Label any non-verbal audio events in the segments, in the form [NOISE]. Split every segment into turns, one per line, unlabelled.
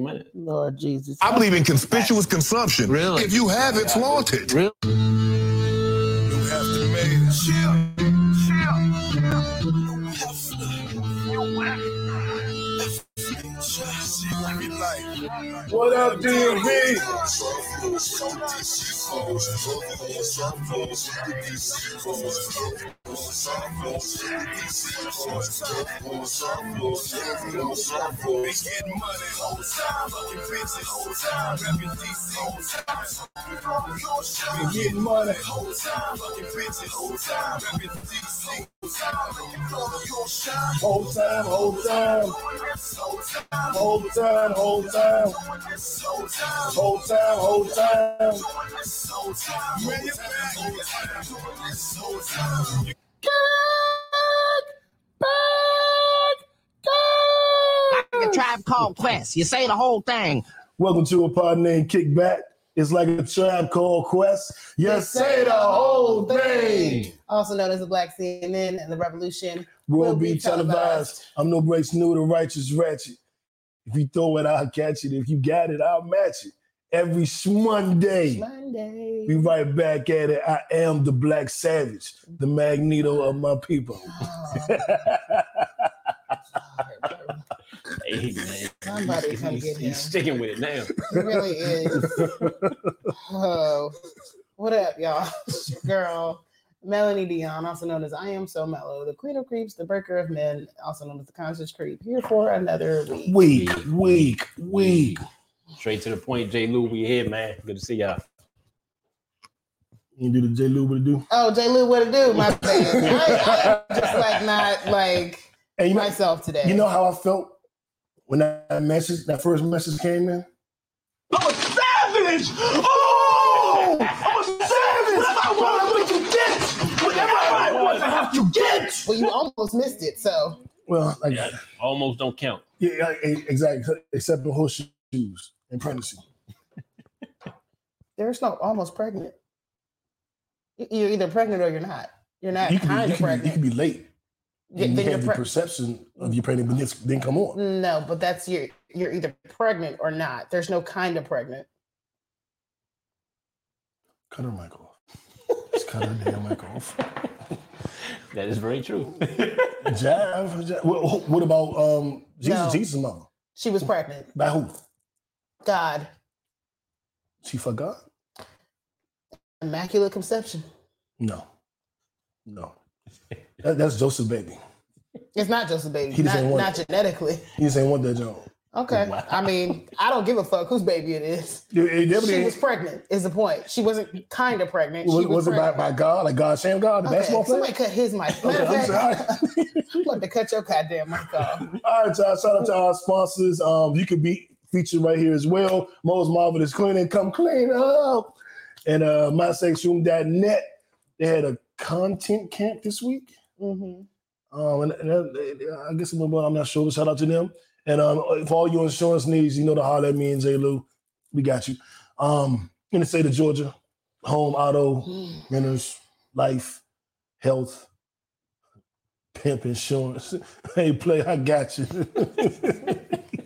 it.
Lord Jesus.
I believe in conspicuous consumption.
Really?
If you have it, flaunt it.
Really?
You have to make What up, Whole time, whole time. Whole time, whole time. Whole time, whole time. Bring it back.
Like a tribe called Quest. You say the whole thing.
Welcome to a pod named Kickback. It's like a tribe called Quest. You say the whole thing.
Also known as the Black CNN and the Revolution.
will be televised. I'm no breaks new to righteous ratchet. If you throw it, I'll catch it. If you got it, I'll match it. Every Monday, [LAUGHS]
Monday.
be right back at it. I am the Black Savage, the Magneto of my people.
Hey, man.
Somebody come
He's,
get him.
he's sticking with it now.
It really is. oh, what up, y'all? [LAUGHS] It's your girl, Melanie Dion, also known as I Am So Mellow, the Queen of Creeps, the Breaker of Men, also known as the Conscious Creep, here for another week.
week, week, week.
Straight to the point, J. Lou. We here, man. Good to see y'all.
You do the J. Lou what it do?
Oh, J. Lou, what to do?
[LAUGHS]
My bad. I, I'm just like not like
And you know,
myself today.
you know how I felt when that message, that first message came in? I'm a savage! Oh! I'm a savage! Whatever I want, I want to get! Whatever I want, I have to get!
well, you almost missed it, so
Well, like,
Yeah, almost don't count.
Yeah, yeah, e- exactly. Except the horseshoes and pregnancy.
there's no almost pregnant. You- You're either pregnant or you're not. You're not
You
kind
can,
of
be, you, can be, you
pregnant.
can be late.
Yeah,
you
then you're
have the
pre-
perception of you pregnant, but it didn't come on.
No, but that's your you're either pregnant or not. There's no kind of pregnant.
Cut her mic off. Just cut her damn mic
[LAUGHS]
off.
That is very true.
Jive. jive. What, what- what about um, Jesus?
No.
Jesus' mother.
She was pregnant.
By who?
God.
She forgot?
Immaculate conception.
No. No. That- that's Joseph's baby.
It's not just a baby.
He just
Not,
ain't want
not genetically.
He just ain't want that John.
Okay.
Wow.
I mean, I don't give a fuck whose baby it is.
It, it definitely
She
ain't-
was pregnant, is the point. She wasn't kind of pregnant. She
was, was it by,
pregnant.
by God? Like God, Sam God, the
Okay,
basketball player?
somebody cut his mic. [LAUGHS] Matter
Okay,
of
I'm
fact,
sorry.
I'm about to cut your goddamn mic off.
All right, y'all. Shout out to our sponsors. Um, you could be featured right here as well. Mo's Marvelous Cleaning, come clean up. And uh, mysexroom.net. They had a content camp this week.
hmm
Um, and, and that- I guess I'm, I'm not sure. but Shout out to them. And um, for all your insurance needs, you know to holler at me and J. Lou. We got you. Um, in the state of Georgia, home, auto, renters, life, health, pimp insurance. [LAUGHS] hey, play, I got you. [LAUGHS]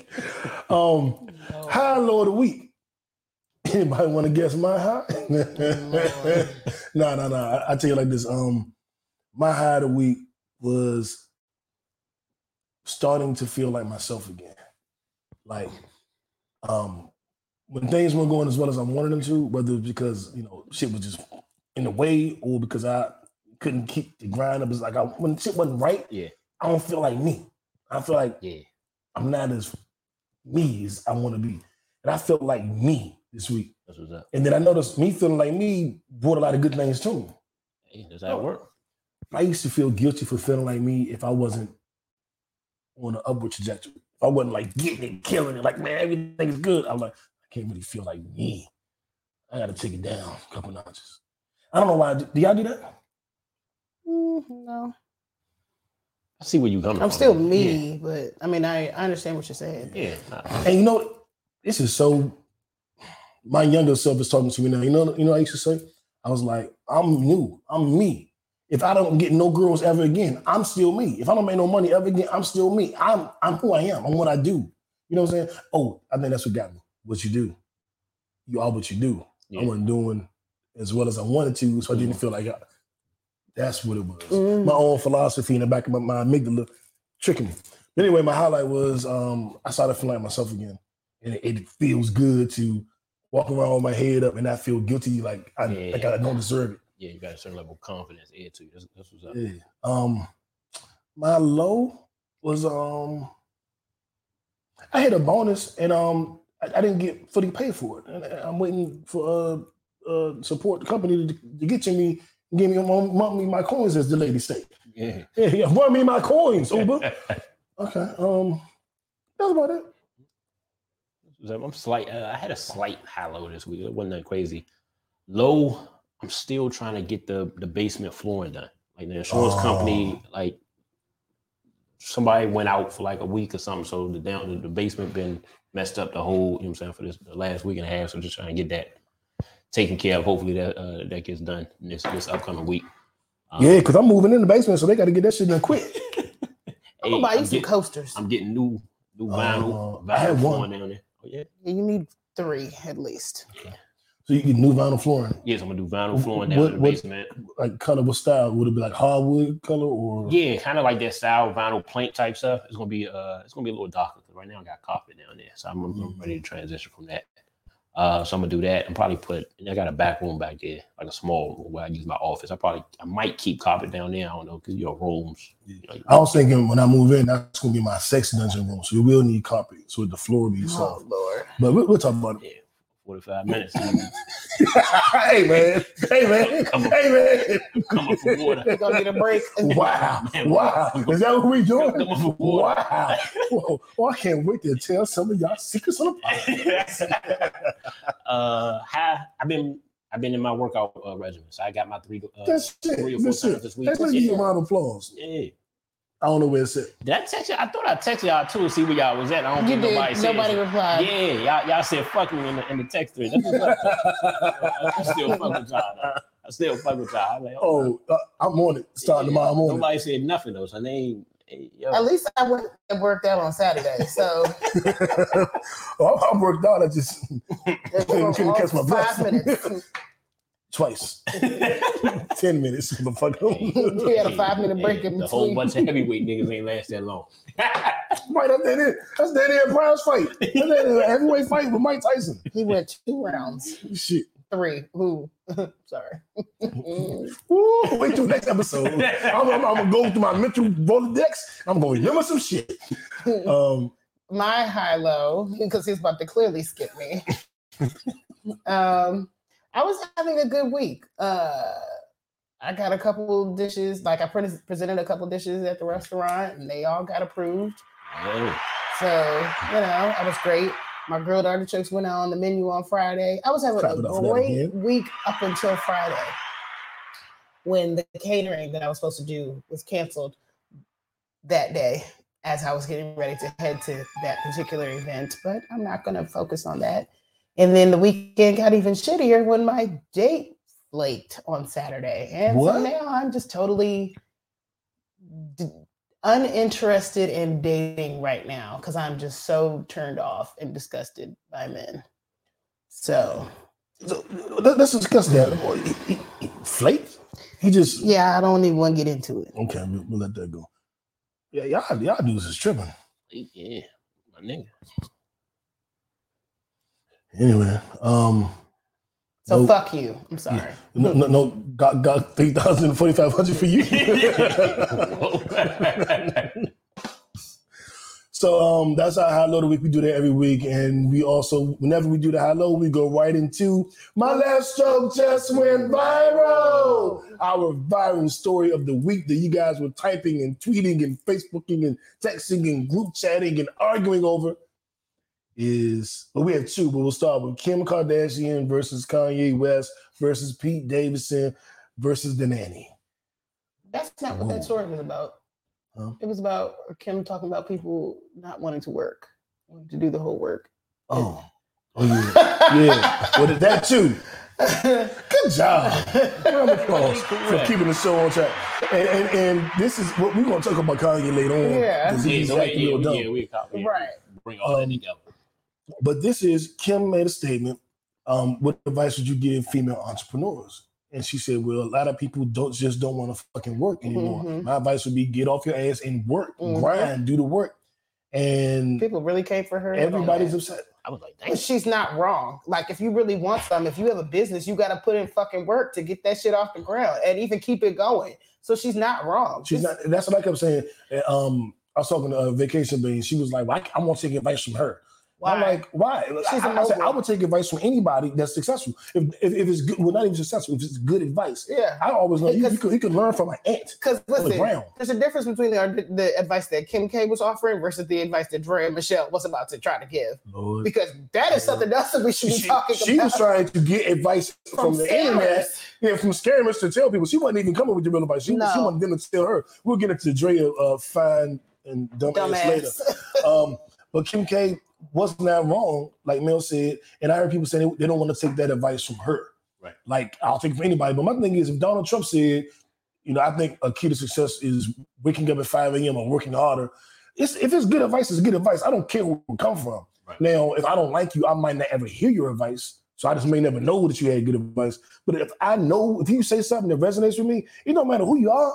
um, high and low of the week. Anybody want to guess my high? [LAUGHS] no, no, no. I, I tell you like this. Um, my high of the week was starting to feel like myself again. Like, um, when things weren't going as well as I wanted them to, whether it's because you know shit was just in the way or because I couldn't keep the grind up, it's like I, when shit wasn't right,
Yeah.
I don't feel like me. I feel like
Yeah.
I'm not as me as I want to be, and I felt like me this week.
That's what's up.
And then I noticed me feeling like me brought a lot of good things to me.
Hey, that's how it work.
I used to feel guilty for feeling like me if I wasn't on an upward trajectory. If I wasn't like getting it, killing it, like man, everything's good. I'm like, I can't really feel like me. I gotta take it down a couple notches. I don't know why. I Do do y'all do that?
no.
I see where you coming
I'm
from.
still me, but I mean, I, I understand what you're saying.
Yeah. yeah.
And you know, this is so. My younger self is talking to me now. You know, you know, what I used to say, I was like, I'm new. I'm me. If I don't get no girls ever again, I'm still me. If I don't make no money ever again, I'm still me. I'm I'm who I am. I'm what I do. You know what I'm saying? Oh, I think that's what got me. What you do. You are what you do. I
Yeah.
wasn't doing as well as I wanted to, so I didn't
Mhm.
feel like I, that's what it was.
Mhm.
My own philosophy in the back of my, my amygdala tricking me. But anyway, my highlight was um, I started feeling like myself again, and it, it feels good to walk around with my head up and not feel guilty like I
Yeah.
like I don't deserve it.
Yeah, you got a certain level of confidence in too. That's, that's what's up.
Yeah. Um, my low was um, I had a bonus and um, I, I didn't get fully paid for it. And I- I'm waiting for uh, uh support company to, to get to me, give me mum mum me my coins, as the lady say. [LAUGHS]
Yeah.
Yeah, yeah, run me my coins,
[LAUGHS]
Uber.
That's
okay. Um, that's about it.
what's up. I'm slight. Uh, I had a slight high low this week. It wasn't that crazy. Low. I'm still trying to get the the basement flooring done. Like the insurance
Oh.
company, like somebody went out for like a week or something. So the down the, the basement been messed up the whole. You know what I'm saying for this the last week and a half. So just trying to get that taken care of. Hopefully that uh, that gets done this this upcoming week. Um,
Yeah, because I'm moving in the basement, so they got to get that shit done quick.
I'm
hey,
gonna buy you
I'm
some
getting-
coasters.
I'm getting new new
Uh,
vinyl. vinyl
I had
flooring
one.
down there. Oh yeah,
Yeah, you need three at least.
So you get new vinyl flooring.
yes, I'm gonna do vinyl
Wh-
flooring down
what-
in the
what-
basement.
Like color, what style would it be? Like hardwood color or
Yeah, kind of like that style vinyl plank type stuff. It's gonna be uh, it's gonna be a little darker 'cause right now I got carpet down there, so I'm, I'm
Mm-hmm.
Mm.
ready to transition from that. Uh, so I'm gonna do that and probably put. And I got a back room back there, like a small room where I use my office. I probably I might keep carpet down there. I don't know because your rooms. Like,
I was thinking when I move in, that's gonna be my sex dungeon room. So you will need carpet so the floor be
Oh
soft.
Lord.
But we'll, we'll talk about it.
yeah, 45 minutes. and I'm
[LAUGHS] hey man, hey man,
Come on.
hey
coming for water. [LAUGHS]
We're gonna get a
[LAUGHS]
break.
man. Wow,
Man,
wow. Is that what we doing?
Come on, boy.
Wow. Whoa. Well, I can't wait to tell some of y'all secrets on the podcast.
uh, hi, I've been I've been in my workout uh, regimen, so I got my three.
[LAUGHS]
Uh,
That's
three
it.
or four
That's
times
it.
this week.
Let's give you a round of applause.
Yeah.
I don't know where it's at.
Did I text you? I thought I texted y'all too to see where y'all was at. I don't
You
think
did.
nobody
Nobody,
said. it.
replied.
yeah, y'all, y'all said fuck me in the, in the text thread. That's what's up. I, I still fuck with y'all. Though. I still fuck with y'all. I'm like,
Oh, uh, I'm on it. Starting
yeah.
tomorrow morning.
Nobody said nothing though, so they ain't. eh, Yo.
At least I went and worked out on Saturday,
[LAUGHS]
so
oh, I, I worked out. I just Couldn't- couldn't catch my breath.
five minutes.
[LAUGHS]
[LAUGHS]
twice, ten minutes, motherfucker.
We had a five-minute break in
The whole
between.
bunch of heavyweight niggas ain't last
[LAUGHS]
that long.
right up there, that's that there Brown's fight. That's that there heavyweight fight with Mike Tyson.
He went two rounds,
Shit.
three. Who? [LAUGHS] Sorry.
[LAUGHS] Woo, wait till next episode. I'm, I'm, I'm gonna go through my mental Rolodex. I'm gonna remember some shit. Um,
my high low because he's about to clearly skip me. um, I was having a good week. Uh, I got a couple dishes, like I pre- presented a couple dishes at the restaurant, and they all got approved.
Oh,
So you know, I was great. My grilled artichokes went on the menu on Friday. I was having
Clap
a
it up for that
great
again.
week up until Friday when the catering that I was supposed to do was canceled that day as I was getting ready to head to that particular event. But I'm not going to focus on that. And then the weekend got even shittier when my date flaked on Saturday. And so
What?
now I'm just totally d- uninterested in dating right now because I'm just so turned off and disgusted by men. So
so, let, us discuss that. Flake. He just
yeah, I don't even want to get into it.
okay. We'll, we'll let that go. Yeah, y'all, y'all dudes is tripping.
yeah, my
[LAUGHS]
nigga.
Anyway, um.
So
Nope.
fuck you. I'm sorry.
No, no, no. Got got three thousand forty five hundred for you.
[LAUGHS] Whoa.
so um, that's our high low of the week. We do that every week, and we also whenever we do the high low, we go right into my left stroke just went viral. Our viral story of the week that you guys were typing and tweeting and Facebooking and texting and group chatting and arguing over is well, we have two, but we'll start with Kim Kardashian versus Kanye West versus Pete Davidson versus the nanny.
That's not what that story was about.
Oh. Huh?
It was about Kim talking about people not wanting to work, wanting to do the whole work.
Oh, oh yeah. Yeah, well, that too. Good job. Round of applause for keeping the show on track. And, and, and this is what we're going to talk about Kanye later on.
Yeah.
'cause
Yeah,
He's
so yeah,
acting real
yeah,
dumb.
yeah, we caught- yeah.
Right.
bring all
Um,
that together.
But this is Kim made a statement. Um, what advice would you give female entrepreneurs? And she said, "Well, a lot of people don't just don't want to fucking work
Mm-hmm,
anymore.
Mhm.
My advice would be get off your ass and work,
Mhm.
grind, do the work."
[LAUGHS]
And
People really came for her. head on
everybody's
that.
upset.
I was like, dang,
But she's not wrong. Like if you really want some, if you have a business, you got to put in fucking work to get that shit off the ground and even keep it going. So she's not wrong.
She's
This-
not. That's what I kept saying. And, Um, I was talking to uh, Vacation Bean. She was like, well, I, I want to take advice from her." I'm like, "Why?"
She's
She's
a
I, I said,
mogul.
"I would take advice from anybody that's successful. If if, if it's good, well, not even successful. If it's good advice,
yeah.
I always know you, you,
Because-
could, you could learn from an ant
Because
on the
listen,
ground."
there's a difference between the, the advice that Kim K was offering versus the advice that Dre and Michelle was about to try to give.
Lord.
Because that is something else that we should
She,
be
she,
talking about.
was trying to get advice from, the
scammers.
internet, yeah, from scammers to tell people. She wasn't even coming with the real advice. She,
No.
she wanted them to tell her. We'll get into Drea uh, fine and dumbass later.
Dumbass.
Um, but Kim K was not wrong, like Mel said, and I heard people saying they don't want to take that advice from her.
Right.
Like I'll take it from anybody. But my thing is, if Donald Trump said, you know, I think a key to success is waking up at 5 a.m. or working harder. It's, if it's good advice, it's good advice. I don't care where it come from.
Right.
Now, if I don't like you, I might not ever hear your advice. So I just may never know that you had good advice. But if I know, if you say something that resonates with me, it don't matter who you are,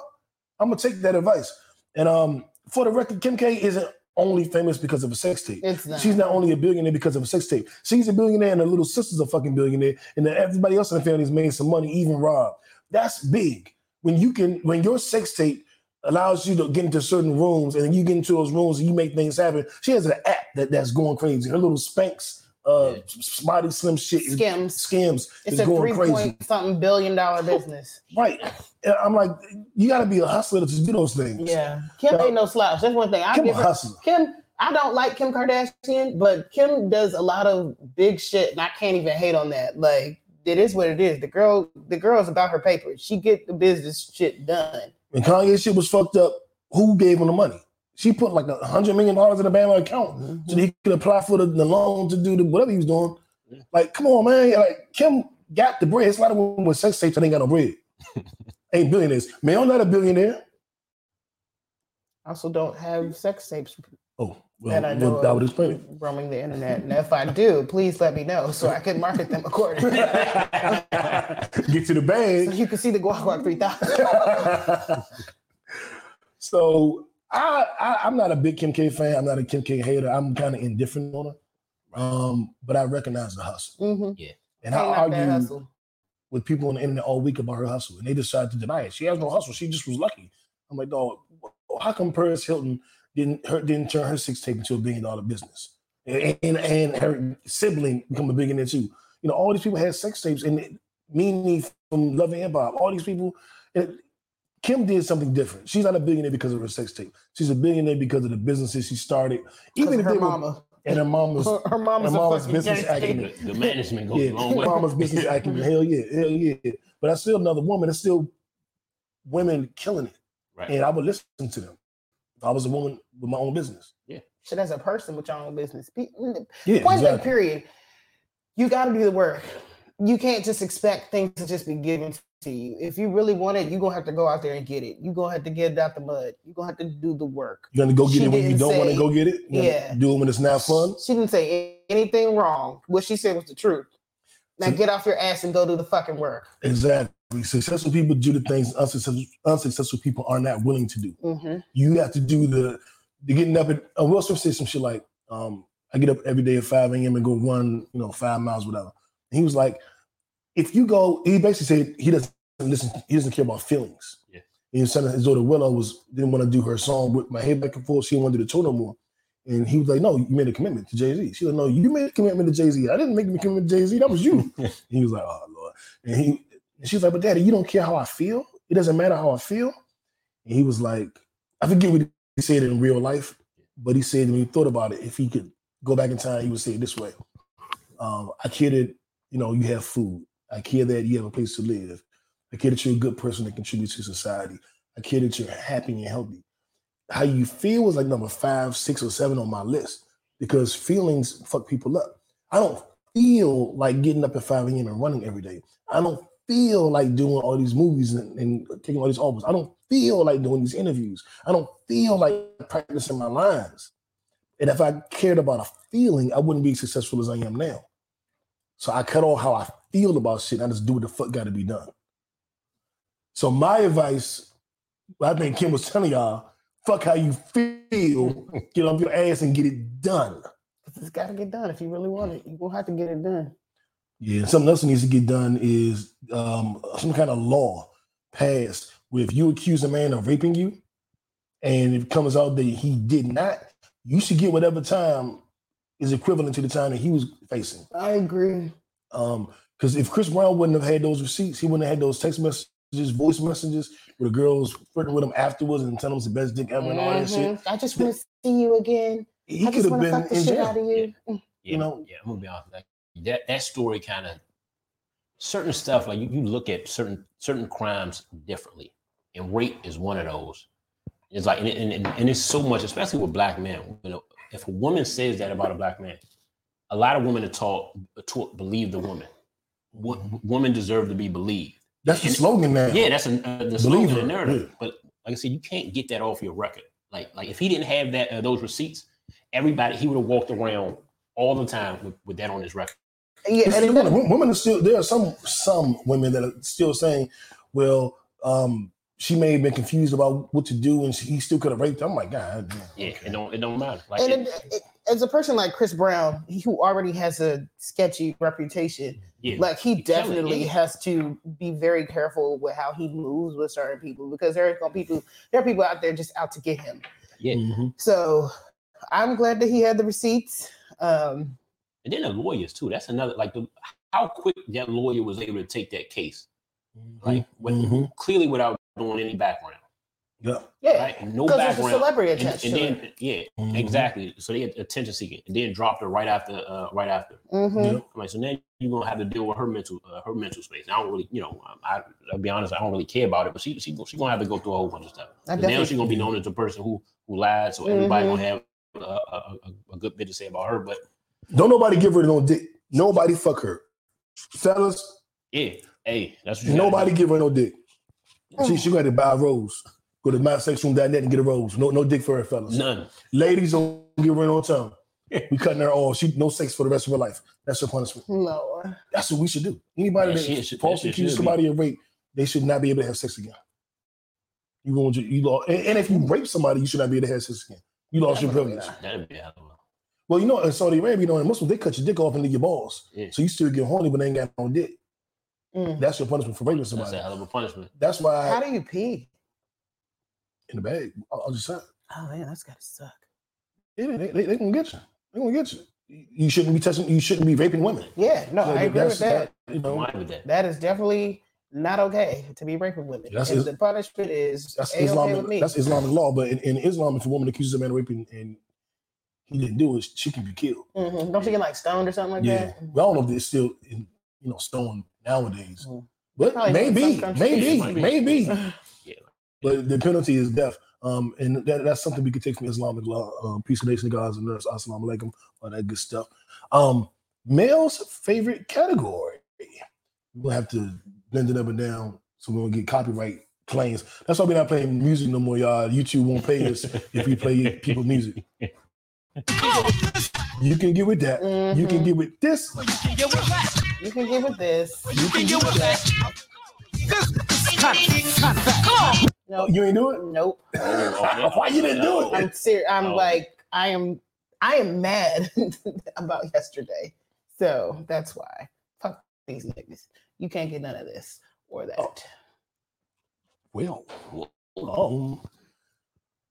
I'm gonna take that advice. And um, for the record, Kim K isn't only famous because of a sex tape.
It's not.
She's not only a billionaire because of a sex tape. She's a billionaire, and her little sister's a fucking billionaire, and then everybody else in the family's made some money, even Rob. That's big. When you can, when your sex tape allows you to get into certain rooms, and you get into those rooms and you make things happen. She has an app that, that's going crazy. Her little Spanx, uh,
Yeah.
body slim shit, is-
Skims.
skims
It's
is
a three
going crazy.
point something billion dollar business.
Right. And I'm like, you got to be a hustler to do those things.
Yeah. Kim
Yeah.
ain't no slouch. That's one thing. I
Kim a
give her
hustler.
Kim. I don't like Kim Kardashian, but Kim does a lot of big shit, and I can't even hate on that. Like it is what it is. The girl, the girl's about her paper. She get the business shit done.
When Kanye shit was fucked up, who gave him the money? She put like a hundred million dollars in the Bama account so that he could apply for the, the loan to do the, whatever he was doing.
Yeah.
Like, come on, man. Like Kim got the bread. It's a lot of women with sex tapes that ain't got no [LAUGHS] bread. ain't billionaires. Mel not a billionaire.
Also, don't have sex tapes
Oh, well,
that I know
well, that
of
would explain it.
roaming the internet. And if I do, please let me know so I can market
[LAUGHS]
them accordingly.
[LAUGHS] Get to the bag.
so you can see the Guac Guac
[LAUGHS]
3000.
so I, I I'm not a big Kim K fan. I'm not a Kim K hater. I'm kind of indifferent on her. Um, but I recognize the hustle.
Mm-hmm.
And I argued with people on the internet all week about her hustle, and they decided to deny it. She has no hustle. She just was lucky. I'm like, dog, how come Paris Hilton didn't her, didn't turn her sex tape into a billion dollar business, and, and and her sibling become a billionaire too? You know, all these people had sex tapes, and it- Mimi from Love and Hip Hop, all these people. and Kim did something different. She's not a billionaire because of her sex tape. She's a billionaire because of the businesses she started.
Even
if
her
they were-
mama,
and her mom was
her, her mama's,
her
a
mama's
fucking
business
gangster.
acumen.
the, the management goes
Yeah,
a long way.
mama's business acumen. Hell yeah, hell yeah. But that's still another woman. It's still women killing it,
Right.
and I would listen to them. If I was a woman with my own business,
[LAUGHS] Shit, as a person with your own business. Pe-
yeah,
Point blank,
exactly.
period. You got to do the work. You can't just expect things to just be given to you. If you really want it, you're gonna have to go out there and get it. You're gonna have to get it out the mud. You're gonna have to do the work.
You're gonna go get
She
it when you
didn't
don't want to
say-
go get it. You're gonna
Yeah.
do it when it's not fun.
She didn't say a- anything wrong. What she said was the truth. Now
So-
get off your ass and go do the fucking work.
Exactly. Successful people do the things unsuccessful unsuccessful people are not willing to do.
Mm-hmm.
You have to do the the getting up at. Uh, Will Smith said some shit like, um, "I get up every day at five a.m. and go run, you know, five miles, whatever." And he was like, "If you go," he basically said he doesn't listen. He doesn't care about feelings.
Yeah.
And his son, his daughter Willow was didn't want to do her song with my head back and forth. She didn't want to do the tour no more. And he was like, "No, you made a commitment to Jay Z." She was like, "No, you made a commitment to Jay Z. I didn't make a commitment to Jay Z. That was you." he was like, "Oh Lord." And he, and she was like, "But Daddy, you don't care how I feel. It doesn't matter how I feel." And he was like, "I forget what he said in real life, but he said when he thought about it, if he could go back in time, he would say it this way: um, I care that you know you have food. I care that you have a place to live. I care that you're a good person that contributes to society. I care that you're happy and healthy. How you feel was like number five, six, or seven on my list because feelings fuck people up. I don't feel like getting up at 5 a.m. and running every day. I don't feel like doing all these movies and, and taking all these offers. I don't feel like doing these interviews. I don't feel like practicing my lines. And if I cared about a feeling, I wouldn't be as successful as I am now. So I cut off how I feel about shit. And I just do what the fuck got to be done. So my advice, I think Kim was telling y'all, fuck how you feel, get off your ass and get it done.
It's got to get done if you really want it. You will have to get it done.
Yeah, and something else that needs to get done is um, some kind of law passed where if you accuse a man of raping you, and it comes out that he did not, you should get whatever time is equivalent to the time that he was facing.
I agree.
Um, because if Chris Brown wouldn't have had those receipts, he wouldn't have had those text messages, voice messages where the girls flirting with him afterwards and telling him it's the best dick ever and all that shit.
Mhm. I just want to see you again.
He
I
could
just
have
want to
been
fuck the
in
shit out
jail.
of you.
you know?
yeah, I'm gonna be honest. Like that that story kind of certain stuff. Like you, you look at certain certain crimes differently, and rape is one of those. It's like and and, and, and it's so much, especially with black men. You know, if a woman says that about a black man, a lot of women are taught taught believe the woman. Wo- women deserve to be believed.
That's the
And-
slogan now.
Yeah, that's an, uh, the
Believe
slogan
her,
and narrative.
yeah.
But like I said, you can't get that off your record. Like like if he didn't have that uh, those receipts, everybody he would have walked around all the time with, with that on his record.
Yeah,
It's
and
still-
it does-
women, women are still there are some some women that are still saying, well, um, she may have been confused about what to do and she, he still could have raped her. I'm like, God, damn,
Yeah,
okay.
it don't it don't matter. Like
and
it-
it, it, as a person like Chris Brown, he- who already has a sketchy reputation,
yeah,
like he
You tell it,
definitely
yeah.
has to be very careful with how he moves with certain people because there are gonna people there are people out there just out to get him.
yeah.
Mhm.
So I'm glad that he had the receipts. Um,
And then the lawyers too. That's another like the how quick that lawyer was able to take that case. Like
Mm-hmm.
with,
Mhm.
clearly without doing any background.
Yeah.
yeah,
Right? No
because there's a
background.
celebrity
And,
attached
and
to
then
it. Mm-hmm.
yeah,
Mhm.
exactly. So they had attention seeking and then dropped her right after uh, right after.
Mhm.
Yeah.
I'm like, so now you're gonna have to deal with her mental, uh, her mental space. I don't really, you know, um, I, I'll be honest, I don't really care about it, but she, she, she gonna have to go through a whole bunch of stuff.
I
And now
definitely-
she's gonna be known as the person who, who lied, so everybody
Mhm.
gonna have a, a, a, a good bit to say about her. But
Don't nobody give her no dick. Nobody fuck her. Fellas,
yeah, hey, that's what you gotta
nobody
do.
give her no dick. She she got to buy a rose. Go to mysexroom.net and get a rose. No no dick for her, fellas.
none.
Ladies don't give her no tongue. We cutting her off. She no sex for the rest of her life. That's her punishment.
Lord.
That's what we should do. Anybody
Yeah,
that
she- she-
falsely
that shit
accuses
should be-
somebody of rape, they should not be able to have sex again. You going to you lost, and, and if you rape somebody, you should not be able to have sex again. You lost your
Definitely
privilege.
not.
That'd be a hell of a-
Well, you know, in Saudi Arabia, you know, in Muslims, they cut your dick off and leave your balls,
yeah,
so you still get horny, but they ain't got no dick.
Mm.
That's your punishment for raping
that's
somebody.
a hell of a punishment.
That's why
How do you pee?
in the bag. I- I'll just say,
Oh man, that's gotta suck.
yeah, they, they, they gonna get you. They gonna get you. You shouldn't be touching. You shouldn't be raping women.
Yeah, no, I
Like,
agree with
that's
that.
not- you
I'm
know,
fine with that.
That is definitely not okay to be raping women.
That's
and
is-
the punishment is
that's
ain't okay with
Islamic.
me.
That's Islamic law. But in, in Islam, if a woman accuses a man of raping and he didn't do it, she can be killed.
Mhm. Don't you get like stoned or something like
yeah.
that?
Well, I don't know if it's still in, you know stone nowadays,
Mm.
but
Probably not in
maybe,
some countries. [LAUGHS]
maybe,
Might be.
maybe.
Yeah.
But the penalty is death. Um, and that, that's something we could take from Islamic law. Um, peace of nation, guys and nurse, assalamu alaikum, all that good stuff. Um, male's favorite category. We'll have to bend it up and down so we don't get copyright claims. That's why we're not playing music no more, y'all. YouTube won't pay us if we play people music. You can get with that. You can
Mhm.
get with this.
You can get with this.
You can get with that.
No,
Oh, You ain't do it?
nope.
why you didn't do it?
[LAUGHS]
I'm serious. I'm
Oh.
like, I am, I am mad [LAUGHS] about yesterday. So that's why. Fuck these niggas. You can't get none of this or that.
Oh. Well,
Whoa.
um,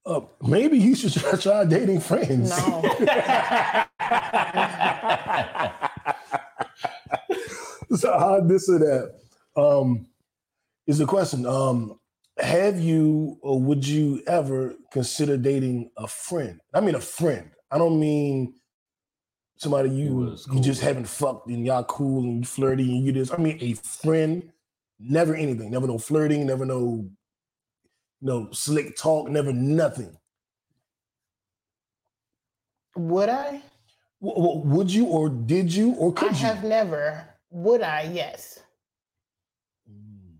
uh, maybe you should [LAUGHS] try, try dating friends.
No,
so how this or that um, is the question. Um, have you or would you ever consider dating a friend? I mean, a friend. I don't mean somebody
You
you
was
you
cool
just
with.
haven't fucked and y'all cool and you flirty and you this. I mean, a friend. Never anything. Never no flirting. Never no no slick talk. Never nothing.
would I?
W- w- would you or did you or
I
could you?
have never. Would I? Yes.
Mm.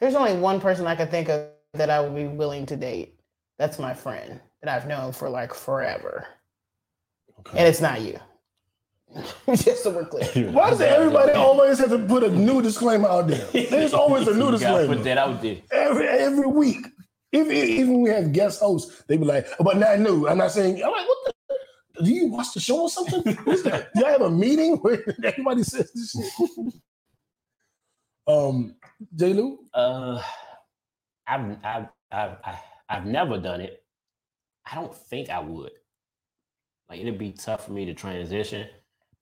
There's only one person I could think of that I would be willing to date. That's my friend. that I've known for like forever,
Okay.
and it's not you. [LAUGHS] Just so we're clear.
Why does everybody always have to put a new disclaimer out there?
[LAUGHS]
There's always a new
You gotta Put
disclaimer
that out there.
every every week. Even even we have guest hosts, they be like, "But not new." I'm not saying. I'm like, "What the? Do you watch the show or
[LAUGHS]
something? What's that? Do y'all have a meeting where [LAUGHS] everybody says this shit?" [LAUGHS] Um, J. Lou,
Uh, I've I've I've I- I've never done it. I don't think I would. Like it'd be tough for me to transition,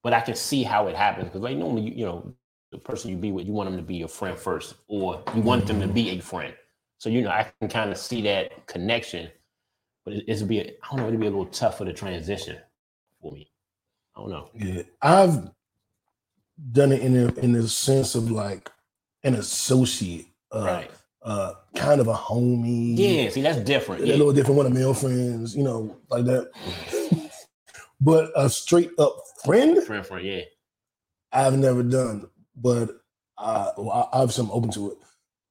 but I can see how it happens because like normally you, you know the person you be with you want them to be your friend first, or you want
Mm-hmm.
them to be a friend. So you know I can kind of see that connection, but it, it'd be a, I don't know it'd be a little tough for the transition for me. I don't know.
Yeah, I've done it in a, in the sense of like an associate, uh,
right?
uh, kind of a homie.
Yeah. See, that's different.
a
Yeah.
little different. One of male friends, you know, like that. but a straight up friend,
Friend, friend. Yeah.
I've never done. But I, well, I obviously I'm open to it.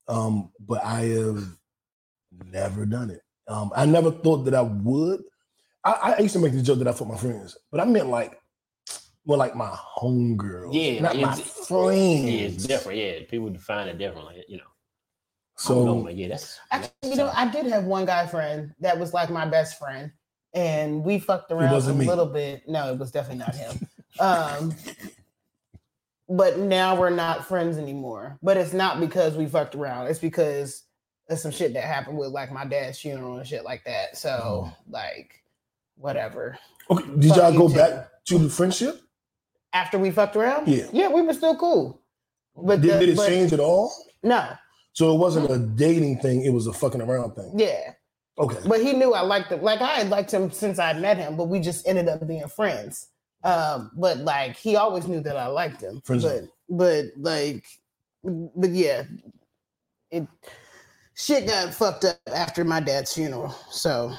Um, but I have never done it. Um, I never thought that I would. I, I used to make the joke that I fuck my friends, but I meant like more like my homegirl.
Yeah,
not my
it's-
friends.
Yeah, it's different. Yeah, people define it differently. You know. So
So
yeah,
[LAUGHS]
that's
Actually, you know, I did have one guy friend that was like my best friend, and we fucked around a
wasn't me.
little bit. No, it was definitely not him. um, but now we're not friends anymore. But it's not because we fucked around. It's because of some shit that happened with like my dad's funeral and shit like that.
Oh.
So like, whatever.
okay, did
Fuck
y'all
you
go
too.
back to the friendship?
After we fucked around,
Yeah.
yeah, we were still cool. But
did,
the-
did it
but-
change at all?
No,
So it wasn't a dating thing; it was a fucking around thing.
yeah.
Okay.
But he knew I liked him. Like I had liked him since I met him, but we just ended up being friends. Um, but like he always knew that I liked him.
Friends
but
zone.
but like but yeah. It shit got fucked up after my dad's funeral. So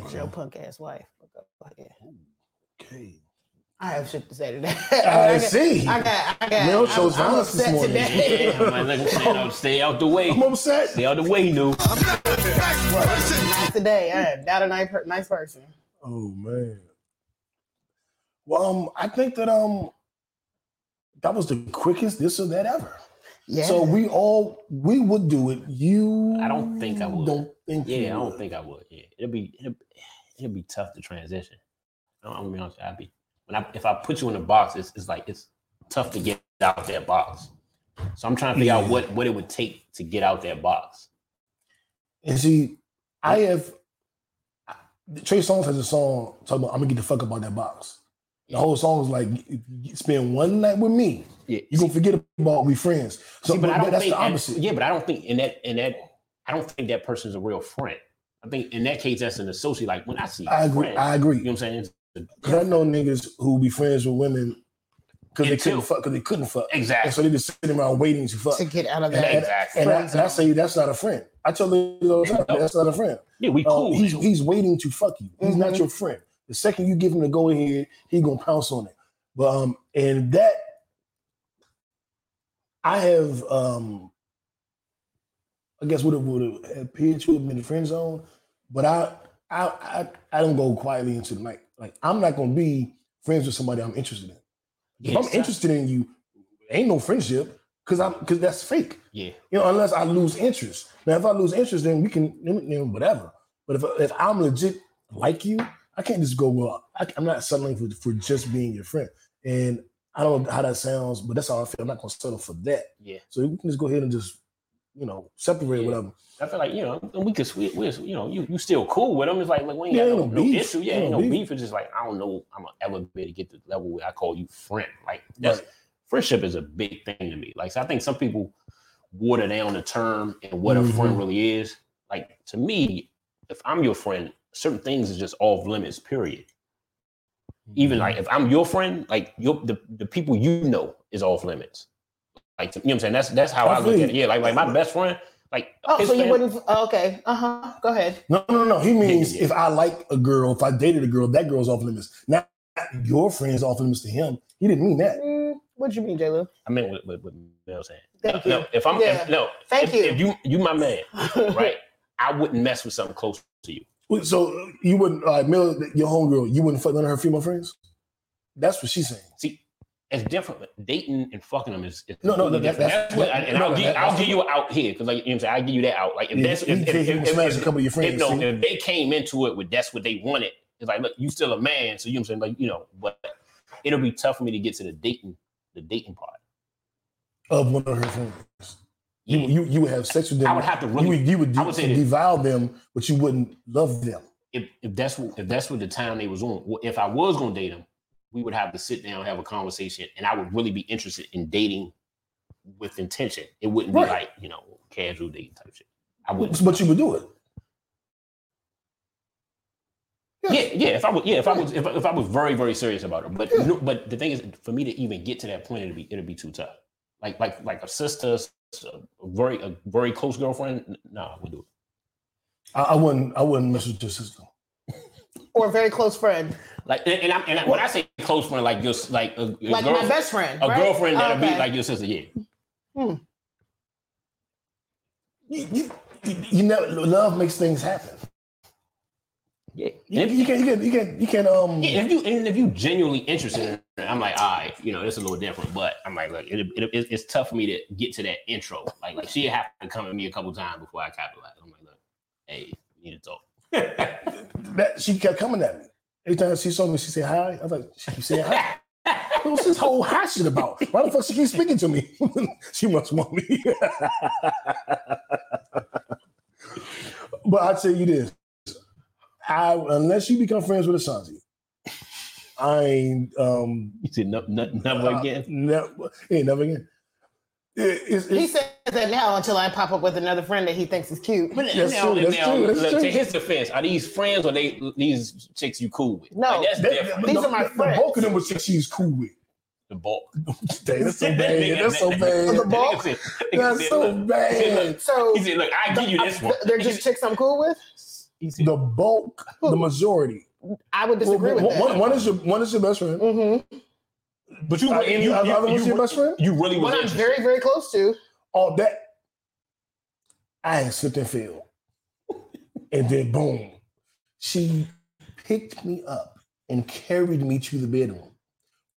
Okay.
your punk ass wife. Fuck yeah.
Okay.
I have shit to say today.
[LAUGHS] I,
I, got,
see.
I
I,
got I got
Mel chose
I'm, I'm
violence this
upset
morning.
today.
[LAUGHS] I'm like, look, stay out- stay out the way.
am upset.
Stay out the way, new.
[LAUGHS] Not today. I am not a nice, per- nice person.
Oh man. Well, um, I think that um, that was the quickest this or that ever.
Yeah.
So we all we would do it. You.
I don't think I would.
Don't think. you
Yeah, I don't
would.
think I would. Yeah, it'll be it'll, it'll be tough to transition. I'm, I'm gonna be honest. I'd be when I if I put you in a box, it's, it's like it's tough to get out that box. So I'm trying to figure out
Yeah.
what what it would take to get out that box.
And see, I have Trey Songz has a song talking about I'm gonna get the fuck about that box. The whole song is like "You- you spend one night with me,
Yeah,
you gonna forget about we friends. So,
See,
but,
I don't
that's
think
the
and-
opposite.
yeah, but I don't think in that in that I don't think that person's a real friend. I think in that case that's an associate. Like when I see
I agree.
friend,
I agree.
you know what I'm saying?
Cause I know niggas who be friends with women because they
Until-
couldn't fuck because they couldn't fuck, and
Exactly.
so they just sitting around waiting to fuck.
to get out of
And,
that.
and,
Exactly.
and I,
friend
and I
zone.
say that's not a friend. I tell niggas all the time
No.
that's not a friend.
Yeah, we
Uh,
cool.
he's he's waiting to fuck you. He's not
Mhm.
your friend. The second you give him the go ahead, he gonna pounce on it. But um, and that I have um, I guess would have would have appeared to have been the friend zone, but I I I, I don't go quietly into the night. Like I'm not gonna be friends with somebody I'm interested in.
Yeah,
if I'm
exactly.
interested in you, ain't no friendship because I'm because that's fake.
Yeah.
You know, unless I lose interest. Now, if I lose interest, then we can then- then whatever. But if if I'm legit like you, I can't just go well. I, I'm not settling for for just being your friend. And I don't know how that sounds, but that's how I feel. I'm not gonna settle for that.
Yeah.
So we can just go ahead and just you know separate
Yeah.
whatever.
I feel like you know, and we could we, we you know, you you still cool with them. It's like like we ain't
Yeah,
got
ain't
no,
no
no
beef.
issue. Yeah,
Ain't
ain't
no
no
beef.
beef. It's just like I don't know. I'm gonna ever be able to get to the level where I call you friend. Like that's
Right.
friendship is a big thing to me. Like so I think some people water down the term and what a friend
Mhm.
really is. Like to me, if I'm your friend, certain things is just off limits. Period. Even
Mm-hmm.
like if I'm your friend, like your the, the people you know is off limits. Like you know what I'm saying? That's that's how
I
I, look
feel
at it. Yeah, like like my best friend, like
Oh,
his
so you
fam-
wouldn't? oh, okay. Uh huh. Go ahead.
no, no, no. He means
yeah.
if I like a girl, if I dated a girl, that girl's off limits. Not your friend's off limits to him. He didn't mean that.
Mm, what you mean, Jalen?
I meant what, what, what Mel saying. uh,
Thank
no,
you.
if I'm
Yeah.
if, no,
Thank
if,
you.
[LAUGHS]
[LAUGHS]
if you you my man, right? I wouldn't mess with something close to you.
Wait, So you wouldn't like Miller, your homegirl. You wouldn't fuck none of her female friends. That's what she's saying.
See, it's different. Dating and fucking them is, is
No, no,
completely
that-
different.
that's-
That's what. I, and
no,
I'll,
no,
give,
that-
I'll
that's-
give you an out here because, like you know, what I'm saying, I'll give you that out. Like if
Yeah,
that's
you
if, if,
can't
if,
even
if-
smash
if-
a couple of your friends.
if, no,
see?
if they came into it with that's what they wanted, it's like, look, you still a man, so you know what I'm saying, like, you know, but it'll be tough for me to get to the dating, the dating part.
of one of her friends. You,
Yeah.
you you would have sex with them.
I would have to
you
really,
would you would,
I would say that-
devour them, but you wouldn't love them.
if, if that's what, if that's what the time they was on. well, If I was gonna date them, we would have to sit down, have a conversation, and I would really be interested in dating with intention. It wouldn't
Right.
be like you know casual dating type shit. I wouldn't.
But you would do it.
Yeah, yeah. If I was, yeah, if I was, if I, if I was very, very serious about it, but no, but the thing is, for me to even get to that point, it'd be it'd be too tough. Like like like a sister, s- a very a very close girlfriend. n- Nah, I would do
I, I wouldn't I wouldn't mess with your sister.
Or a very close friend,
it. Like and, and I'm and I, when I say close friend, like your s- like a, a
like my
girlfriend-
best friend,
a
right?
girlfriend that'll
Okay.
be like your sister. Yeah,
You you, you, you never love makes things happen.
yeah.
You,
And if,
you can't you can't you can't you can't um
yeah, if you and if you genuinely interested, in it, I'm like, all right, you know, it's a little different. But I'm like, look, it, it, it, it's tough for me to get to that intro. Like like she have to come at me a couple times before I capitalize. I'm like, look, hey, we need to talk.
that she kept coming at me. Every time she saw me, she said hi. I was like, she keep saying hi.
[LAUGHS]
What's this whole hot shit about? Why the fuck she keep speaking to me? [LAUGHS] she must want me. [LAUGHS] but I tell you this, I unless you become friends with Ashanti, I ain't um
You said no, no, never
uh,
again.
never, ain't never again. It- it's-
He
it's-
says that now until I pop up with another friend that he thinks is cute.
But
that's
now,
true, that's
now,
true, that's
look,
true.
to his defense, are these friends or they these chicks you cool with?
No.
Like, that's
that-
different.
These are my
the,
friends.
The bulk of them was she's cool with.
The bulk.
Dang,
[LAUGHS]
[LAUGHS]
that's so bad. That's so
The
bad.
[LAUGHS] bulk.
That's so bad.
So uh,
He said, "Look, I give you this one."
they're just chicks I'm cool with.
He said,
The bulk, the majority
I would disagree
Well,
with
one-
that.
one- one is your one is your best friend.
Mhm.
"But you,
Uh,
you,
you-
you,
other
you,
one's your best friend?
you really
One
was
I'm
interested.
very, very close to.
All that I ain't slipped and fell, and then boom, she picked me up and carried me to the bedroom.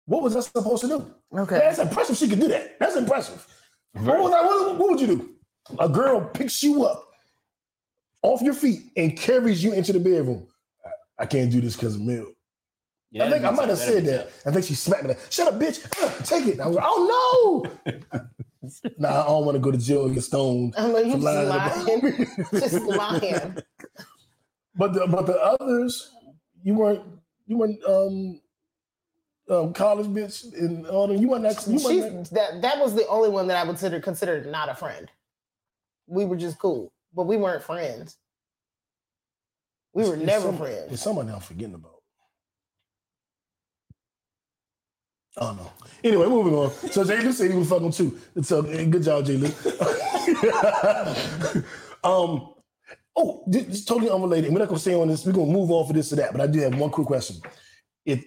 What was I supposed to do?
Okay.
That's impressive. She could do that. That's impressive. What,
Very-
was I, what, what would you do? A girl picks you up off your feet and carries you into the bedroom. I, I can't do this because of milk.
Yeah,
I think I
that'd be
might have
tough. That'd
said
be
that.
tough.
I think she smacked me. Like, Shut up, bitch! Uh, take it. I was like, oh no! nah, I don't want to go to jail and
[LAUGHS]
get stoned.
I'm like, you
for
just
lying
lying.
[LAUGHS] about-
just lying.
But the, but the others, you weren't you weren't um, um college bitch and all them. You weren't that. You
She's,
weren't
that that was the only one that I would consider considered not a friend. We were just cool, but we weren't friends. We were
It's- it's
never
some-
friends.
There's someone I'm forgetting about. I don't know. Anyway, moving on. So Jalen said he was fucking too. So eh, good job, Jalen. [LAUGHS] um, oh, this this is totally unrelated. We're not gonna stay on this. We're gonna move on for this or that. But I do have one quick question. If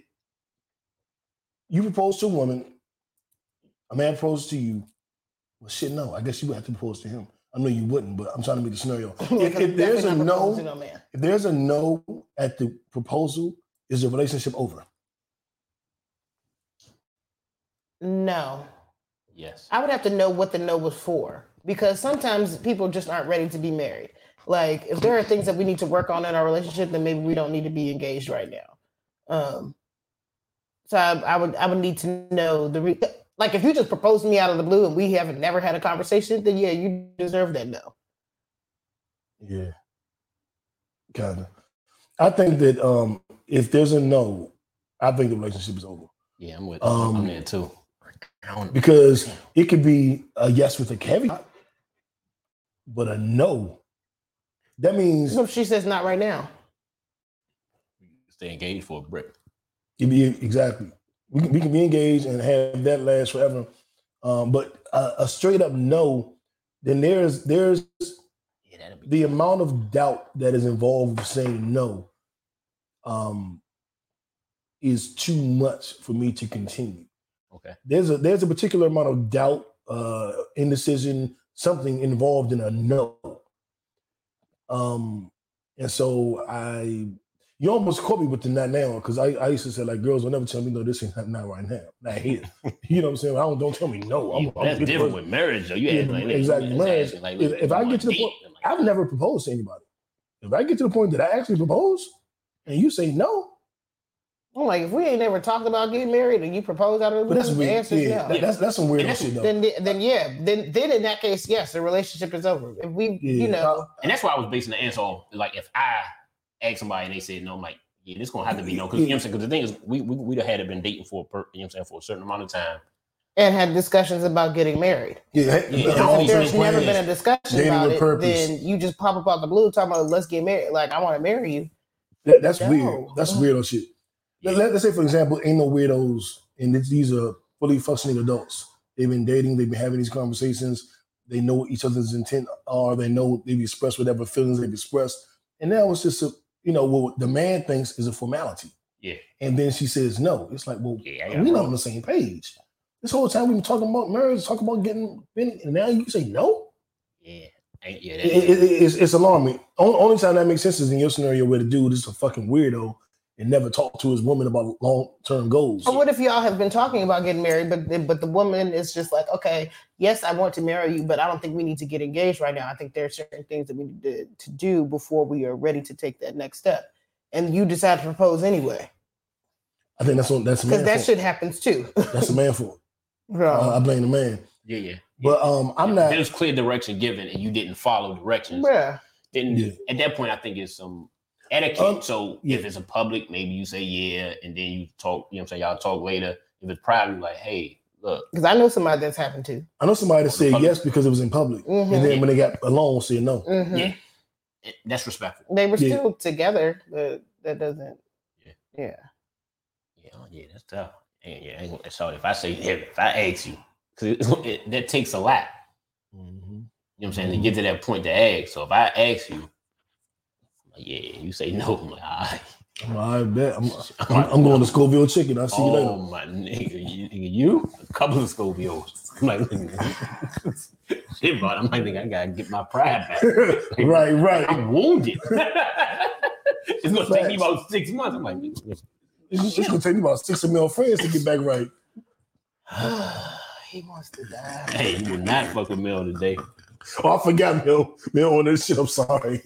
you propose to a woman, a man proposes to you. Well, shit, no. I guess you would have to propose to him. I know you wouldn't, but I'm trying to make
[LAUGHS]
a scenario. If, if there's a
Definitely not proposing
no,
to no man.
if there's a no at the proposal, is the relationship over?
No.
Yes.
I would have to know what the no was for because sometimes people just aren't ready to be married. Like if there are things that we need to work on in our relationship, then maybe we don't need to be engaged right now. Um, so I, I would I would need to know the re- like if you just proposed to me out of the blue and we haven't never had a conversation, then yeah, you deserve that no.
Yeah. Kinda. I think that um if there's a no, I think the relationship is over.
Yeah, I'm with.
Um,
I'm there too.
Because it could be a yes with a caveat, but a no. That means
So if she says not right now.
Stay engaged for a brick.
it be exactly. We can, we can be engaged and have that last forever. Um, but a, a straight up no, then there's there's
Yeah, that'd be.
the amount of doubt that is involved with saying no um is too much for me to continue
Okay.
there's a there's a particular amount of doubt uh indecision something involved in a no um And so I, you almost caught me with the not now because I, I used to say like girls will never tell me no this ain't not, not right now not
[LAUGHS]
here you know what I'm saying I don't don't tell me no Oh, I'm,
You- that's
I'm a good
different
person.
with marriage, though. You
Yeah,
act like niggas,
exactly.
you
Marriage,
ask me, like,
if-
look,
if
you
I
want
get to the
a
point-
date? I'm like,
I've never proposed to anybody if I get to the point that I actually propose and you say no
I'm like, if we ain't never talked about getting married and you propose out of the
but that's
blue, the
weird
answer
yeah,
is
that-
no.
that's that's some weird
And that's-
shit though
Then, then yeah, then then in that case, yes, the relationship is over. If we,
Yeah.
you know,
and that's why I was basing the answer on. Like, if I ask somebody and they said no, I'm like, yeah, this gonna have to be no. Because you know what I'm saying. Because the thing is, we we we'd have had been dating for a per, you know what I'm saying for a certain amount of time.
and had discussions about getting married.
yeah,
Yeah,
that's
I
Now,
don't
all
if
think
I'm
there's
saying.
never been a discussion
Dating
about
with
it,
purpose.
then you just pop up out the blue talking about let's get married. Like I want to marry you.
That- that's weird
No. Mm-hmm.
that's weirdo shit
Yeah.
Let, us say, for example, ain't no weirdos, and it's, these are fully functioning adults. They've been dating, they've been having these conversations. They know what each other's intent are. They know they've expressed whatever feelings they've expressed. And now it's just a, you know, what the man thinks is a formality.
Yeah.
And then she says no. It's like, well,
Yeah, I got
we're not
wrong.
on the same page. This whole time we've been talking about marriage, talking about getting, and now you say no
Yeah, ain't yeah.
it,
That,
it- it- it's, it's alarming. Only, only time that makes sense is in your scenario where the dude is a fucking weirdo and never talked to his woman about long term goals.
Or what if y'all have been talking about getting married, but the- but the woman is just like, okay, yes, I want to marry you, but I don't think we need to get engaged right now. I think there are certain things that we need to, to do before we are ready to take that next step. And you decide to propose anyway,
I think that's what that's a
because
man
that
for.
shit happens too. [LAUGHS]
That's a man for. I, I blame the man.
yeah, yeah.
But um, I'm not.
There's clear direction given, and you didn't follow directions.
Bruh.
Then
Yeah.
at that point, I think it's some etiquette.
Um,
so if
yeah.
it's a public, maybe you say yeah, and then you talk. You know what I'm saying? Y'all talk later. If it's private, like, hey, look,
Because I know somebody that's happened to.
I know somebody that said yes because it was in public, and
Mhm.
then when they got alone, said no.
Mhm.
Yeah. eh, that's respectful.
They were
Yeah.
still together, but that doesn't.
Yeah.
Yeah.
Yeah, oh, yeah, that's tough. And yeah, I ain't gonna- so if I say yeah, if I ask you, because it, [LAUGHS] that takes a lot.
Mm-hmm.
You know what I'm saying? To get to that point to ask. So if I ask you, like, yeah, you say no. I'm like, all right.
I bet I'm, I'm, I'm going to Scoville Chicken. I'll see you
oh
later.
my nigga, you, nigga, you? a couple of Scorpios. [LAUGHS] I'm like, nigga, shit, bro. I'm like, nigga, I gotta get my pride back.
right, right.
I'm
[LAUGHS]
wounded. it's gonna take me about six months. I'm like, nigga,
It's, it's gonna take me about six male friends to get back right.
he wants to die.
hey, you will not fuck with Mel today.
Oh, I forgot Mel. Mel on this shit. I'm sorry.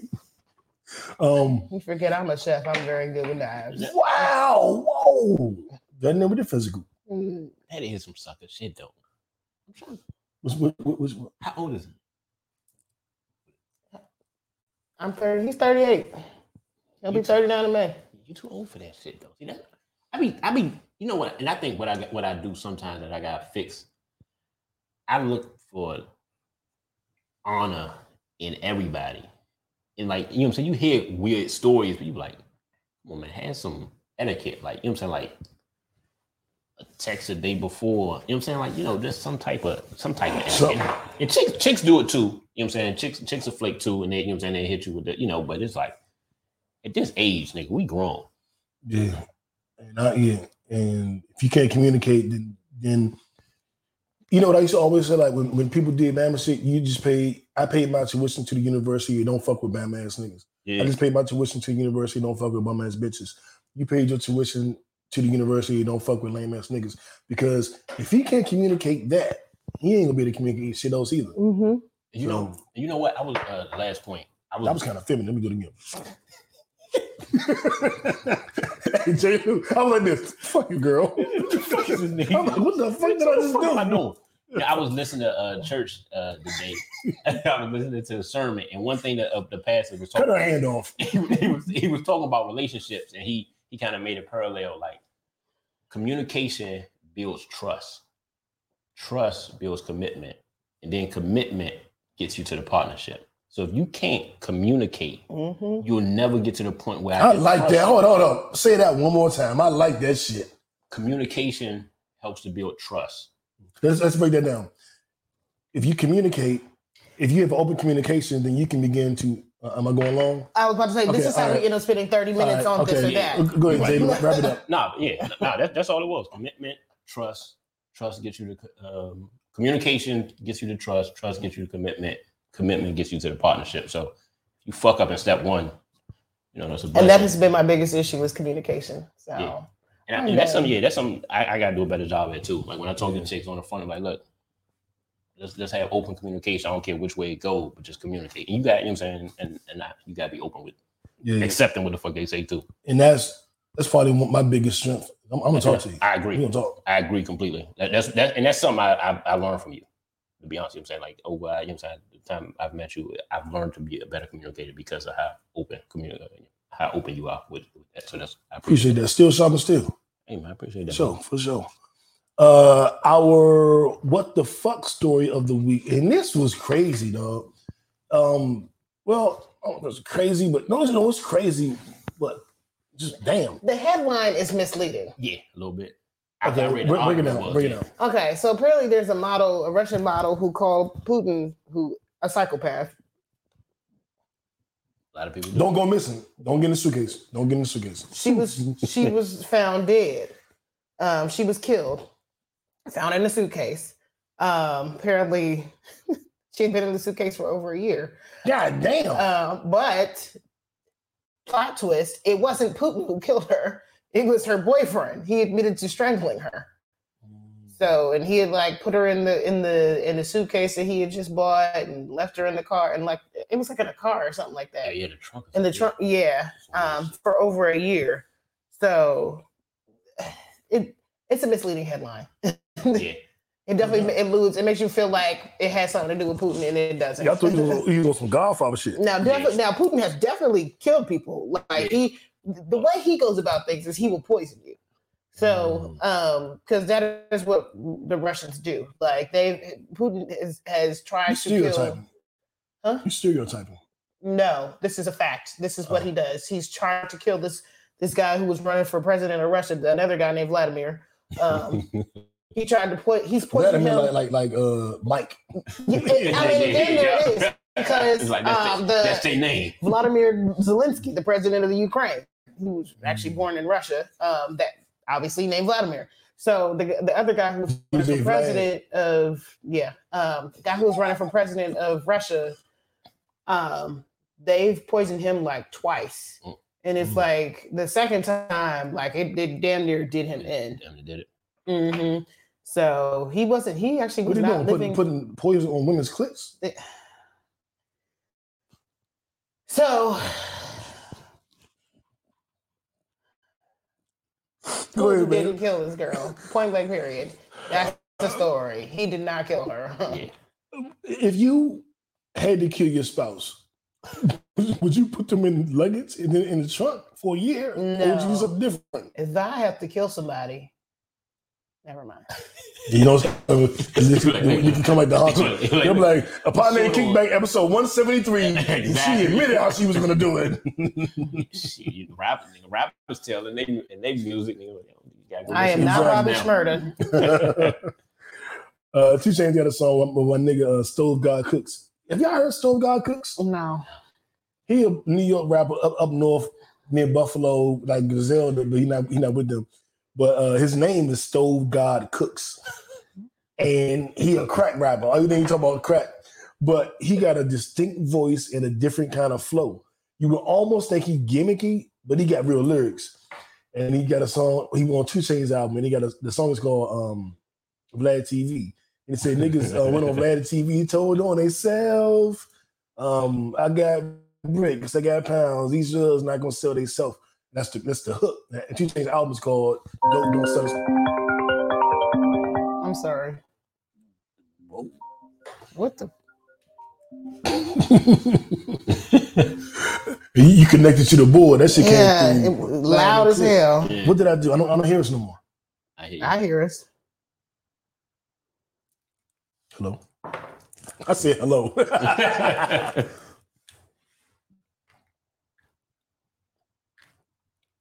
Um,
You forget I'm a chef. I'm very good with knives.
Wow, whoa. That name with the physical.
Mm.
That is some sucker shit though.
What's, what, what, what's,
How old is he?
I'm 30. He's 38. He'll be 39 in May.
You too old for that shit though. See that? I mean, I mean, you know what? And I think what I got- what I do sometimes that I got fixed. I look for honor in everybody, and like you know, what I'm saying you hear weird stories, but you be like, come on, man, have some etiquette. Like you know, what I'm saying like a text the day before. You know, what I'm saying like you know, just some type of some type of etiquette.
Something.
And chicks, chicks do it too. You know what I'm saying? Chicks, chicks are flake too, and they, you know what I'm saying, they hit you with the, you know, but it's like at this age, nigga, we grown.
yeah. And I, yeah. And if you can't communicate, then, then you know what I used to always say, like when, when people did Bama shit, you just paid, I paid my tuition to the university. You don't fuck with Bama ass niggas.
Yeah.
I just paid my tuition to the university. Don't fuck with bum ass bitches. You paid your tuition to the university. Don't fuck with lame ass niggas. Because if he can't communicate that, he ain't gonna be able to communicate shit else either.
Mm-hmm.
you know, you know what? I was uh, last point. I was,
That was
[LAUGHS]
kind of feminine. Let me do it again. [LAUGHS] hey, J. Lou, I was like this. Fuck you, girl.
fuck is this nigga?
I'm like, what the fuck did I
What the
just
fuck am I
do?
doing? Yeah, I was listening to uh, church uh, today. [LAUGHS] I was listening to a sermon, and one thing that uh, the pastor was
Cut
talking [LAUGHS]
her hand off.
he, he was he was talking about relationships, and he he kind of made a parallel like communication builds trust, trust builds commitment, and then commitment gets you to the partnership. So if you can't communicate,
Mm-hmm.
you'll never get to the point where
I
can
like
trust
that.
you.
Hold on, hold on. Say that one more time. I like that shit.
Communication helps to build trust.
Let's, let's break that down. If you communicate, if you have open communication, then you can begin to. Uh, am I going long?
I was about to say, this
Okay,
is how
alright.
we end up spending 30 minutes on
All right,
this or
yeah.
that.
Uh, Go ahead, Jalen. Wrap it
[LAUGHS]
up.
Nah, yeah, nah, that, that's all it was. Commitment, trust, trust gets you to um, communication gets you to trust, trust gets you to commitment, commitment gets you to the partnership. So you fuck up in step one, You know, that's a
And
blessing.
that has been my biggest issue is communication. So
Yeah. And, I,
I
and that's
know.
something, yeah, that's something I, I gotta do a better job at too. Like when I talk to chicks on the phone, I'm like, look, let's let's have open communication. I don't care which way it goes, but just communicate. And you got, you know what I'm saying, and and I, you gotta be open with
Yeah,
accepting what the fuck they say too.
and that's that's probably one- my biggest strength. I'm, I'm gonna talk to you.
I
We
agree.
gonna talk.
I agree completely. That, that's that, and that's something I, I I learned from you. To be honest, you know what I'm saying like, oh, well, you know, what I'm saying the time I've met you, I've learned to be a better communicator because of how open communicator, how open you are with, with that. So that's I appreciate.
Appreciate that. Still shopping. Still.
Hey man, I appreciate
For
that.
sure. For sure. Uh, our what the fuck story of the week, and this was crazy, dog. Um, well, I don't know if it's crazy, but no, you know it's crazy, but just damn.
the headline is misleading.
Yeah, a little bit.
Okay,
I read the
br- bring it
article,
down.
but
Bring it
yeah.
down.
Okay, so apparently there's a model, a Russian model, who called Putin who a psychopath.
A lot of people do.
Don't go missing. Don't get in the suitcase. Don't get in the suitcase.
She was she was found dead. Um, she was killed, found in a suitcase. Um, apparently, [LAUGHS] she had been in the suitcase for over a year.
[LAUGHS] God damn.
Um, but plot twist: it wasn't Putin who killed her. It was her boyfriend. He admitted to strangling her. So, and he had like put her in the in the in the suitcase that he had just bought and left her in the car and like it was like in a car or something like
Yeah,
that.
yeah, the trunk.
In the trunk, yeah, um, for over a year. So, [SIGHS] it it's a misleading headline.
[LAUGHS] yeah.
It definitely it eludes. It makes you feel like it has something to do with Putin, and it doesn't.
Yeah, I thought you was, you was on some Godfather shit.
Now, defi- now Putin has definitely killed people. Like
Yeah.
he, the way he goes about things is he will poison you. So, um, because that is what the Russians do. Like they, Putin has, has
You
tried to kill.
stereotyping.
Huh?
You stereotyping.
No, this is a fact. This is what
Oh.
he does. He's trying to kill this this guy who was running for president of Russia. Another guy named Vladimir. Um, he tried to put. He's
That I
poisoning
mean,
him.
like, like, like, uh, Mike.
Yeah, [LAUGHS] it- I mean, it damn near is because
[LAUGHS] It's like, that's,
um,
they,
the
that's their name.
Vladimir Zelensky, the president of the Ukraine, who was actually born in Russia, um, that obviously named Vladimir. So the the other guy who was running
Big
for president of yeah, um, the guy who was running for president of Russia, um, they've poisoned him like twice,
Mm.
and it's
Mm.
like the second time, like it, it damn near did him in.
Damn, they did it.
hmm So he wasn't. He actually
What
was
are you
not
doing?
living.
Putting, putting poison on women's clits?
so
Go ahead,
Putin
man.
didn't kill this girl. Point blank. Period. That's the story. He did not kill
[LAUGHS]
her.
Yeah.
If you had to kill your spouse, [LAUGHS] would you put them in luggage and then in the trunk for a year? Or would you
No.
do something different?
If I have to kill somebody, never mind.
You know,
[LAUGHS]
you can come like the hot
Like- like-
They'll be like, upon
Sure.
name kickback episode
[LAUGHS]
173,
Exactly.
she admitted how she was going to do it.
[LAUGHS] Shit, rappers, nigga, rappers tell and they and they music. Nigga, you gotta go
I am not
listen to
Robin
them.
Schmurda.
[LAUGHS] uh, Two Chainz got a song with my nigga uh, Stove God Cooks. Have y'all heard Stove God Cooks?
No.
He a New York rapper up, up north near Buffalo, like Griselda, but he not he not with them. But uh, his name is Stove God Cooks, and he a crack rapper. All you think you talk about crack, but he got a distinct voice and a different kind of flow. You would almost think he gimmicky, but he got real lyrics. And he got a song. He on Two Chains album, and he got a, the song is called um, Vlad TV. And it said niggas uh, went on Vlad TV, told on themselves. Um, I got bricks, I got pounds. These drugs not gonna sell themselves. That's the that's the hook. And Two Chains album is called Dope Don't Sell. Itself.
I'm sorry. What the?
You- You connected to the board. That shit came
Yeah,
through.
it, was loud as hell.
Yeah,
What did I do? I don't I don't hear us no more.
I hear you.
I hear us.
Hello. I said hello. [LAUGHS]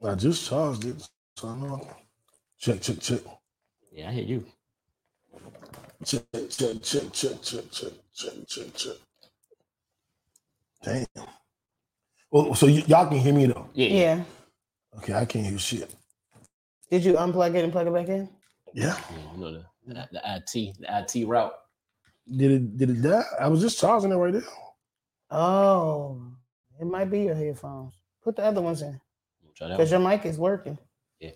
I just charged it. So I know. Check, check, check.
[LAUGHS] yeah, I hear you.
Check, check, check, check, check, check, check, check, check. Damn. Well, so y- y'all can hear me though.
Yeah, yeah.
Yeah.
Okay, I can't hear shit.
Did you unplug it and plug it back in?
Yeah.
yeah you know the, the, IT, the IT route.
Did it did it die? I was just charging it right there.
Oh, it might be your headphones. Put the other ones in
Try that
because
one.
your mic is working.
Yeah.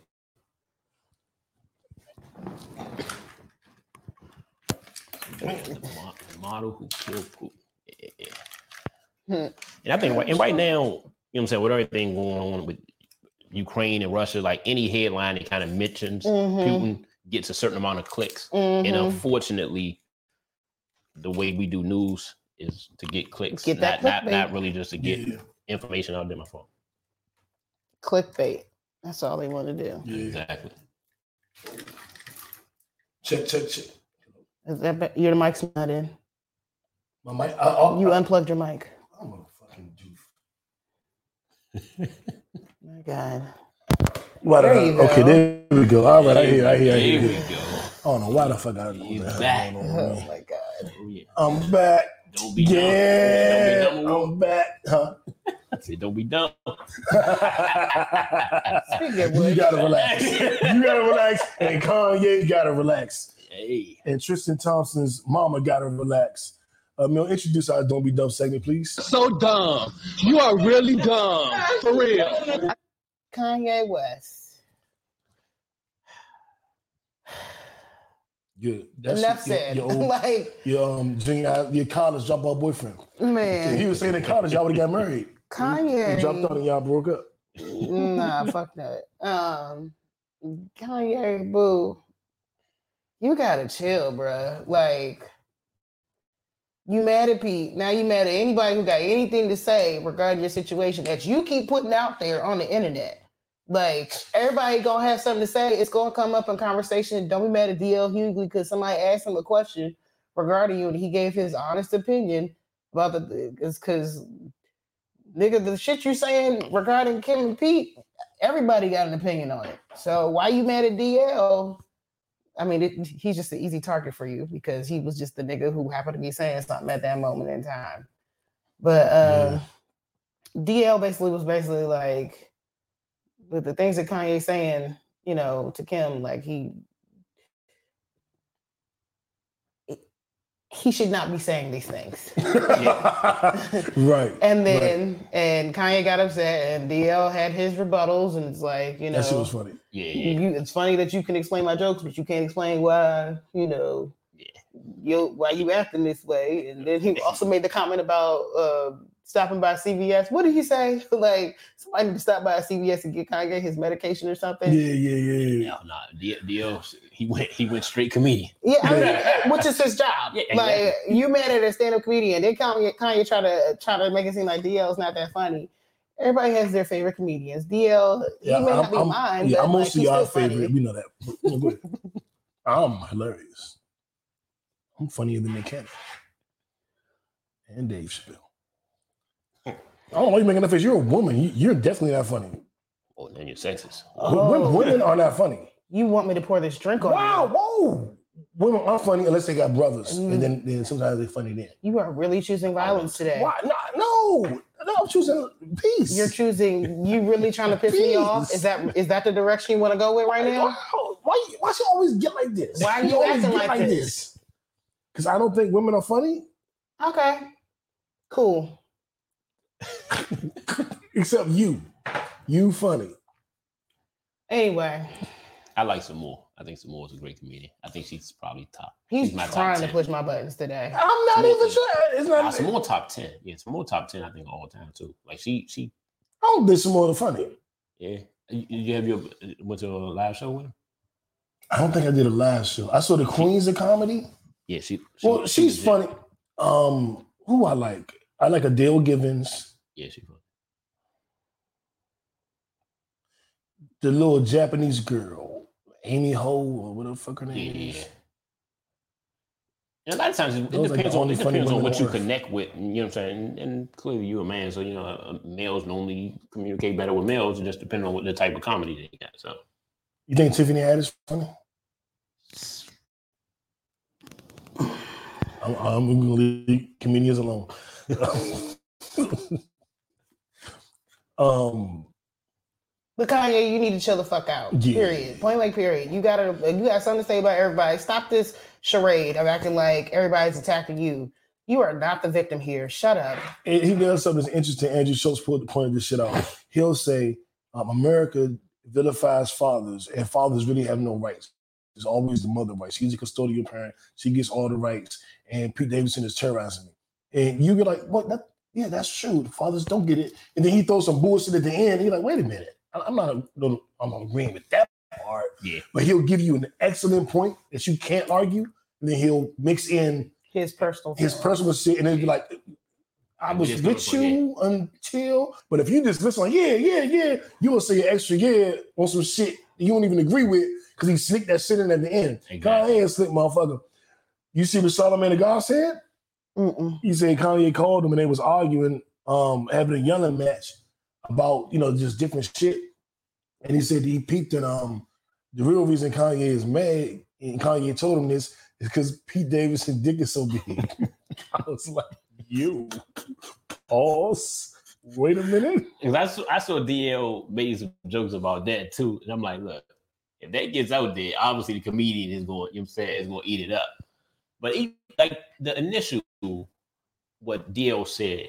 The mo- the model who killed Putin. Yeah, yeah,
Hmm.
yeah. And I think right, and right now, you know what I'm saying, with everything going on with Ukraine and Russia, like any headline that kind of mentions
Mm-hmm.
Putin gets a certain amount of clicks. And
Mm-hmm.
unfortunately, the way we do news is to get clicks,
Get that
not, not,
clickbait.
not really just to get
Yeah,
information out there. My fault.
Clickbait. That's all they want to do.
yeah.
Exactly.
Check, check, check.
Is that be- your mic's not in?
My mic. I, I,
You
I,
unplugged your mic.
I'm a fucking doof.
My God.
Why did
There you
I- uh, okay, there we go. All right, I hear, I hear, I
Here
hear.
we
I
go.
don't know why the fuck I
You
know that.
back.
Oh my God.
Oh, yeah.
I'm back.
Don't be
Yeah, Oh.
dumb. Don't be dumb.
I'm back. Huh?
I said, don't be dumb.
Speaking of
you
which,
gotta relax. You gotta relax. And Kanye gotta relax.
Hey.
And Tristan Thompson's mama gotta relax. Uh, Mill, introduce our Don't Be Dumb segment, please.
so dumb. You are really dumb. For real.
Kanye West.
Your,
Enough said. [LAUGHS]
Your, old,
like,
your um, junior, high- your college drop out boyfriend. If he
man,
was saying in college, y'all would have got married. He dropped out
Kanye.
and y'all broke up.
Nah, fuck that. Um, Kanye, boo, you gotta chill, bruh. Like, you mad at Pete. Now you mad at anybody who got anything to say regarding your situation that you keep putting out there on the internet. Like everybody gonna have something to say. It's gonna come up in conversation. Don't be mad at DL Hughley because somebody asked him a question regarding you and he gave his honest opinion about the it's cause nigga the shit you saying regarding Kim and Pete, everybody got an opinion on it. So why you mad at DL? I mean, it, he's just an easy target for you because he was just the nigga who happened to be saying something at that moment in time. But uh, DL basically was basically like, with the things that Kanye saying, you know, to Kim, like he he should not be saying these things.
right.
And
Right.
then and Kanye got upset, and DL had his rebuttals, and it's like you know,
That shit was funny.
Yeah,
you,
yeah.
you- it's funny that you can explain my jokes, but you can't explain why you know, yo, why you acting this way. And then he also made the comment about uh, stopping by CVS. What did he say? [LAUGHS] like somebody need to stop by CVS and get Kanye his medication or
Yeah,
something.
yeah, yeah, yeah.
No, no. D- DL, he went, he went straight comedian.
Yeah, I mean, [LAUGHS]
Yeah.
which is his job.
Yeah,
Like you mad at a stand-up comedian, then Kanye, Kanye try to try to make it seem like DL's not that funny. Everybody has their favorite comedians. DL,
Yeah,
he may not
I'm-
be
I'm-
mine,
yeah,
but
I'm
like,
mostly
he's
our
still funny.
favorite. We
[LAUGHS]
know that. But, yeah, go ahead. I'm hilarious. I'm funnier than Nick Cannon and Dave Chappelle. I don't know why you're making that face. You're a woman. You- You're definitely not funny. W-
Oh, then you're sexist.
w-
Oh.
Women are not funny.
You want me to pour this drink on
Wow,
you?
whoa. Women are funny unless they got brothers,
Mm.
and then, then sometimes they're funny then.
You are really choosing violence today.
Why? No, no, no. I'm choosing peace.
You're choosing. You really trying to piss me off? Is that is that the direction you want to go with right now?
Wow, why, why she always get like this?
Why you
always
acting
get
like this?
Because I don't think women are funny,
Okay, cool.
except you. You funny.
Anyway,
I like some more. I think some more is a great comedian. I think she's probably top.
he's
She's my top
trying to
10.
push my buttons today.
I'm not
Smoking.
even sure. It's
Ah,
not.
some more top ten. Yeah, some more top ten. I think all time too. Like she, she.
I don't think some more than funny.
Yeah. You, you have your uh, went to a live show with her?
I don't think I did a live show. I saw the Queens of Comedy.
Yeah, she. she
Well,
she
she's
legit.
funny. Um, who I like? I like Adele Givens,
Yeah, she funny.
the little Japanese girl, Amy Ho, or whatever the fuck her
Yeah,
name
yeah, yeah.
is.
And a lot of times it, it
Those are the
depends on
only
it
funny
depends on
women
what
on
you
earth.
connect with. You know what I'm saying? And, and clearly you're a man, so you know uh, males normally communicate better with males. It just depends on what the type of comedy they got. So
You think Tiffany Haddish funny? I'm, I'm gonna leave comedians alone. [LAUGHS] um,
But Kanye, you need to chill the fuck out.
Yeah.
Period. Point blank. Period. You gotta. You got something to say about everybody. Stop this charade of acting like everybody's attacking you. You are not the victim here. Shut up.
And he does something that's interesting. Andrew Schultz pulled pointed this shit out. He'll say, um, "America vilifies fathers, and fathers really have no rights. It's always the mother rights. She's a custodial parent. She gets all the rights." And Pete Davidson is terrorizing me. And you be like, "What? That, yeah, that's true. The fathers don't get it." And then he throws some bullshit at the end. You're like, "Wait a minute. I- I'm not. no, I'm not agreeing with that part."
Yeah.
But he'll give you an excellent point that you can't argue. And then he'll mix in
His personal.
his
feelings.
personal shit, and it'd be like, I
And
was
just
with
go
you until. But if you just listen, like, yeah, yeah, yeah, you will say an extra yeah on some shit you don't even agree with because he sneaked that shit in at the end.
Exactly.
Kanye is slick, motherfucker. You see what Solomon the God said?
Mm-mm.
He said Kanye called him and they was arguing, um, having a yelling match about you know just different shit. And he said he peaked and um the real reason Kanye is mad and Kanye told him this is because Pete Davidson dick is so big. [LAUGHS] I was like, you pause. Wait a minute.
Because I saw, I saw DL made some jokes about that too. And I'm like, look, if that gets out there, obviously the comedian is going, you know what I'm saying, is going to eat it up. But he, like the initial, what DL said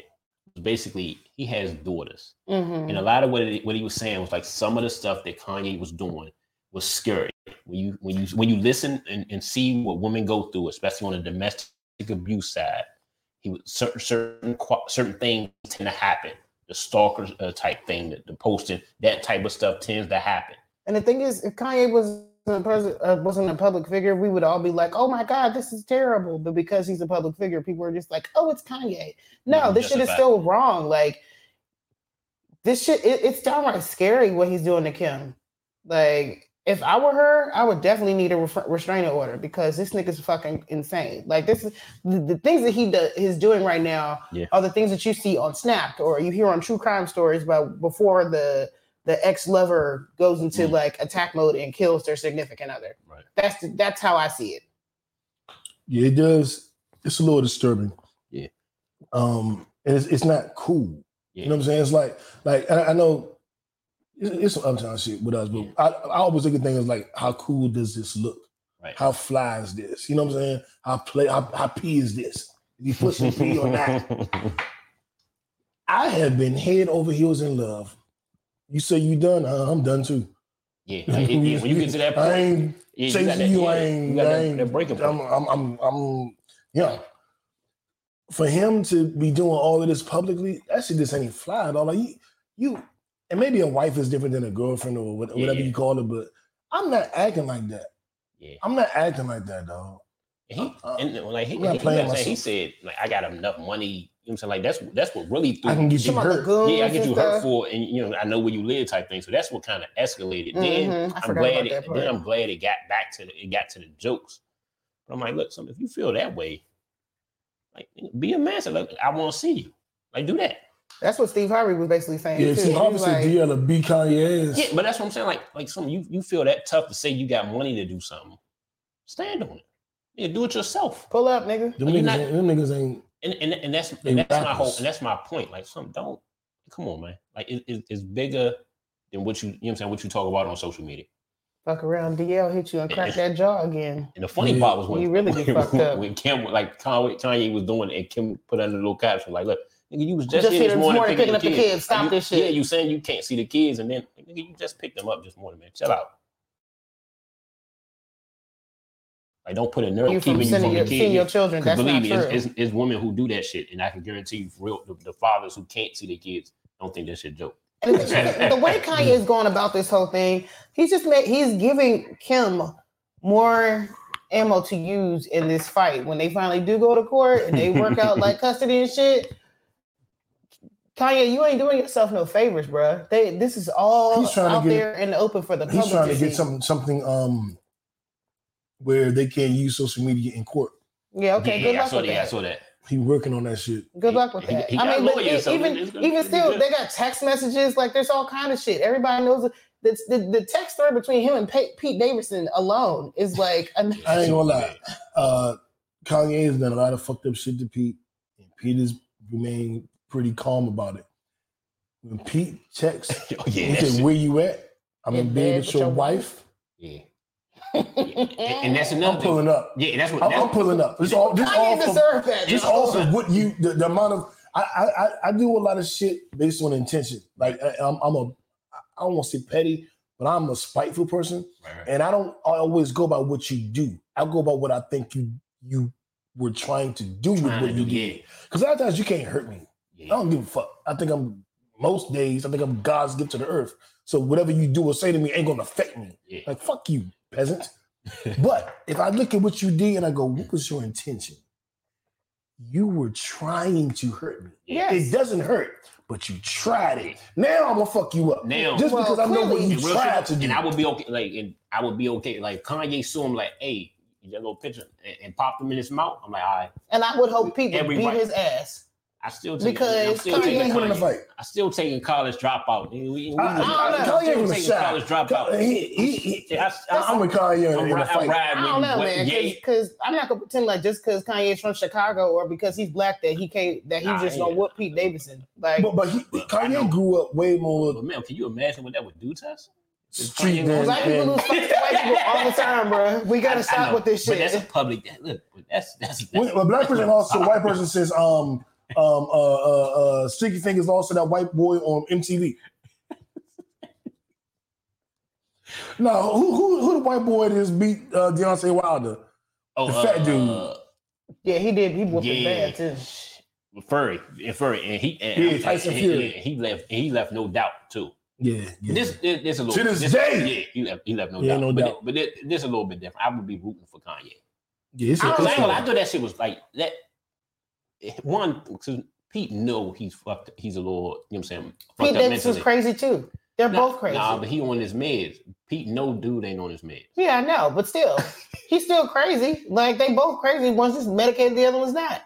was basically he has daughters.
Mm-hmm.
And a lot of what, it, what he was saying was like some of the stuff that Kanye was doing was scary. When you when you when you listen and, and see what women go through, especially on the domestic abuse side, he was certain certain qua- certain things tend to happen. The stalker uh, type thing, the, the posting, that type of stuff tends to happen.
And the thing is, if Kanye was a person, uh, wasn't a public figure, we would all be like, "Oh my God, this is terrible." But because he's a public figure, people are just like, "Oh, it's Kanye." No,
Mhm,
this shit is
justify it.
still wrong. Like this shit, it, it's downright scary what he's doing to Kim. Like, if I were her, I would definitely need a ref- restraining order because this nigga's fucking insane. Like, this is the, the things that he does is doing right now
Yeah.
are the things that you see on Snapped or you hear on true crime stories. But before the the ex lover goes into
Mm.
like attack mode and kills their significant other.
Right.
That's the, that's how I see it.
Yeah, it does. It's a little disturbing.
Yeah.
Um, and it's, it's not cool.
Yeah.
You know what I'm saying? It's like, like I, I know it's, it's some uptown shit with us, but I, I always look at things like, how cool does this look?
Right.
How fly is this? You know what I'm saying? How play? How, how pee is this? Is he pushing pee or
[LAUGHS]
not? I have been head over heels in love. You say you done? Uh, I'm done too.
yeah, like, it- yeah, when you get to that
I
point,
ain't
yeah, you got
chasing
that,
you.
yeah,
I ain't.
you got
I
that,
ain't
that breaking point.
I'm, I'm, I'm, I'm, yeah. For him to be doing all of this publicly, that shit just ain't fly at all. Like you, you, and maybe a wife is different than a girlfriend or what-
Yeah,
whatever
yeah.
you call it. But I'm not acting like that.
yeah.
I'm not acting like that, dog.
And he
Uh,
and like he,
I'm
he,
not
he,
playing
like, he said like I got enough money. You know what I'm saying? Like that's that's what really threw
I can get you
Some of the
hurt.
goons
yeah, I get
and
you
stuff.
hurtful, and you know I know where you live type thing. So that's what kind of escalated. Then
Mhm, I
I'm
forgot
glad
about
it,
that
then
part.
I'm glad it got back to the, it got to the jokes. But I'm like, look, son, if you feel that way, like be a man. So look, I want to see you. Like do that.
That's what Steve Harvey was basically saying. too.
Yeah, see,
He was
obviously
like,
DL a B Kanye
Yeah,
ass.
but that's what I'm saying. Like like some you you feel that tough to say you got money to do something. Stand on it. Yeah, do it yourself.
pull up, nigga.
Them
Are you
niggas,
not-
ain't, them niggas ain't.
and and, and that's
They
and that's my whole
rappers.
and that's my point. Like some don't come on, man. Like it, it- it's bigger than what you you know what I'm saying what you talk about on social media.
Fuck around, DL hit you and crack that jaw again.
And the funny
Yeah.
part was when
You really get
[LAUGHS] when,
fucked up.
when Kim like Conway, Kanye was doing it and Kim put under the little caption like, look, nigga, you was just,
Just
here this morning,
picking up the kids. Stop
Like, you-
this shit.
Yeah, you saying you can't see the kids and then nigga, you just picked them up this morning, man. Chill out. Like don't put a nerve
You from
keeping you from
sending
the
your,
kids.
seeing your children.
Because
That's not
believe me,
true.
it's, it's, it's women who do that shit, and I can guarantee you, for real, the, the fathers who can't see their kids don't think that shit joke.
And the the
[LAUGHS]
way Kanye is going about this whole thing, he's just made, he's giving Kim more ammo to use in this fight when they finally do go to court and they work out
[LAUGHS]
like custody and shit. Kanye, you ain't doing yourself no favors, bruh. They this is all
He's trying to
out
get-
there in the open for the public.
He's trying to get
see.
something, something, um, where they can't use social media in court.
Yeah, okay.
yeah,
Good
yeah, I
luck
saw
with
that. I
that.
saw that.
He working on that shit.
Good luck with
He-
that.
he
I
got
mean, but
lawyers, so
even
it's gonna-
even
it's
still,
good.
they got text messages. Like there's all kind of shit. Everybody knows the the, the text story between him and Pete, Pete Davidson alone is like a
I ain't gonna lie. Uh, Kanye has done a lot of fucked up shit to Pete, and Pete has remained pretty calm about it. When Pete texts,
Oh
he
[LAUGHS] [LAUGHS] yeah, that
said,
shit.
"Where you at? I'm in bed with your wife."
yeah. And, and that's another
I'm
thing.
pulling up.
Yeah, that's what.
I'm,
That's,
I'm pulling up. This all. This
I
all
need to
from,
serve that.
just
Yeah.
off of what you the, the amount of I, I I- I do a lot of shit based on intention. Like I, I'm I'm a I don't want to say petty, but I'm a spiteful person,
Right, right.
and I don't always go by what you do. I go by what I think you you were trying to do with
Trying
what
to
you Oh,
do-
did.
yeah,
Because a lot of times you can't hurt me.
yeah.
I don't give a fuck. I think I'm most days. I think I'm God's gift to the earth. So whatever you do or say to me ain't gonna affect me.
Yeah.
Like fuck you, peasant.
[LAUGHS]
but if I look at what you did and I go, what was your intention? You were trying to hurt me.
Yes.
It doesn't hurt, but you tried it. Now I'm gonna fuck you up.
Now-
just
Well,
because I know what
clearly-
you
And real
tried to
shit,
do.
And I would be okay. Like, and I would be okay. Like Kanye saw him like, hey, you got a little picture, and, and popped him in his mouth. I'm like, all right.
And I would hope people
Every
beat
white-
his ass.
I still take, I'm
Because
still
Kanye
taking
ain't winning the
Kanye.
fight.
I still taking college dropout. We- we-
I, I,
I
I,
don't know.
Kanye
Still
was a
taking
shot.
college dropout.
He, he, he,
I,
I, am with Kanye in,
I'm,
in
ri-
the
I'm
fight.
I
riding
don't
with
know,
what-
man,
yeah,
because I'm not gonna pretend like just because Kanye's from Chicago or because he's black that he can't that he
Nah,
just
yeah.
gonna whoop Pete Davidson. Like,
But, but he,
I know.
Kanye grew up way more
But man, can you imagine what that would do to us?
street
Kanye
than,
black people
than
lose fights to white people all the time, bro. We
I-
gotta
I
stop
know,
with this
But that's a
shit.
public. That, look, but that's that's. that's
Well, a black person also a white person says um um uh uh, uh sticky fingers also that white boy on MTV. no, who who who the white boy that just beat uh, Deontay Wilder?
oh,
the fat dude.
Yeah, he did. He whooped his
Yeah.
bad too.
Furry and furry, and he and,
Yeah, Tyson
and-
Fury.
and he left. And he left no doubt too.
Yeah, yeah.
This, this, this a little
To this
this-
day.
Yeah, he left. He left no
Yeah,
doubt.
no
but
doubt.
thi- but thi- this, a little bit different. I would be rooting for Kanye.
yeah it's
I don't
a good
Cause I, ain't
know.
gonna
story.
lie, I thought that shit was like that. One, because Pete know he's fucked. He's a little. You know what I'm saying?
Pete
fucked up
Davidson's
mentally.
crazy too. They're
Nah,
both crazy.
Nah, but he on his meds. Pete, no dude ain't on his meds.
yeah, I know, but still, he's still crazy. Like they both crazy. One's just medicated, the other one's not.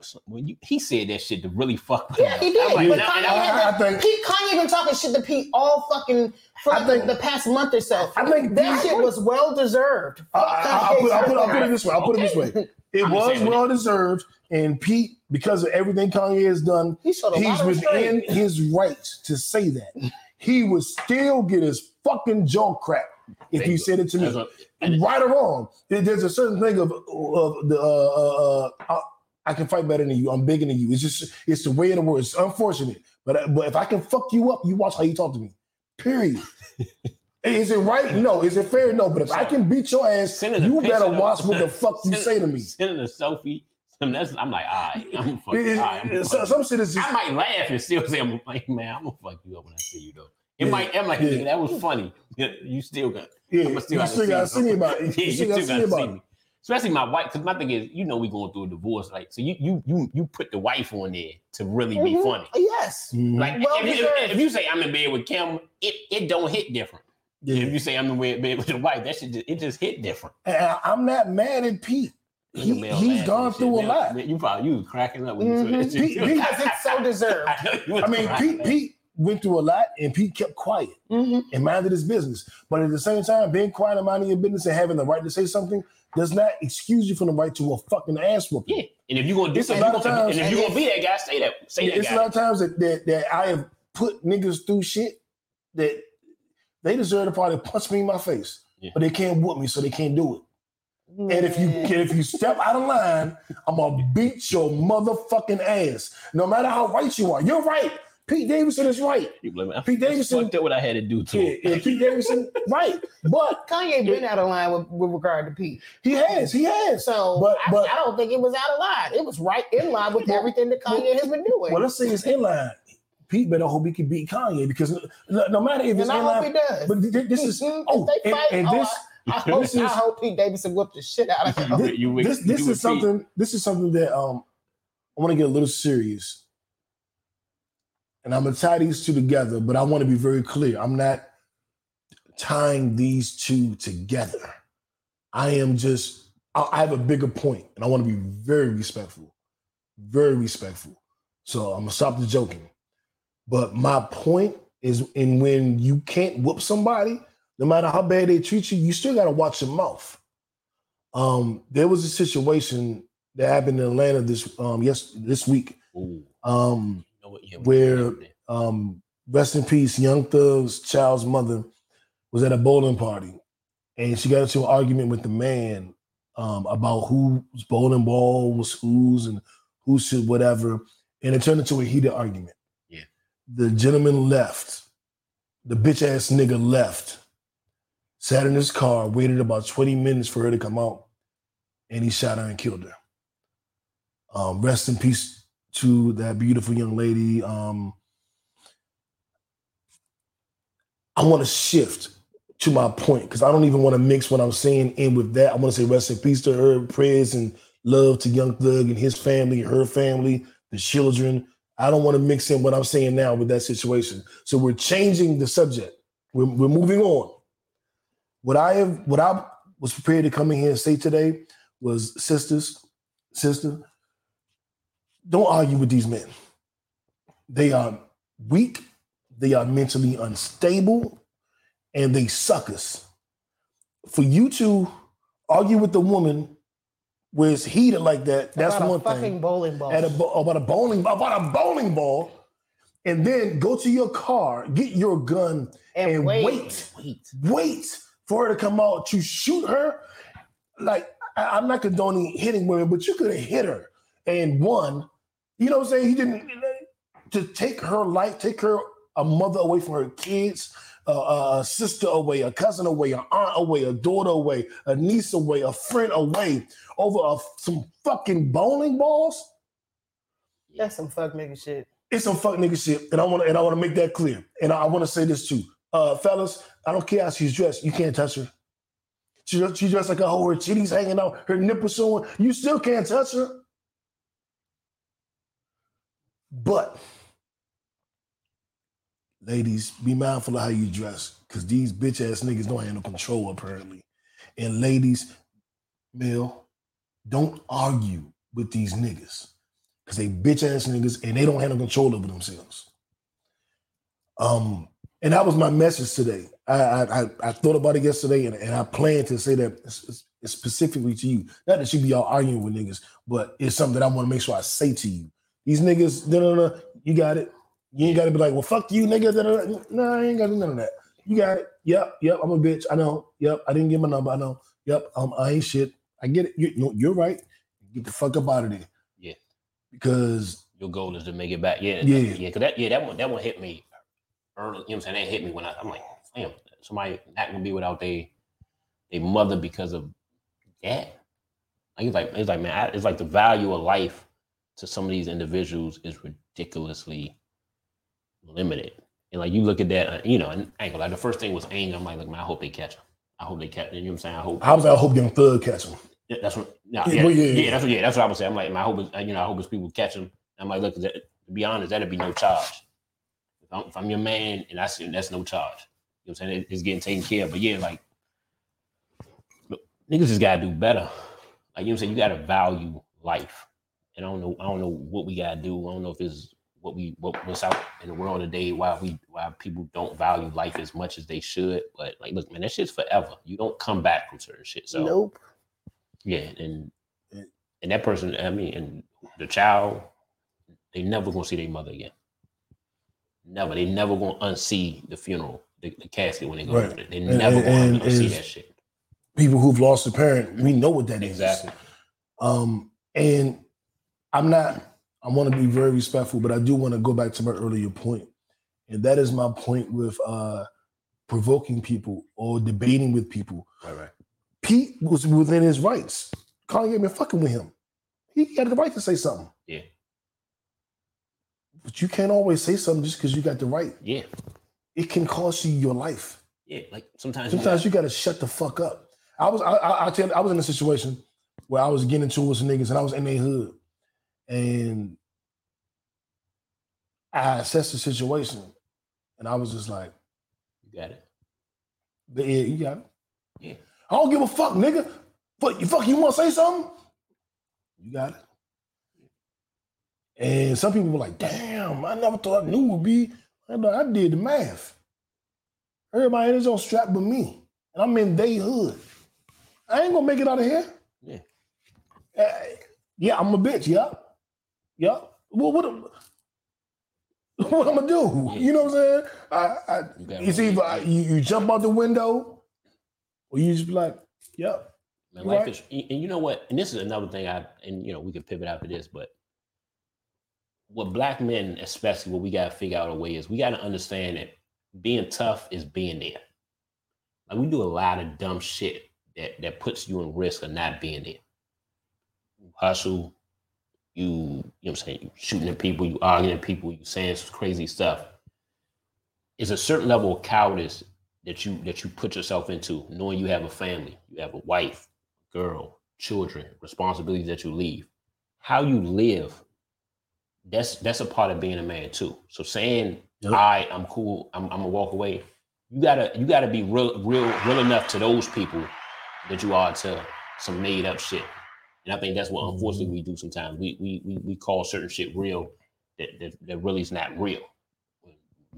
So When you, he said that shit to really fuck with
Yeah,
him.
he did.
I'm like,
but
nah,
Kanye,
nah,
I-
had
I
that,
think-
Pete, Kanye been talking shit to Pete all fucking for
I
like
think-
the past month or so.
I think
that
these-
shit was well deserved.
I, I, I put, I put, I put it this way. I put it this way. It
I'm just
was
saying.
well deserved, and Pete, because of everything Kanye has done,
[LAUGHS] He showed a lot
he's
of
within
restraint.
his rights to say that. He would still get his fucking jaw cracked if you said it to
that's
me.
what- and-
Right or wrong, there- there's a certain thing of of the uh, uh, uh, I, I can fight better than you. I'm bigger than you. It's just it's the way of the world. It's unfortunate, but but if I can fuck you up, you watch how you talk to me. Period.
[LAUGHS]
Is it right? No. Is it fair? No. But if I can beat your ass,
sending a
you
picture
better
of-
watch what the fuck you
sending-
say to me.
Sending [LAUGHS] a selfie. And that's, I'm like, all right,
[LAUGHS]
I'm fucking,
It- it-
all right, I'm
it- some,
fucking-
some shit is just
I might laugh and still say, I'm like, man, I'm gonna fuck you up when I see you though. It
Yeah,
might, I'm like,
yeah.
nigga, that was funny. Yeah, You still got,
yeah.
I'ma
You
still have to
still gotta
see it.
see me about
[LAUGHS]
it. You
yeah, you
still
still
gotta see me
gotta see
about it.
me. Especially my wife, because my thing is, you know, we going through a divorce, like, so you you you you put the wife on there to really be
Mhm.
funny.
Yes.
Mhm.
Like,
Well
if, you-
deserved.
if you say I'm in bed with Kim, it, it don't hit different.
Yeah.
If you say I'm in bed bed with your wife, that shit just, it just hit different.
And I- I'm not mad at Pete. He,
Mel
he's
laughing
gone
and shit.
through a
Mel-
lot.
Mel- You probably you was cracking up when you said [LAUGHS]
Mhm. He- he-
Because it's so deserved.
I know you was
I mean,
cracking
Pete
up.
Pete went through a lot, and Pete kept quiet
Mhm.
and minded his business. But at the same time, being quiet and minding your business and having the right to say something does not excuse you from the right to a fucking ass whooping.
Yeah, and if you're gonna do
It's a
something,
lot of times-
and if you're gonna be that guy, say that. Say that
it's a
guy.
lot of times that, that that I have put niggas through shit that they deserve to probably punch me in my face,
Yeah.
but they can't whoop me, so they can't do it. And if you
Man.
if you step out of line, I'm gonna beat your motherfucking ass. No matter how right you are, you're right. Pete Davidson is right.
You blame me.
Pete Davidson-
Fucked up what I had to do to
Yeah,
him. [LAUGHS]
and Pete Davidson, right. But
Kanye been out of line with, with regard to Pete,
he has, he has.
so
But-
I,
but-
I don't think it was out of line. It was right in line with everything that Kanye has been doing.
Well, let's say it's in line. Pete better hope he can beat Kanye because no, no- no matter if it's
and I
in
hope he
line,
does.
but th- th- this is
Mhm. If
oh,
they
and,
fight,
and
oh,
this
I hope,
this
I
is-
hope Pete Davidson whooped the shit out of him.
You with-
this
you
this
with
is something this is something that um I want to get a little serious, and I'm gonna tie these two together, but I want to be very clear. I'm not tying these two together. I am just I, I have a bigger point, and I want to be very respectful, very respectful. So I'm gonna stop the joking. But my point is, and when you can't whoop somebody, no matter how bad they treat you, you still gotta watch your mouth. Um, there was a situation that happened in Atlanta this um yes this week.
Pete. Ooh,
Um,
you know what, yeah,
Where-
yeah,
um, rest in peace, Young Thug's child's mother was at a bowling party, and she got into an argument with the man um, about whose bowling ball was whose and who should whatever, and it turned into a heated argument.
Yeah.
The gentleman left. The bitch ass nigga left. Sat in his car, waited about 20 minutes for her to come out, and he shot her and killed her. Um, rest in peace to that beautiful young lady. Um, I want to shift to my point because I don't even want to mix what I'm saying in with that. I want to say rest in peace to her, prayers and love to Young Thug and his family, her family, the children. I don't want to mix in what I'm saying now with that situation. So we're changing the subject. We're, we're moving on. What I have, what I was prepared to come in here and say today was, sisters, sister, don't argue with these men. They are weak. They are mentally unstable and they suckers. For you to argue with the woman where it's heated like that, [LAUGHS] that's
About a
one
fucking
thing.
bowling ball.
At a, bo- about a bowling about a bowling ball, and then go to your car, get your gun,
and
and
wait.
wait.
Wait.
wait for her to come out to shoot her. Like I, am not condoning hitting women, but you could have hit her and won. You know what I'm saying? He didn't to take her life, take her a mother away from her kids, uh, a sister away, a cousin away, an aunt away, a daughter away, a niece away, a friend away over a, some fucking bowling balls.
That's some fuck nigga shit.
It's some fuck nigga shit, and I want to and I want to make that clear. And I, want to say this too, uh, fellas. I don't care how she's dressed. You can't touch her. She dressed, she dressed like a hoe. Her titties hanging out. Her nipples showing. You still can't touch her. But ladies, be mindful of how you dress, cause these bitch ass niggas don't have no control apparently. And ladies, male, don't argue with these niggas because they bitch ass niggas and they don't have no control over themselves. Um, and that was my message today. I I, I, I thought about it yesterday, and, and I planned to say that s- s- specifically to you. Not that you be all arguing with niggas, but it's something that I want to make sure I say to you. These niggas, no, no, no, you got it. You ain't got to be like, well, fuck you, nigga. da, da, da. No, I ain't got to do none of that. You got it. Yep, yep. I'm a bitch. I know. Yep. I didn't get my number. I know. Yep. Um, I ain't shit. I get it. You, no, you're right. Get the fuck up out of there.
Yeah.
Because
Your goal is to make it back. Yeah,
Yeah.
yeah, yeah. Cause that, yeah, that one, that one hit me early. You know what I'm saying? That hit me when I, I'm like, damn, somebody not gonna be without they, they mother because of that. Like it's like it's like man, I, it's like the value of life to some of these individuals is ridiculously limited. And like you look at that, uh, you know, and I ain't gonna lie, the first thing was anger. I'm like, look, man, I hope they catch him. I hope they catch. You know what I'm saying? I hope
I was like, I hope Young Thug catch him.
yeah, that's what. Nah,
Yeah,
yeah, yeah,
well, yeah, yeah.
that's what. Yeah, that's what I would say. I'm like, man, I hope, it's, you know, I hope it's people catch him. I'm like, look, that, to be honest, that'd be no charge. If I'm, if I'm your man, and I see that's no charge. You know what I'm saying? It- It's getting taken care of. But yeah, like, look, niggas just gotta do better. Like you know, what I'm saying you gotta value life. And I don't know, I don't know what we gotta do. I don't know if it's what we what, what's out in the world today. Why we why people don't value life as much as they should. But like, look, man, that shit's forever. You don't come back from certain shit. So.
Nope.
Yeah, and
And-
and that person, I mean, and the child, they never gonna see their mother again. Never, they never gonna unsee the funeral, the, the casket when they go.
Right.
over there. They
And-
never
and-
gonna unsee
is-
that shit.
People who've lost a parent, we know what that is.
Exactly.
Um, and I'm not, I want to be very respectful, but I do want to go back to my earlier point. And that is my point with uh, provoking people or debating with people.
Right, right.
Pete was within his rights. Kanye been fucking with him. He got the right to say something.
Yeah.
But you can't always say something just because you got the right.
Yeah,
It can cost you your life.
yeah. Like sometimes,
Sometimes you gotta shut the fuck up. I was I I, I tell you, I was in a situation where I was getting into it with some niggas and I was in their hood. And I assessed the situation and I was just like,
you got it.
yeah, you got it.
Yeah.
I don't give a fuck, nigga. Fuck you fuck you wanna say something? You got it. And some people were like, damn, I never thought I knew would be. I, know, I did the math. Everybody in his own strap but me. And I'm in they hood. I ain't gonna make it out of here.
Yeah.
Eh, yeah, I'm a bitch. Yeah. Yeah. Well, what, [LAUGHS] am- what I'm gonna do?
Yeah.
You know what I'm saying? I, I,
You got
it's
one.
either I- you, you jump out the window Or you just be like, yep.
Man,
You
life
right.
is, and and you know what? And this is another thing I, and you know, we could pivot after this, but what black men, especially, what we got to figure out a way is we got to understand that being tough is being there. Like we do a lot of dumb shit that that puts you in risk of not being there. You hustle, you, you know what I'm saying, you shooting at people, you arguing at people, you saying some crazy stuff. It's a certain level of cowardice that you that you put yourself into, knowing you have a family, you have a wife, girl, children, responsibilities that you leave. How you live, that's that's a part of being a man too. So saying,
Yep.
"All right, I'm cool, I'm, I'm gonna walk away," you gotta you gotta be real real real enough to those people that you are to some made up shit. And I think that's what unfortunately we do sometimes. We we we, we call certain shit real that, that that really is not real.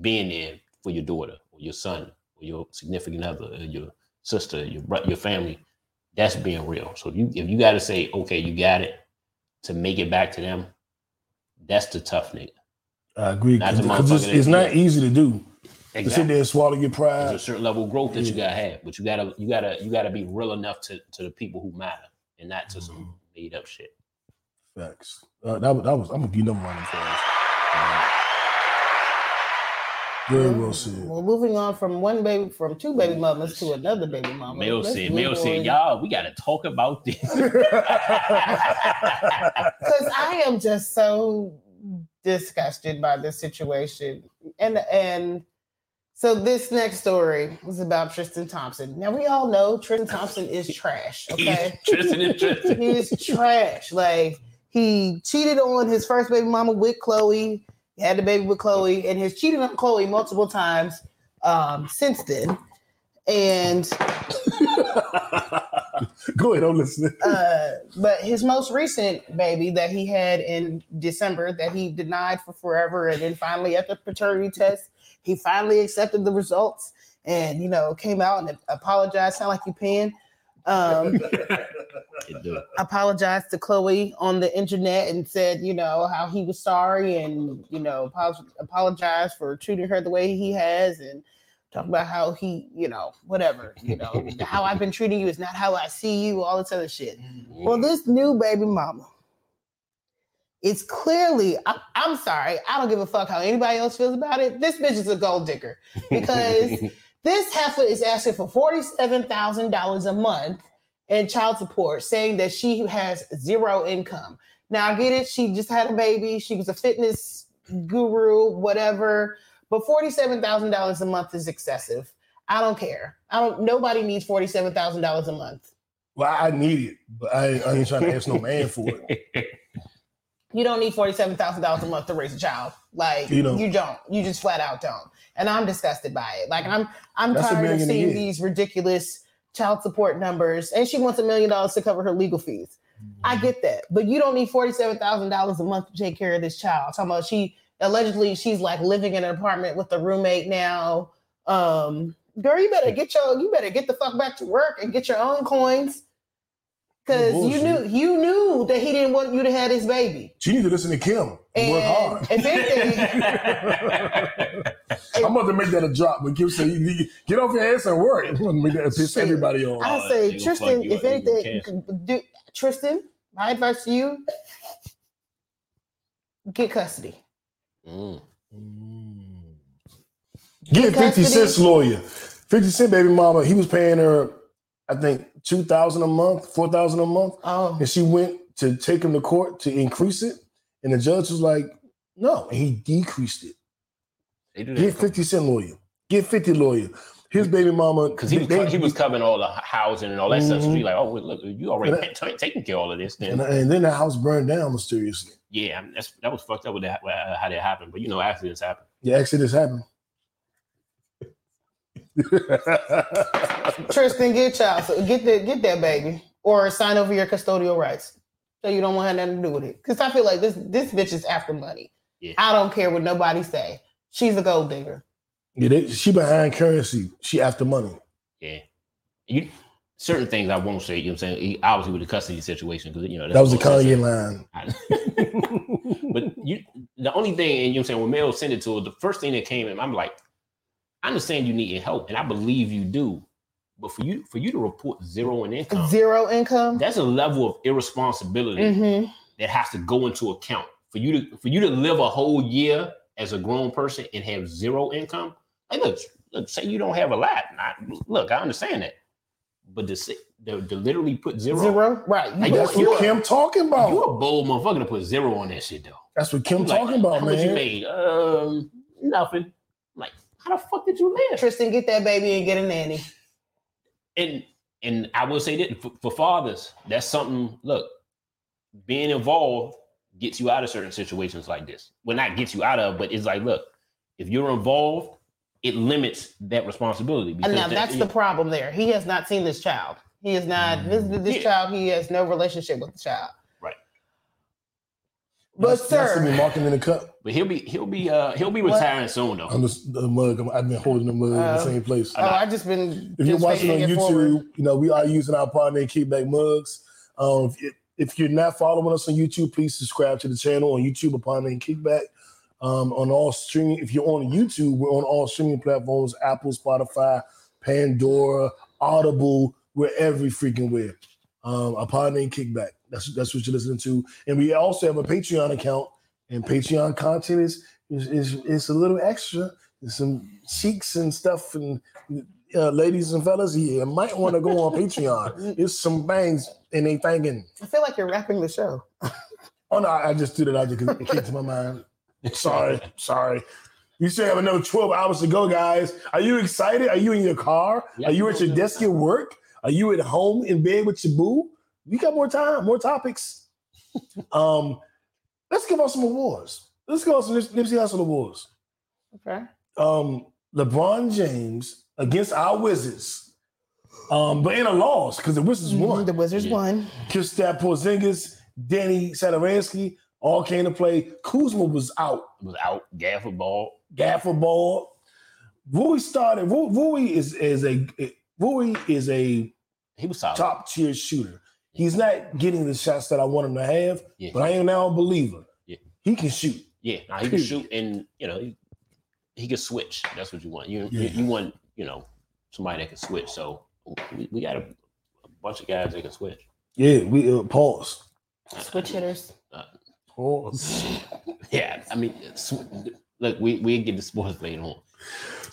Being there for your daughter or your son or your significant other or your sister, your bro- your family, that's being real. So if you if you gotta say, okay, you got it to make it back to them, that's the tough nigga.
I agree.
Not
Cause,
the
'cause it's,
motherfucker that-
it's not easy to do. To sit
Exactly.
there and swallow your
There's a
pride.
certain level of growth that you gotta have, but you gotta you gotta you gotta be real enough to, to the people who matter and not to some made up shit.
Facts. Uh, that, was- that was, I'm going to get them running for us. Very Uh, well said.
Well, moving on from one baby, from two baby mamas to another baby mama.
Mel
Let's
Mm. said,
move
Mel
on.
said, y'all, we gotta talk about this.
because I am just so disgusted by this situation. And and so this next story was about Tristan Thompson. Now we all know Tristan Thompson is trash. [LAUGHS]
[LAUGHS]
Okay,
Tristan
[LAUGHS]
and Tristan.
he is trash. Like he cheated on his first baby mama with Chloe. He had the baby with Chloe, and has cheated on Chloe multiple times um, since then. And
[LAUGHS] Go ahead, I'm listening.
uh, but his most recent baby that he had in December that he denied for forever, and then finally at the paternity test, he finally accepted the results and you know came out and apologized, sound like you peeing. Um,
It do.
apologized to Chloe on the internet and said, you know, how he was sorry and, you know, apolog- apologized for treating her the way he has and talk about how he, you know, whatever, you know, how I've been treating you is not how I see you, all this other shit. Well, this new baby mama it's clearly, I, I'm sorry, I don't give a fuck how anybody else feels about it. This bitch is a gold digger because this heifer is asking for $47,000 a month in child support, saying that she has zero income. Now, I get it. She just had a baby. She was a fitness guru, whatever. But $47,000 a month is excessive. I don't care. I don't, nobody needs $47,000 a month.
Well, I need it, but I, I ain't trying to ask no man for it.
[LAUGHS]
you don't need forty-seven thousand dollars a month to raise a child. Like
You
you
don't.
don't. You just flat out don't. And I'm disgusted by it. Like I'm I'm
That's a
tired of
million a
seeing
year.
these ridiculous child support numbers. And she wants a million dollars to cover her legal fees. I
Mm-hmm.
get that, but you don't need forty-seven thousand dollars a month to take care of this child. Talking about she allegedly she's like living in an apartment with a roommate now. Um, girl, you better get your you better get the fuck back to work and get your own coins. Cause you knew
Bullshit.
you knew that he didn't want you to have his baby.
She need to listen to Kim. And work hard.
If
[LAUGHS]
anything,
I'm about to make that a drop, but Kim said, you need to get off your ass and work. I'm going to make that piss
Shit.
everybody off.
I
they
say,
gonna
Tristan,
fuck you
if
up, you
anything, do, Tristan, my advice to you get custody.
Mm.
Get 50
custody.
Cent's lawyer. 50 Cent baby mama, he was paying her, I think, 2000 a month, 4000 a month.
Oh,
And she went to take him to court to increase it. And the judge was like, no. And he decreased it.
They do
Get
that
50 Cent lawyer. Get 50 lawyer. His baby mama.
because he was
they-
co- he was covering all the housing and all that stuff. So
Mhm.
you like, oh, well, look, you already
And I-
ta- taking care of all of this. Then
And, and then the house burned down mysteriously.
yeah, I mean, that's that was fucked up with that, uh, how that happened. But you know, accidents happen.
The exodus happened.
[LAUGHS]
Tristan, get child, so get the get that baby, or sign over your custodial rights, so you don't want have nothing to do with it. Because I feel like this this bitch is after money.
Yeah.
I don't care what nobody say. She's a gold digger.
Yeah, they, she behind currency. She after money.
Yeah, you certain things I won't say. You know, what I'm saying He- obviously with the custody situation because you know
That was the
that's all-
Kanye line.
but you, the only thing, and you know what I'm saying, when Mel sent it to her, the first thing that came in, I'm like, I understand you need help, and I believe you do. But for you, for you to report zero in income,
Zero income.
that's a level of irresponsibility
Mm-hmm.
that has to go into account for you to for you to live a whole year as a grown person and have zero income. Like, look, look say you don't have a lot. and I- look, I understand that, but to, say- to, to literally put zero,
Zero. Right.
Like,
you
That's
you-
what Kim talking
you
about.
a bold motherfucker to put zero on that shit though.
That's what Kim
Like,
talking about,
how much you
man.
made? Um, nothing. Like, how the fuck did you live?
Tristan, get that baby and get a nanny.
and and I will say that for, for fathers, that's something. Look, being involved gets you out of certain situations like this. Well, not gets you out of, but it's like, look, if you're involved, it limits that responsibility.
And
because
now
that-
that's the problem there. He has not seen this child. He has not
Mm.
visited this
Yeah.
child. He has no relationship with the child.
Right.
But
That's- that's
sir,
me marking in the cup.
But he'll be he'll be uh he'll be
What?
retiring soon though.
I'm just the mug. i have been holding the mug in
Uh,
the
Oh.
same place.
oh, I just been.
If you're
just
watching on
faking it
YouTube,
forward.
you know we are using our partner and kickback mugs. Um, if, you, if you're not following us on YouTube, please subscribe to the channel on YouTube upon and kickback. Um, on all streaming, if you're on YouTube, we're on all streaming platforms: Apple, Spotify, Pandora, Audible. We're every freaking where. Um, upon and kickback. That's that's what you're listening to, and we also have a Patreon account. And Patreon content is is is, is a little extra. There's some cheeks and stuff and uh, ladies and fellas, you might want to go on Patreon. It's some bangs and they thinking.
I feel like you're wrapping the show.
Oh no, I just threw that out because it came to my mind. Sorry, sorry. You still have another 12 hours to go, guys. Are you excited? Are you in your car?
Yeah,
Are you at your desk at work? Are you at home in bed with your boo? We got more time, more topics. um, let's give out some awards. Let's give out some Nipsey Hussle awards.
Okay.
um, LeBron James against our Wizards, um, but in a loss because the Wizards
Mm-hmm.
Mhm, The
won.
Wizards
Yeah.
won.
Kristaps Porzingis, Danny Sadaransky all came to play. Kuzma was out.
Was out Gafford ball.
Gaffer ball. Rui started. Ru- Rui is is a Rui is a
He was solid.
top tier shooter. He's not getting the shots that I want him to have,
Yeah.
but I am now a believer.
Yeah.
He can shoot.
Yeah, nah, he can
Period.
shoot, and you know he, he can switch. That's what you want. You
Yeah.
you want you know somebody that can switch. So we, we got a, a bunch of guys that can switch.
Yeah, we uh, pause.
Switch hitters.
Pause.
Yeah, I mean, it's- look, we we get the sports later on.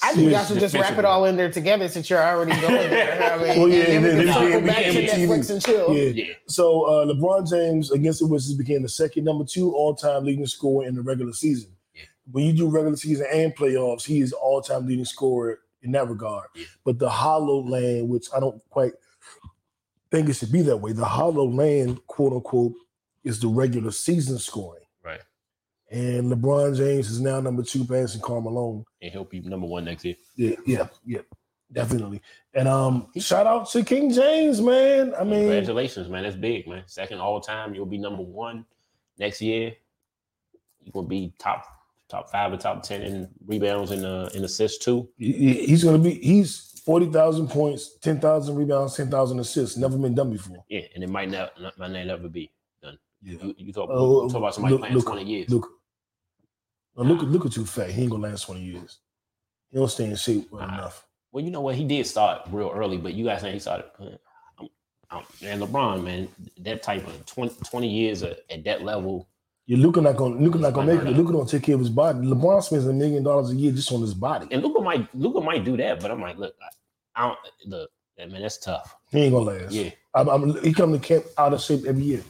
I think y'all should
Switch
just wrap it
defensively.
all in there together since you're already going there. I mean,
[LAUGHS] Well, yeah,
and then we can
then
we
circle
can-
back
we
to
can
be
Netflix
TV.
and chill.
Yeah.
Yeah,
So uh, LeBron James against the Wizards became the second number two all-time leading scorer in the regular season.
Yeah.
When you do regular season and playoffs, he is all-time leading scorer in that regard.
Yeah.
But the hollow land, which I don't quite think it should be that way, the hollow land, quote unquote, is the regular season scoring.
Right.
And LeBron James is now number two passing Karl Malone.
and he'll be number one next year.
Yeah, yeah, yeah, definitely. And um, shout out to King James, man. I mean,
Congratulations, man. That's big, man. Second all time, you'll be number one next year. You will be top top five or top ten in rebounds and uh, in assists too.
He- he- he's going to be he's 40,000 points, 10,000 rebounds, 10,000 assists. Never been done before.
Yeah, and it might not, not might not ever be done.
Yeah.
You, you talk,
Oh,
you talk about somebody
look-
playing
look-
twenty years.
Look, look, look at you, fat. He ain't going to last 20 years. He don't stay in shape well
Nah.
enough.
Well, you know what? He did start real early, but you guys think he started. I'm, I'm, and LeBron, man, that type of 20, 20 years at, at that level.
Yeah, Luka not gonna Luka not gonna
Nah,
make
nah,
it.
nah.
Luka don't take care of his body. LeBron spends a million dollars a year just on his body.
And Luca might Luca might do that, but I'm like, look, I, I don't look, man, that's tough.
He ain't gonna last.
Yeah.
I'm, I'm, he come to camp out of shape every year.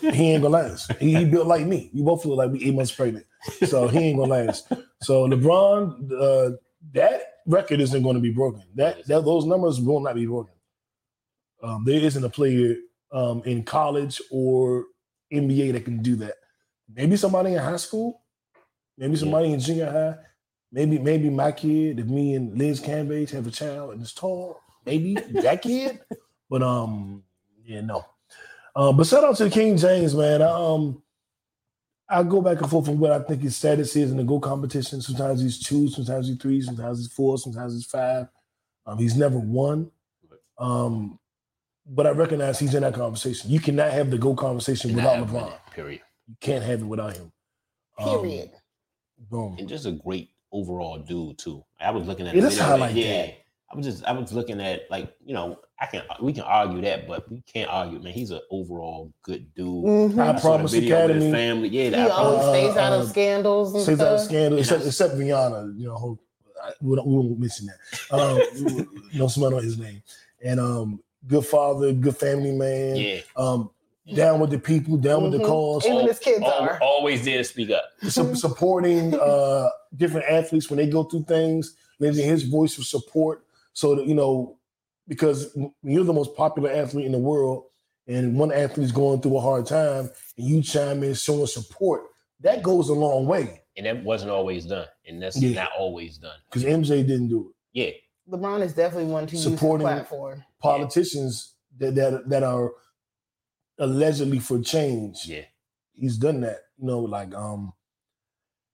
he ain't gonna last. He, he built like me. We both look like we eight months pregnant, so he ain't gonna last. So LeBron, uh, that record isn't going to be broken. That, that those numbers will not be broken. Um, there isn't a player um, in college or NBA that can do that. Maybe somebody in high school, maybe somebody in junior high, maybe maybe my kid. If me and Liz Cambage have a child and it's tall, maybe that kid. But um, yeah, no. Uh, but shout out to King James, man. I, um, I go back and forth on what I think his status is in the go competition. Sometimes he's two, sometimes he's three, sometimes he's four, sometimes he's five. Um, he's never won. Um, but I recognize he's in that conversation. You cannot have the go conversation
And I
without
have
LeBron.
that, Period.
You can't have it without him. Um,
Period.
boom.
And just a great overall dude too. I was looking at
Yeah,
the
that's
video
how I
that-
like
yeah.
that.
I I was just I was looking at like you know I can we can argue that, but we can't argue. Man, he's an overall good dude.
Mhm.
I
saw the
Mm, promise
video with his
Academy.
family. Yeah,
He
that I
always
promise.
uh,
stays out of
uh,
scandals and
Save that
stuff.
scandal, except except Rihanna. You know, hope, I, we, don't, we won't mention that. Um,
[LAUGHS]
no smell on his name. And um, good father, good family man.
yeah.
Um, down with the people, down with the
Mhm.
cause.
Even his kids
Al-
are.
always there to speak up.
su- supporting uh, different athletes when they go through things, lending his voice of support. So that you know, because when you're the most popular athlete in the world, and one athlete's going through a hard time, and you chime in showing support, that goes a long way.
And that wasn't always done. And that's
Yeah.
not always done.
Because MJ didn't do it.
Yeah.
LeBron is definitely one to
Supporting-
use his platform.
Politicians that that that are allegedly for change,
Yeah.
he's done that. You know, like um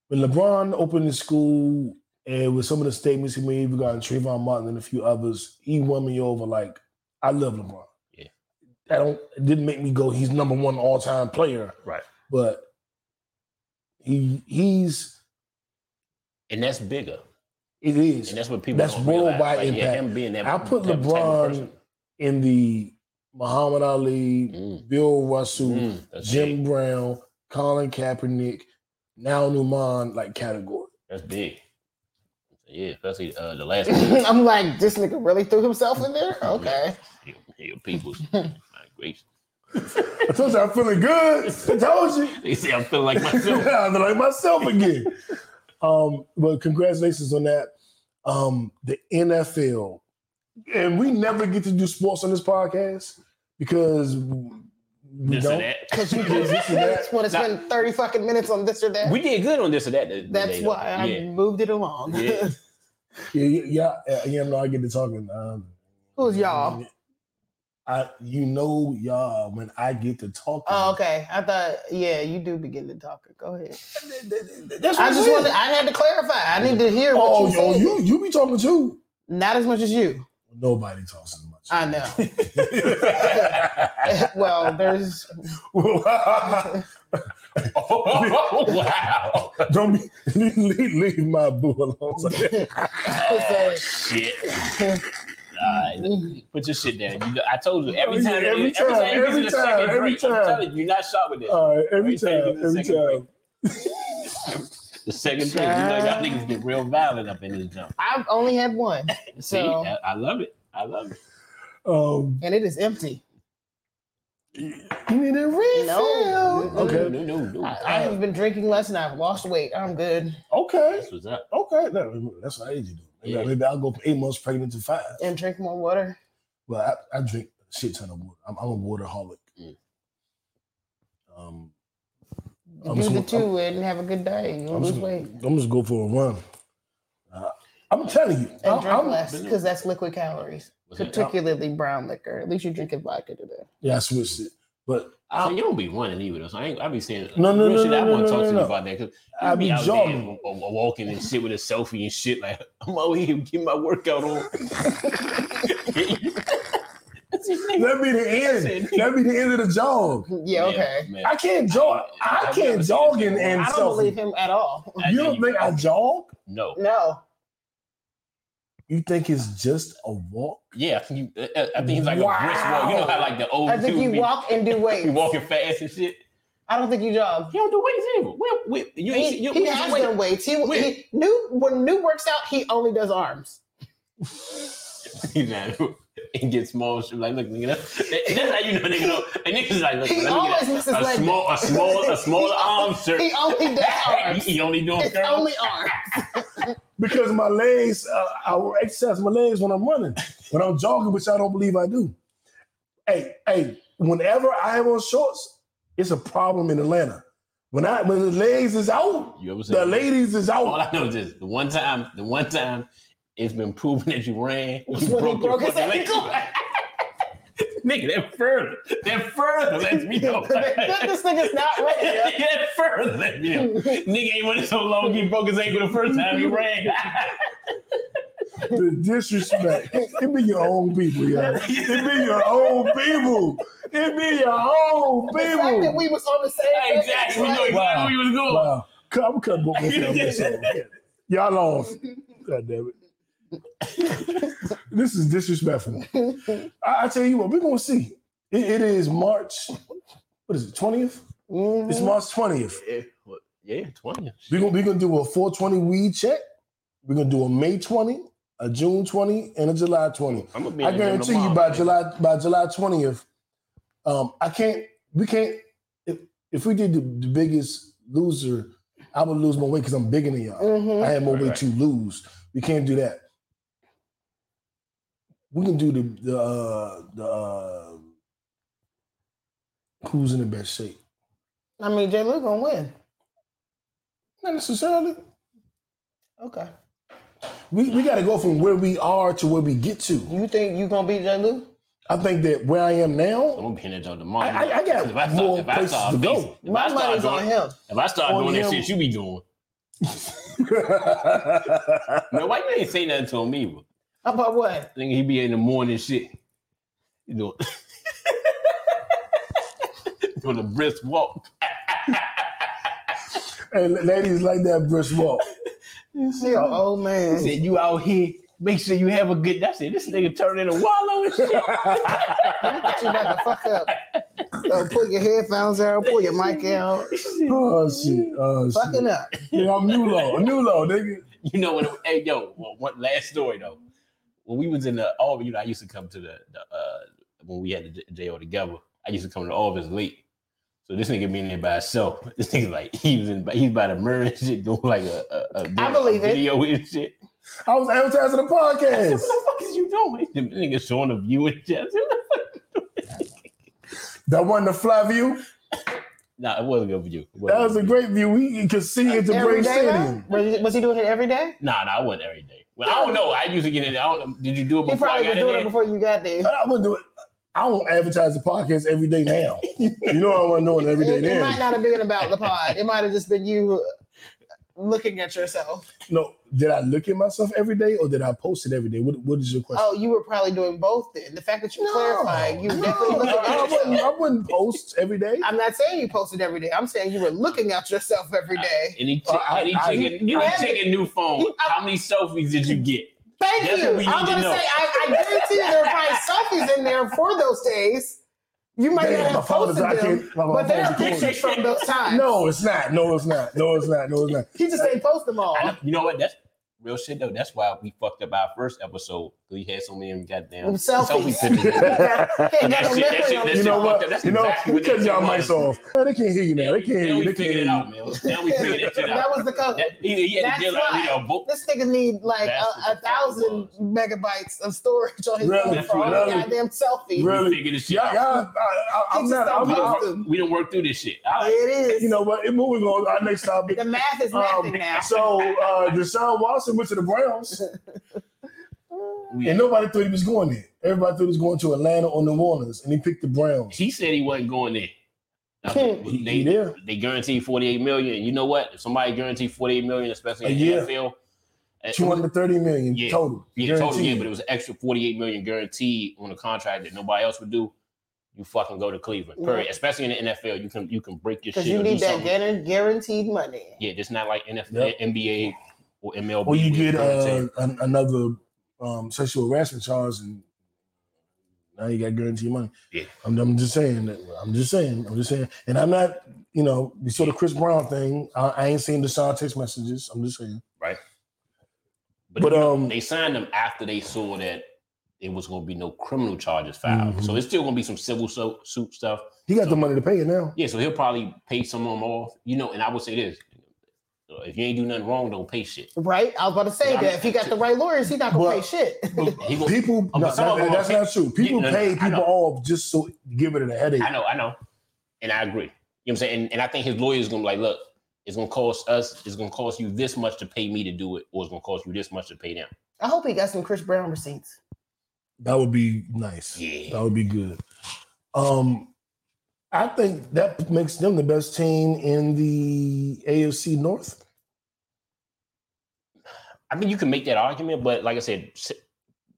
when LeBron opened the school and with some of the statements he made regarding Trayvon Martin and a few others, he won me over like, I love LeBron.
Yeah.
I don't it didn't make me go, he's number one all time player.
Right.
But he he's
And that's bigger.
it is
And that's what people
That's
don't realize.
worldwide
Like, yeah,
impact.
him being that
I put
that type of
LeBron-
person.
in the Muhammad Ali,
Mm,
Bill Russell,
mm, that's
Jim
big.
Brown, Colin Kaepernick, now Newman like category.
That's big. Yeah, especially uh, the last
[LAUGHS]
one.
I'm like, this nigga really threw himself in there. Okay,
Your, your people's my gracious. [LAUGHS]
I told you I'm feeling good. I told
[LAUGHS]
you.
They say I feel
[LAUGHS]
like myself.
I'm like myself again. Um, but congratulations on that. Um, the NFL, and we never get to do sports on this podcast because we
this
don't.
or that.
because you
This
just
is that.
[LAUGHS]
that's what it's been thirty fucking minutes on this or that.
We did good on this or that. the- the
that's
day, though.
why I
Yeah.
moved it [LAUGHS] along.
Yeah. [LAUGHS]
Yeah, yeah, yeah, yeah, yeah. No, I get to talking. Um,
Who's
Mm-hmm.
y'all?
I, you know, y'all. When I get to talking,
oh, okay. I thought, yeah, you do begin to talk. Go ahead.
That's what
I
I'm
just
saying.
wanted. I had to clarify. I need to hear what
Oh,
you
yo,
said.
you you be talking too.
Not as much as you.
Nobody talks as much.
I [LAUGHS] well, there's
Oh, wow.
[LAUGHS] Don't be, leave, leave- leave my boo
[LAUGHS]
alone.
Oh, shit. All right. Put your shit down. You know, I told you every time,
Every
every time,
time, Uh,
every time, every time, every time. I'm telling you, you're not sharp with this.
All right, every
Every time you
time,
get the
every
second
time.
the second drink, you know, y'all niggas get real violent up in this jump.
I've only had one,
See,
So-
I, I love it. I love it.
Um,
and it is empty.
you need a refill. Oh,
No.
Okay,
No, no, no.
I, I have been drinking less, and I've lost weight. I'm good.
okay,
That's what's up.
okay. No, that's what I usually do. Maybe,
Yeah.
maybe I'll go from eight months pregnant to five.
And drink more water.
Well, I, I drink a shit ton of water. I'm, I'm a water holic.
Mm.
Um, I'm
Do
just
the
gonna-
2 and have a good day. and You'll
I'm
lose
just,
weight.
I'm just go for a run. Uh, I'm telling you,
And
I'm,
drink
I'm-
less Oh, because that's liquid calories,
What's that?
particularly brown liquor. At least you're drinking vodka today. [LAUGHS]
Yeah, I switched it, but
So
I,
you don't be running either. So I ain't, I be saying
No, no,
real
no,
shit,
no,
I
no,
wanna
no,
talk
no,
to
no.
you about that because
I be
out
jogging.
there, wa- wa- walking and shit with a selfie and shit. Like [LAUGHS] I'm over here getting my workout
[LAUGHS]
on. That's his nigga.
That be the end. That be the end of the jog.
Yeah,
Man,
okay.
man.
I can't jog.
I-
I
I've
can't
never
jog
seen
and
it.
and
I don't
selfie.
believe him at all. [LAUGHS]
I
You
know
don't think I jog?
No.
No.
You think it's just a walk?
Yeah, I think you. uh, I- I think he's like a brisk
Wow.
walk. You know how like the old
I think
dudes
you
be,
walk and do weights.
be walking fast and shit.
I don't think you jog.
He don't do weights either. Well, we, you ain't.
He,
see- You,
he
we
has
wait.
done weights. He,
Wait.
he new when new works out, he only does arms.
[LAUGHS] You know, and get small shit. Like, look, nigga, that's, that's how you know, nigga. Know. And niggas like, look,
He
let me
always
get
misses
a,
leg.
small, a small, a
[LAUGHS]
smaller
He
arm shirt.
He only does arms.
[LAUGHS] He only doing
It's
curls.
only arms. [LAUGHS]
Because my legs, uh, I will exercise my legs when I'm running, when I'm jogging, which I don't believe I do. Hey, hey, whenever I have on shorts, it's a problem in Atlanta. When I when the legs is out,
you ever
the
said
ladies is
All
out.
I know is this: the one time, the one time, it's been proven that you ran, you
when he
broke,
broke
your
his
fucking leg.
ankle.
[LAUGHS] Nigga, that further, that further lets
[LAUGHS]
me know. [LAUGHS]
this nigga's not ready.
that further lets me know. Nigga ain't running so long. He broke his ankle the first time he ran. [LAUGHS]
The disrespect. [LAUGHS] It be your own people, y'all. It be your own people. It be your own
The fact that
people.
we was on the same
exactly. We know exactly
Wow.
where he was going.
Wow. I'm cutting both of y'all. Y'all off. God damn it. This is disrespectful. I, I tell you what, we're gonna see. It, it is March. What is it? Twentieth.
Mm-hmm.
It's March twentieth.
Yeah, what- yeah, twenty.
We're gonna, we're gonna do a four twenty weed check. We're gonna do a May twenty, a June twenty, and a July twenty.
I'm gonna be.
I
in the gym
guarantee you
tomorrow,
by
man.
July by July twentieth. Um, I can't. We can't. If, if we did the, the biggest loser, I would lose more weight because I'm bigger than y'all.
Mhm.
I have more
Right,
weight
right.
to lose. We can't do that. We can do the the uh, the uh, who's in the best shape.
I mean, Jay Lou gonna win.
Not necessarily.
Okay.
We we got to go from where we are to where we get to.
You think you gonna beat Jay Lou?
I think that where I am
I'm
now, [LAUGHS]
gonna be in the gym tomorrow.
I- I- I got
If start-
more
if I
places
start
to go.
facing- If I
My
start
money's on
doing,
him.
if I start
on
doing that
him.
shit, you be doing. Man, why you ain't say nothing to me? Bro?
About what?
Think he be in the morning shit. You know, [LAUGHS] doing the brisk walk.
and ladies like that brisk walk.
She an old man.
Said you out here. Make sure you have a good. That's it. This nigga turning into wallow and shit.
She about to fuck up. So pull your headphones out, pull your mic out, [LAUGHS]
Oh shit! Oh shit!
fucking up.
Yeah, I'm new low, new low, nigga.
[LAUGHS] You know when? Hey, yo, well, one last story though. When we was in the Auburn, you know, I used to come to the, the uh when we had the J- jail together. I used to come to Auburn late. So this nigga being there by himself. [LAUGHS] This nigga like he was in he's by the mirror and shit [LAUGHS] doing like a, a, a
I believe it.
video and shit.
I was advertising the
[LAUGHS]
podcast.
What the fuck is you doing? [LAUGHS] The nigga showing the view and shit. [LAUGHS] I said, "What the fuck?"
That wasn't a fly view.
Nah, it wasn't a good view. It wasn't
That was a
good
great view. We could see into
Every
Brave
day,
Stadium.
though? was, he, was he doing it every day?
view. Nah, nah, I wasn't every day. Well, I don't know. I used to get in. there. I don't, did you do it
He
before I
probably was
got in
doing
there?
it before you got there.
I wouldn't do it. I don't advertise the podcast every day now. you know I wasn't doing
[LAUGHS]
it every day
It, it might
then.
not have been about the pod. It might have just been you looking at yourself.
No, did I look at myself every day or did I post it every day? What, what is your question?
Oh, you were probably doing both then. The fact that you
No,
clarified, you were
no,
definitely looking
I,
at
wouldn't,
yourself.
I wouldn't post every day.
I'm not saying you posted every day. I'm saying you were looking at yourself every day.
Any,
Uh, I-
any
I-
chicken, you
I-
chicken new phone.
You- I-
How many selfies did you get?
Thank
That's
you.
what we
I'm
need to
gonna
know.
say I, I guarantee you there are probably selfies in there for those days. You might
Damn, my
not have
phone is-
posted
I
them,
can't- my- my
but there are
phone is recording.
pictures from those times.
No, it's not. No, it's not. No, it's not. No,
[LAUGHS]
it's not. [LAUGHS]
he just didn't post them all.
I know, you know what? That's real shit though. That's why we fucked up our first episode. We had so many goddamn
Selfies.
selfie
[LAUGHS]
pictures.
Can't
That
get no
shit- that
memory on
shit- that
You
it.
shit-
know what?
That's
you know,
exactly what
we cut
that
y'all
shit
mics
was.
off. Man, they can't hear you now. They can't hear
Now
you.
we
They can't
figured
hear
it out,
you.
man. Now we figured that shit
That
out.
was the code.
That- Either he had
That's
to deal out
why.
with a book.
This nigga need like a, a
That's what the fuck it
thousand megabytes of storage on his
Really?
phone for all
Really?
the goddamn selfies.
Really?
We figured this shit
Y'all,
out.
y'all, I, I, I'm
He just
not.
don't
I'm,
We
not-
post
done, work, we done work through this shit. I,
It is.
you know what? Moving on. Our next topic.
the math is nothing
Um,
now.
so uh, Deshaun Watson went to the Browns,
we,
and nobody thought he was going there. Everybody thought he was going to Atlanta or New Orleans, and he picked the Browns.
he said he wasn't
[LAUGHS]
going there. Now,
He,
they,
he there.
they guaranteed 48 million. You know what? If somebody guaranteed 48 million, especially
A
in
year.
the NFL, uh,
230 million
Yeah.
total.
Yeah, total, yeah,
Guaranteed.
but it was an extra 48 million guaranteed on a contract that nobody else would do. You fucking go to Cleveland. Period. Especially in the NFL, you can you can break your shit.
Because you
or
need
do
that
something.
guaran- guaranteed money.
Yeah, it's not like NFL,
Yep.
NBA, or MLB.
Or you
where
get
it's
uh,
guaranteed.
an, another um, sexual harassment charge, and now you got guaranteed money.
Yeah.
I'm, I'm just saying. That, I'm just saying. I'm just saying. And I'm not, you know, you saw the Chris Brown thing. I, I ain't seen Deshaun text messages. I'm just saying.
but
but,
you know,
um,
they signed them after they saw that it was going to be no criminal charges filed.
Mhm.
So it's still going to be some civil so, suit stuff.
He got the money to pay it now.
Yeah, so he'll probably pay some of them off. You know, and I would say this: uh, if you ain't do nothing wrong, don't pay shit.
Right? I was about to say
Yeah,
that.
I mean-
if he got the right lawyers, he's not going to
Well-
pay shit.
He gonna,
People,
Oh, but
no,
some of
that-
them
that's
are-
not true. People
Yeah, no, no,
pay
I
people
know.
off just so give it a headache.
I know, I know. And I agree. You know what I'm saying? And, and I think his lawyer's gonna be like, look, it's gonna cost us, it's gonna cost you this much to pay me to do it, or it's gonna cost you this much to pay them.
I hope he got some Chris Brown receipts.
That would be nice.
Yeah.
That would be good. Um, I think that makes them the best team in the AFC North.
I think you can make that argument, but like I said, C-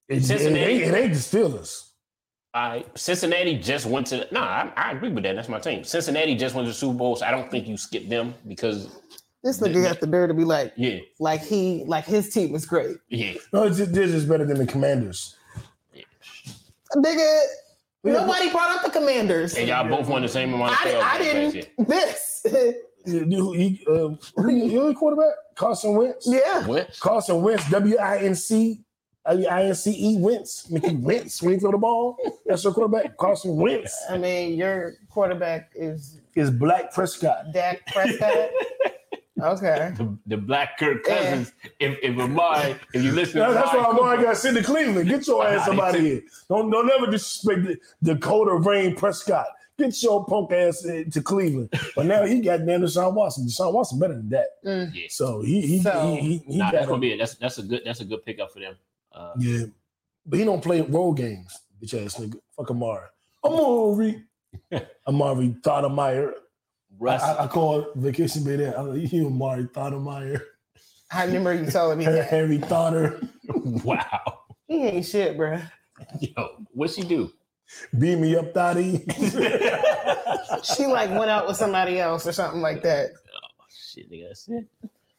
It, it,
Cincinnati.
ain't, it ain't the Steelers.
I, Cincinnati just went to nah, I, I agree with that. That's my team. Cincinnati just went to the Super Bowl, so I don't think you skip them because
This nigga got the dare to be like,
Yeah,
like he, like his team is great,
yeah.
No, it's just, this is better than the Commanders.
nigga.
Yeah,
Nobody brought up the Commanders.
And y'all both won the same amount of
I,
sales.
I
That's
didn't. [LAUGHS]
it.
This,
You, you, you, uh, who you- you the quarterback? Carson Wentz.
yeah.
What?
Carson Wentz. W I N C. W I N C E Wentz. Mickey Wentz when he throw the ball. That's your quarterback. Carson Wentz
I mean, your quarterback is
is Black Prescott.
Dak Prescott. okay.
The, the black Kirk Cousins. If if Amari, if you listen,
That-
to
that's why I'm
Amari
going. I got sent to Cleveland. Get your ass up out of here. Don't don't ever disrespect the- Dakota Rain Prescott. Get your punk ass in- to Cleveland. But now he got damn Deshaun Watson. Deshaun Watson better than that.
Mm.
Yeah.
So he he
So-
he, he, he
Nah, that's
got
gonna
him.
be it. That's that's a good that's a good pickup for them. Uh,
yeah. But he don't play role games, bitch ass nigga. Fuck Amari.
[LAUGHS]
Amari. Amari Thodemeyer. I,
Russ,
I, I called vacation bay there. I'm like, you Amari Thodemeyer.
I remember you telling me that.
Harry Thoder.
[LAUGHS] wow,
He ain't shit, bruh.
yo, what's he do?
Beat me up, Thotty. [LAUGHS]
She like went out with somebody else or something like that.
Shit, nigga, that's it.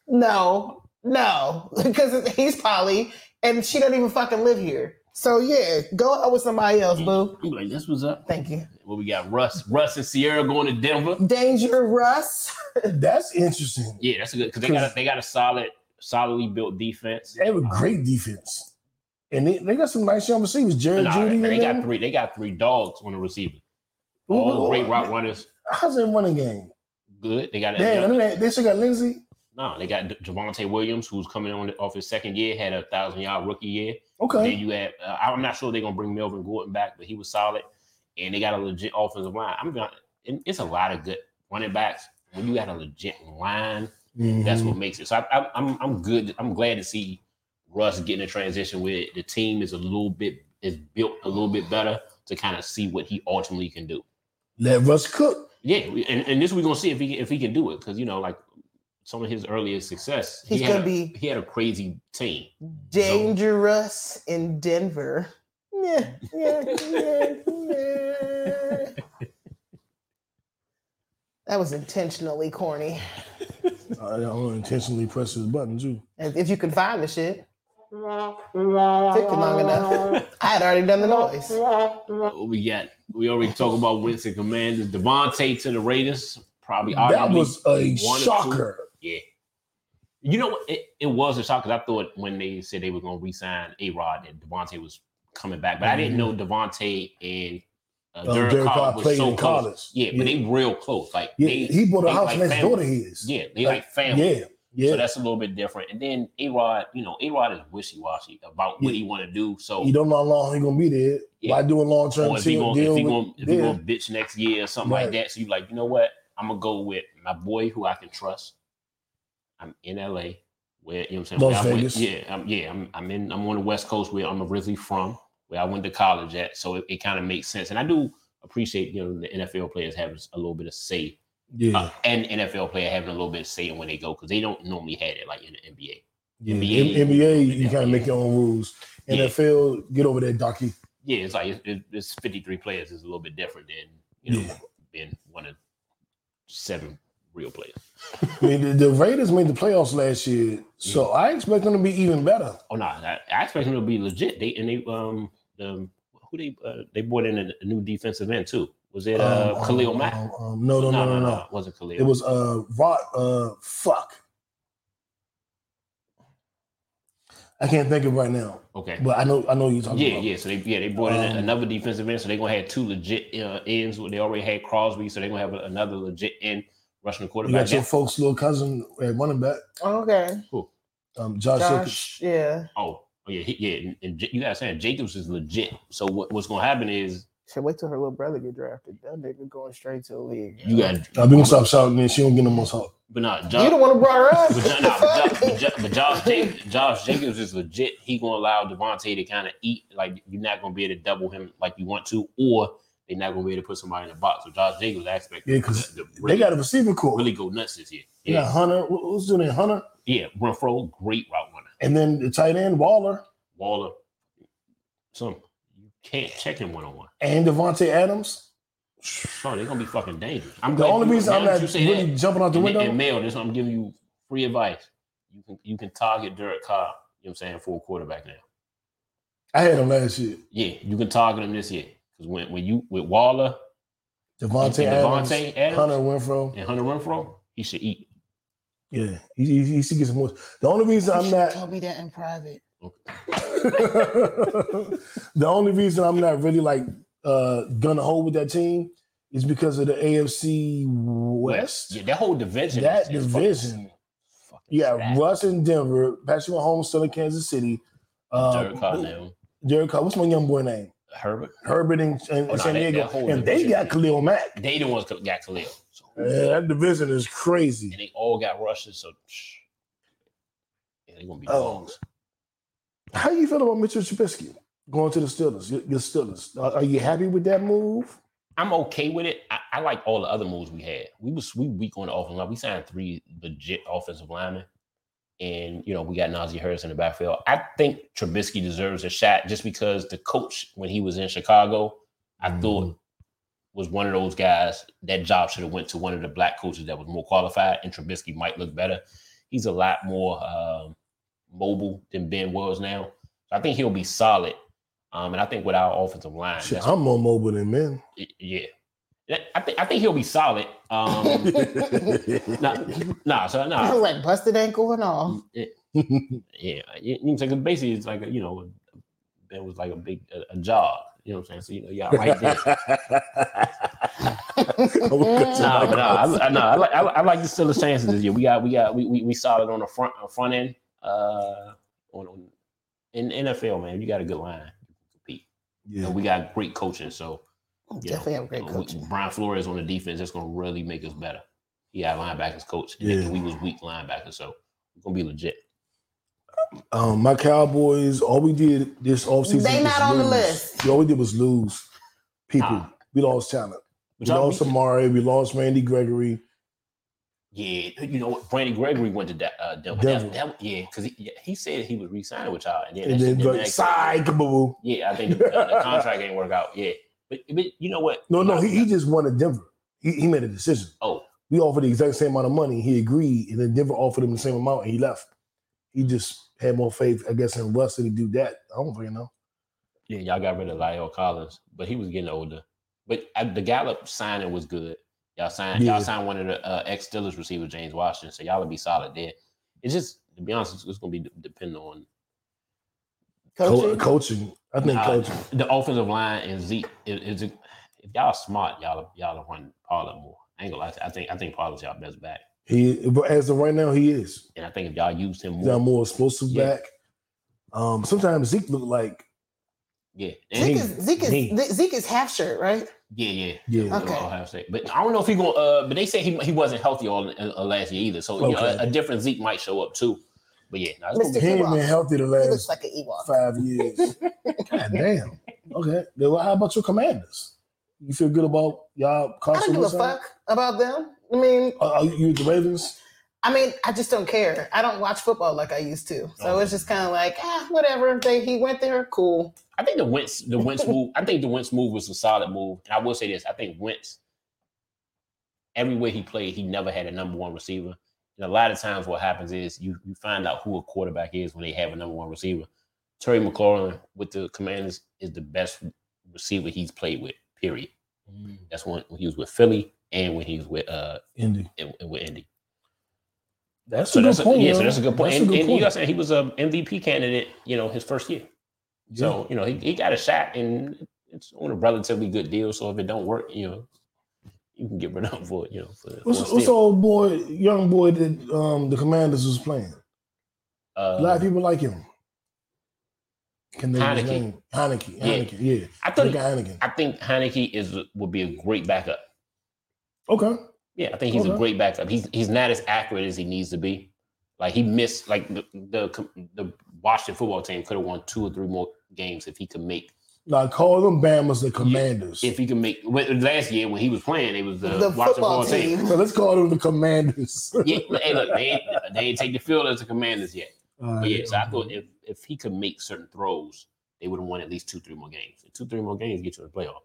No, no, [LAUGHS] because he's poly and she don't even fucking live here. So yeah, go out with somebody else, boo.
I'm like, this was up.
Thank you.
Well, we got Russ, Russ and Sierra going to Denver.
Danger Russ.
That's interesting.
Yeah, that's a good because they got a, they got a solid, solidly built defense.
They have a great defense. And they, they got some nice young receivers. Jared
Nah,
Judy.
man, they
and
got
them.
three. They got three dogs on the receiver.
Ooh,
All
ooh,
great route runners.
How's their running game?
Good. They got
Damn, and they, they still got Lindsey.
no. They got Javante Williams, who's coming on off his second year, had a thousand yard rookie year.
Okay.
Then you had uh, I'm not sure they're gonna bring Melvin Gordon back, but he was solid, and they got a legit offensive line. I'm gonna. and It's a lot of good running backs. When you got a legit line,
Mm-hmm.
that's
Mm-hmm.
what makes it. So I, I, I'm I'm good. I'm glad to see Russ getting a transition where the team is a little bit is built a little bit better to kind of see what he ultimately can do.
Let Russ cook.
Yeah, we- and, and this we're gonna see if he if he can do it because you know like some of his earlier success,
He's
he had
gonna
a,
be-
he had a crazy team.
Dangerous in Denver. Yeah, yeah, yeah, yeah. [LAUGHS] That was intentionally corny.
Uh, I don't intentionally press his button too.
If if you could find the shit. Took you long enough. [LAUGHS] I had already done the noise.
We got we already talked about Wentz and Commanders. Devontae to the Raiders probably
That
arguably
was a
one or two.
shocker.
You know, what? it, it was a shock because I thought when they said they were going to resign A Rod that Devontae was coming back, but I
Mhm.
didn't know Devontae and uh,
Um,
Derek,
Derek
Carr,
Carr
was
played
so
in
close.
college.
Yeah, but
Yeah.
they real close. Like
Yeah,
they,
he bought a
they
house
like
next
family.
door to his.
Yeah, they
Like,
like family.
Yeah, yeah.
So that's a little bit different. And then A Rod, you know, A Rod is wishy washy about what he want to do. So
you don't know how long he's gonna be there.
Yeah.
Why do a long term
or if Oh, he
deal?
gonna if he
deal
gonna,
with-
if he
Yeah.
gonna bitch next year or something like
Right.
that. So you like, you know what? I'm gonna go with my boy who I can trust. I'm in LA, where you know what I'm saying.
Las
where I went-
Vegas.
yeah, I'm, yeah. I'm I'm in I'm on the West Coast where I'm originally from, where I went to college at. So it, it kind of makes sense, and I do appreciate you know the NFL players having a little bit of say,
Yeah,
uh, and NFL player having a little bit of say in when they go because they don't normally have it like in the NBA.
yeah.
NBA.
M- NBA, you kind
Yeah.
of make your own rules.
Yeah.
NFL, get over there, Docky.
yeah, it's like it's, it's 53 players is a little bit different than you know being one of seven real players.
I mean, the, the Raiders made the playoffs last year, so I expect them to be even better.
Oh no, I, I expect them to be legit. They and they um the, who they uh, they brought in a, a new defensive end too. Was it uh,
Um,
Khalil
um,
Mack?
um, um, no, no, no, no, no.
It wasn't Khalil.
It was uh, Rod. Uh, fuck. I can't think of it right now,
okay.
but I know, I know who you're talking
yeah,
about.
yeah. So they yeah they brought in
Um,
another defensive end. So they're gonna have two legit uh, ends. They already had Crosby, so they're gonna have another legit end rushing the
You
quarterback.
got your folks' little cousin at running back,
Okay.
um, Josh,
Josh. Yeah.
oh, oh yeah, he, yeah. And, and J- you guys saying Jacobs is legit. So what, what's gonna happen is
Should wait till her little brother get drafted. That nigga going straight to the league.
you got
Jacobs. I've been stop shouting, and she don't get no more talk.
But not
you
Josh.
the one who brought her
[LAUGHS]
up.
But, Jo- nah,
[LAUGHS]
but, Jo- but,
Fuck.
Jo- but Josh, Jacobs, Josh Jacobs is legit. He gonna allow Devontae to kind of eat. Like you're not gonna be able to double him like you want to, or they're not gonna be able to put somebody in the box. So Josh Jacobs, I expect
Yeah, 'cause
them to
They
really,
got a receiver core.
really go nuts this year.
You got
Yeah,
Hunter. who- Who's doing it? Hunter,
yeah. Renfro, great route runner.
and then the tight end Waller
Waller, some you can't check him one on one.
and Devontae Adams.
So they're gonna be fucking dangerous. I'm
The
glad
only
you-
reason I'm
now that
not
you say
really
that,
jumping out the
and,
window.
and Mel, this I'm giving you free advice. You can you can target Derek Carr, you know what I'm saying, for a quarterback now.
I had him last year.
Yeah, you can target him this year. Because when, when you with Waller
Devontae,
And
Adams,
Devontae Adams.
Hunter Winfro.
and Hunter Renfro, he should eat.
Yeah, he, he, he should get some more. The only reason I'm
You
not [LAUGHS]
Told me that in [LAUGHS] private.
the only reason I'm not really like uh gonna hold with that team is because of the AFC West.
Yeah, that whole division. is
That
just
division.
Fucking, fucking
You got
stacked.
Russ in Denver, Patrick Mahomes still in Kansas City. Uh,
Derek Carr now.
Derek Carr. What's my young boy name?
Herbert.
Herbert in, in
Oh, nah,
San
they-
Diego,
that whole
and they
division.
got Khalil Mack.
They the ones that got Khalil. So,
Yeah, that division is crazy.
and they all got rushes. So psh, yeah, they're gonna be
Oh.
dogs.
How you feel about Mitchell Trubisky going to the Steelers? Your, your Steelers. Are, are you happy with that move?
I'm okay with it. I, I like all the other moves we had. We was we weak on the offensive line. We signed three legit offensive linemen, and you know we got Najee Harris in the backfield. I think Trubisky deserves a shot just because the coach when he was in Chicago, I thought was one of those guys that job should have went to one of the black coaches that was more qualified, and Trubisky might look better. He's a lot more um, mobile than Ben was now. I think he'll be solid. Um, and I think with our offensive line,
Shit,
that's
I'm more mobile than men.
Y- Yeah, That- I think I think he'll be solid.
[LAUGHS]
Um, [LAUGHS] nah, nah, so nah,
like busted ankle and all.
It- yeah, you, you know what I'm saying? 'Cause basically, it's like a, you know, it was like a big a, a job. You know what I'm saying? So you know, y'all
[LAUGHS]
right there. Nah, but nah, I, I, nah, I like I, like- I like the Steelers' chances this year. We got we got we we, we solid on the front uh, front end. Uh, on, on in NFL, man, you got a good line. You can compete.
yeah.
And we got great coaching. So you know,
Definitely have great
uh, we-
coaching.
Brian Flores on the defense, that's going to really make us better. He had linebackers coach, and
Yeah.
then we was weak linebackers, so we're going to be legit.
Um, my Cowboys, all we did this offseason.
They
was
not on the
lose.
list.
Yeah, All we did was lose people.
Nah.
We lost talent. We
But y'all
lost
beat-
Amari. We lost Randy Gregory.
yeah, you know what? Brandy Gregory went to that, uh, Denver.
Denver.
That, that, yeah, because he, yeah, he said he was re-signing with y'all, and then,
and
that
then
shit didn't
like,
act-
side kaboom.
yeah, I think the, the contract ain't work out. Yeah, but, but you know what?
No, no, he, he just wanted Denver. He, he made a decision.
oh
We offered the exact same amount of money. He agreed, and then Denver offered him the same amount, and he left. He just had more faith, I guess, in Russ than he do that. I don't fucking know.
yeah, y'all got rid of Lyle Collins, but he was getting older. But uh, the Gallup signing was good. Y'all signed
Yeah.
y'all signed one of the uh, ex Steelers receiver James Washington, so y'all will be solid there. It's just to be honest, it's, it's gonna be de- dependent on
Coaching.
Coaching, coaching. I think
uh,
coaching.
the offensive line and Zeke. Is, is if y'all smart, y'all y'all run Pollard more. I ain't gonna lie, to you, I think I think Pollard's y'all best back,
He, but as of right now, he is.
and I think if y'all used him
He's got
more,
more explosive
Yeah.
back. Um, sometimes Zeke look like
yeah, and
Zeke
he,
is Zeke is
Knee.
Ze- Zeke is half shirt, right?
yeah, yeah.
yeah.
Okay.
Ohio State. But I don't know if he going. Uh, but they said he he wasn't healthy all uh, last year either. So you know,
Okay.
a, a different Zeke might show up too. But yeah, no, it's
Mr.
He
gonna be-
ain't been
Ewok.
healthy the
He looks
last
like an Ewok.
five
[LAUGHS]
years. God damn. Okay. Then well, how about your commanders? You feel good about y'all?
I don't
Carson
give a
Wentz?
fuck about them. I mean,
Are, are you the Ravens?
I mean, I just don't care. I don't watch football like I used to,
Oh.
so it's just kind of like, ah, whatever. They he went there, cool.
I think the Wentz the Wentz move. I think the Wentz move was a solid move. And I will say this: I think Wentz, everywhere he played, he never had a number one receiver. And a lot of times, what happens is you you find out who a quarterback is when they have a number one receiver. Terry McLaurin with the Commanders is the best receiver he's played with. Period. That's when, when he was with Philly and when he was with uh
Indy.
and, and with Indy.
That's
So
a
that's
good
a,
point.
yeah, so
man.
that's a good point.
That's
and,
a good
and you
point.
got to say he was a MVP candidate, you know, his first year. So you know he, he got a shot and it's on a relatively good deal. So if it don't work, you know, you can get rid of him for you know. For, for
what's,
a
what's the
steal.
old boy, young boy that um, the commanders was playing? A lot
Uh,
of people like him. Can they
Heineke.
Heineke. Heineke.
Yeah.
Heineke. Yeah.
I
Look
thought
at Heineken.
I think Heineke is would be a great backup.
Okay.
Yeah, I think he's
Okay.
a great backup. He's he's not as accurate as he needs to be. Like he missed like the the, the Washington football team could have won two or three more games if he could make
Now call them Bama's the commanders.
if he could make when- last year when he was playing it was the,
the
Washington
football team.
[LAUGHS]
So let's call them the commanders.
yeah, hey, look, they ain't, they ain't take the field as the Commanders yet. But yeah, so I thought if if he could make certain throws, they would have won at least two, three more games. And two, three more games get you in the playoff.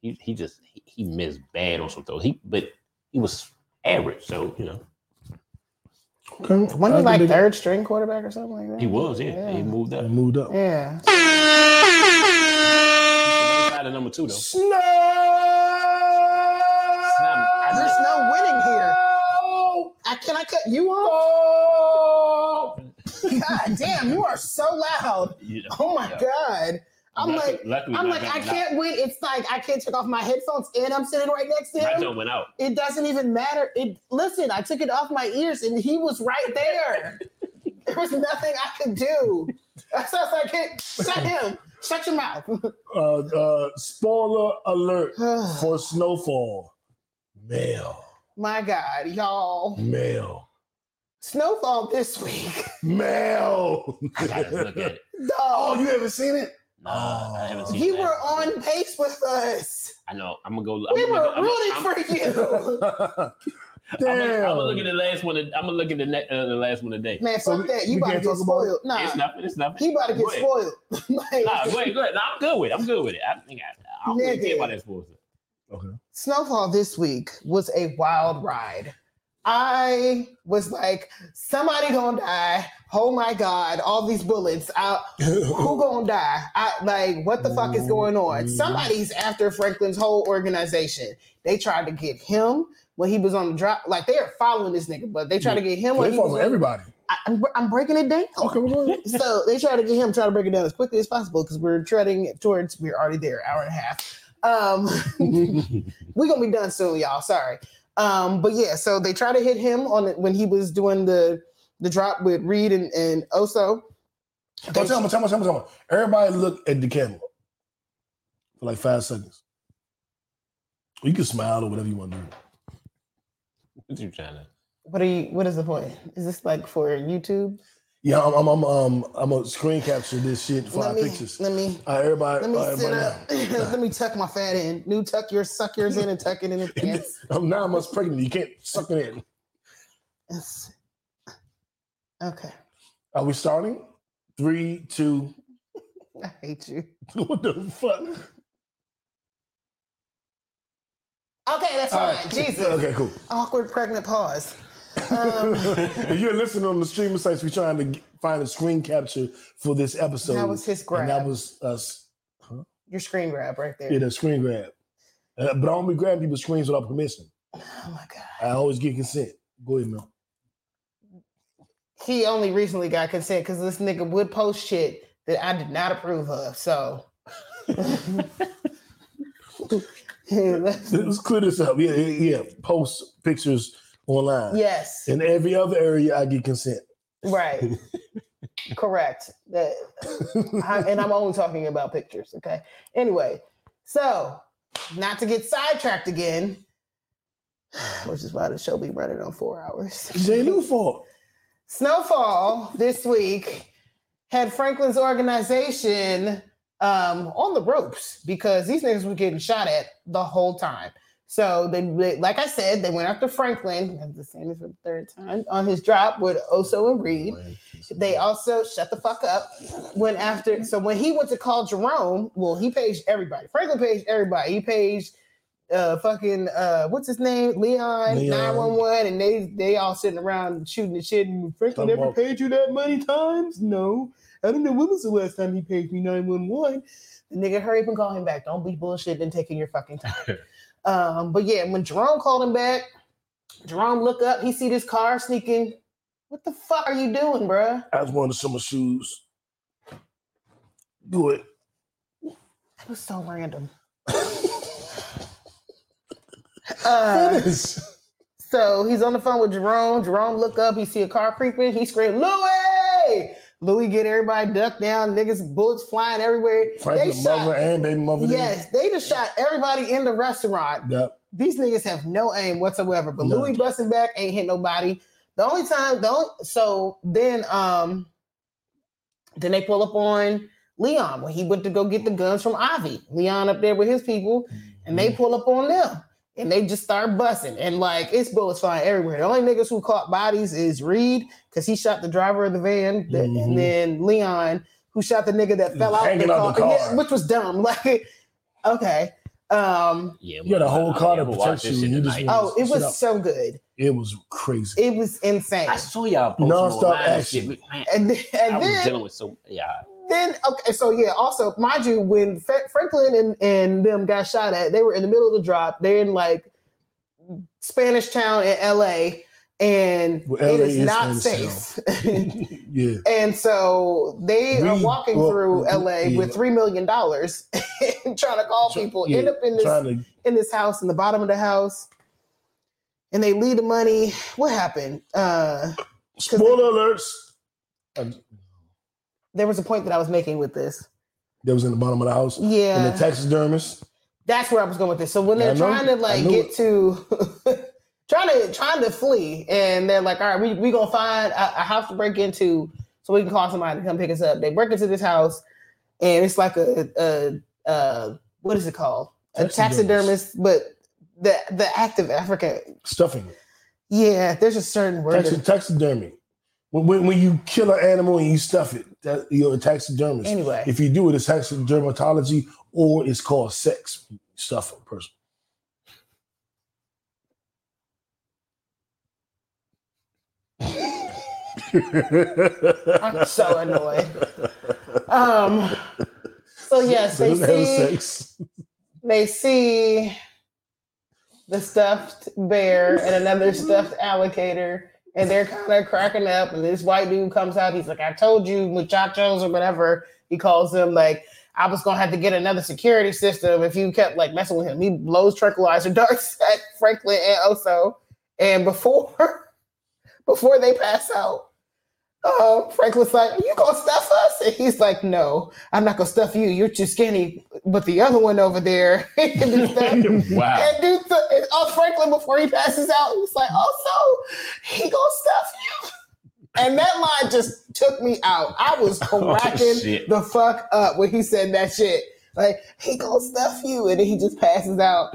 He he just he, he missed bad on some throws. He but he was average, so you know.
Okay.
When
I
he
can
like
dig it.
third string quarterback or something like that.
He was, yeah.
Yeah.
He moved up.
And moved up.
Yeah.
Outside of number two though.
Snow.
There's no winning here. I can I cut you off?
Oh!
God damn, you are so loud.
Yeah.
Oh my
Yeah.
god. I'm
Luckily-
like
luckily
I'm
not-
like, I
not-
can't win. It's like I can't take off my headphones and I'm sitting right next to
Right
him.
there went out.
It doesn't even matter. It listen, I took it off my ears and he was right
[LAUGHS]
there. there was nothing I could do. That's why I was like, hey, shut him. Shut your mouth. [SIGHS]
Uh, uh, spoiler alert for Snowfall. Male,
my God, y'all.
male,
Snowfall this week.
male.
I gotta look at it.
[LAUGHS] oh,
Dog.
you haven't seen it?
Nah, I haven't seen
Oh, You
that.
were on pace with us.
I know. I'm gonna go. I'm
We
gonna,
were
I'm,
rooting
[LAUGHS] I'm,
for
[LAUGHS]
you.
I'm, gonna, I'm gonna look
Damn.
at the last one. I'm gonna look at the, ne- uh, the last one today.
Man,
So
fuck
we-
that. You
we
about to
can't
get
talk about it?
spoiled. Nah.
It's nothing. It's nothing.
he about to get
Go ahead.
spoiled. [LAUGHS] like,
Nah, go ahead, go ahead. Nah, I'm good with it. I'm good with it. I think I, I don't really
Nigga.
care about
[LAUGHS]
that sports.
Snowfall this week was a wild ride. I was like, somebody gonna die. Oh my god, all these bullets. I, [LAUGHS] who gonna die? I like what the fuck is going on? Somebody's after Franklin's whole organization. They tried to get him when he was on the drop. Like they are following this nigga, but they tried to get him when
They
he
follow
was on-
everybody.
I, I'm, I'm breaking it down.
Okay, we're going.
[LAUGHS] so they try to get him, try to break it down as quickly as possible because we're treading towards we're already there, hour and a half. Um, we're gonna be done soon, y'all. Sorry. Um, but yeah, so they try to hit him on it when he was doing the the drop with Reed and, and Oso.
Don't tell me, tell me, tell me, tell me. Everybody look at the camera for like five seconds. You can smile or whatever you want to do.
What you trying to?
What are you what is the point? Is this like for YouTube?
Yeah, I'm, I'm, I'm, um, I'm gonna screen capture this shit for our
let me
pictures.
let me
All right, everybody, uh,
let me
all right,
sit
everybody
up. [LAUGHS] let me tuck my fat in. New tuck your suck yours in and tuck it
[LAUGHS]
in his
now.
pants.
I'm nine months pregnant. You can't suck it in.
It's- Okay.
Are we starting? Three, two. [LAUGHS]
I hate you.
What the fuck?
Okay, that's
All
fine.
right.
Jesus.
[LAUGHS] Okay, cool.
Awkward pregnant pause. Um,
if you're listening on the streaming sites, we're trying to g- find a screen capture for this episode.
that was his grab.
and that was us.
Your screen grab right there.
Yeah, the screen grab. Uh, but I only grab people's screens without permission.
Oh my god.
I always get consent. Go ahead, Mel.
He only recently got consent because this nigga would post shit that I did not approve of. So.
[LAUGHS]
[LAUGHS]
Let's let's clear this up. Yeah, yeah. yeah. Post pictures online.
yes.
In every other area, I get consent. [LAUGHS]
Right. Correct. That, I, and I'm only talking about pictures. Okay. Anyway, so not to get sidetracked again, which is why the show be running on four hours.
J. Lou fault.
Snowfall this week had Franklin's organization um, on the ropes because these niggas were getting shot at the whole time. So they, they- like I said, they went after Franklin. That's the same as the third time on his drop with Oso and Reed. They also shut the fuck up. Went after. So when he went to call Jerome, well, he paged everybody. Franklin paged everybody. He paged uh fucking uh what's his name leon
Leon.
911 and they they all sitting around shooting the shit and franklin
Talking
never
about-
paid you that many times no i don't know when was the last time he paid me 911 the nigga hurry up and call him back don't be bullshitting and taking your fucking
[LAUGHS]
time um but yeah when jerome called him back jerome look up he see this car sneaking what the fuck are you doing bruh
I was wearing the summer shoes. Do it. [LAUGHS]
It was so random. Uh, so he's on the phone with Jerome. Jerome look up, he see a car creeping. He scream, "Louis!" Louis get everybody ducked down. Niggas bullets flying everywhere.
Frank's
they
mother
shot.
and baby mother. did it.
Yes, they just shot everybody in the restaurant.
Yep.
These niggas have no aim whatsoever. But
None.
Louis busting back ain't hit nobody. The only time don't so then um then they pull up on Leon when he went to go get the guns from Avi. Leon up there with his people, and
Mm-hmm.
they pull up on them and they just start busting and like it's bullets flying everywhere. The only niggas who caught bodies is Reed because he shot the driver of the van, the-
Mhm.
and then Leon who shot the nigga that fell out,
Hanging
the
out the
car,
car.
which was dumb. [LAUGHS] Like okay. Um,
Yeah,
You got a
but
whole
I-
car to
I'm gonna watch
protect
this
you,
shit
you just
tonight.
want-
Oh, it
Sit up.
was so good.
It was crazy.
It was insane.
I saw y'all posting
Nonstop
online and
action.
shit. Man,
And, then-
I
and
was
then,
dealing with so yeah.
then, okay, so yeah, also, mind you, when Fra- Franklin and, and them got shot at, they were in the middle of the drop. They're in like Spanish town in LA, and
Well,
it
LA
is
is
not
Spanish
safe.
yeah.
[LAUGHS] and so
[LAUGHS]
they are
We-
walking
well,
through LA
yeah.
with $3 million [LAUGHS] and trying to call
Try-
people,
yeah,
end up in this
Trying to
in this house in the bottom of the house and they leave the money what happened uh
spoiler alerts. I-
there was a point that i was making with this
That was in the bottom of the house.
yeah
And the taxidermist.
that's where i was going with this so when
Yeah,
they're
I know.
trying to
I
like
knew
get
it.
to [LAUGHS] trying to trying to flee and they're like all right we we gonna find a, a house to break into so we can call somebody to come pick us up they break into this house and it's like a a, a what is it called a
Taxidermist.
taxidermist but the the act of africa
Stuffing.
yeah there's a certain word
Taxi, taxidermy. When, when, when you kill an animal and you stuff it, that, you're a taxidermist.
anyway
If you do it, it's taxidermatology or it's called sex stuff a person. [LAUGHS]
I'm
[LAUGHS]
so annoyed. Um. So yes,
So
they
doesn't have
see
sex.
they see the stuffed bear and another stuffed alligator, and they're kind of cracking up. And this white dude comes out. He's like, "I told you, muchachos, or whatever." He calls them like. I was gonna have to get another security system if you kept like messing with him. He blows tranquilizer [LAUGHS] darts at Franklin and Oso, and before [LAUGHS] before they pass out, uh, Franklin's like, "You gonna stuff us?" And he's like, "No, I'm not gonna stuff you. You're too skinny." But the other one over there, [LAUGHS] and do stuff.
[LAUGHS]
Wow.
And do th- and, uh, Franklin before he passes out, he's like, "Also, he gonna stuff you." And that line just took me out. I was cracking
shit.
the fuck up when he said that shit. Like he gonna stuff you, and then he just passes out.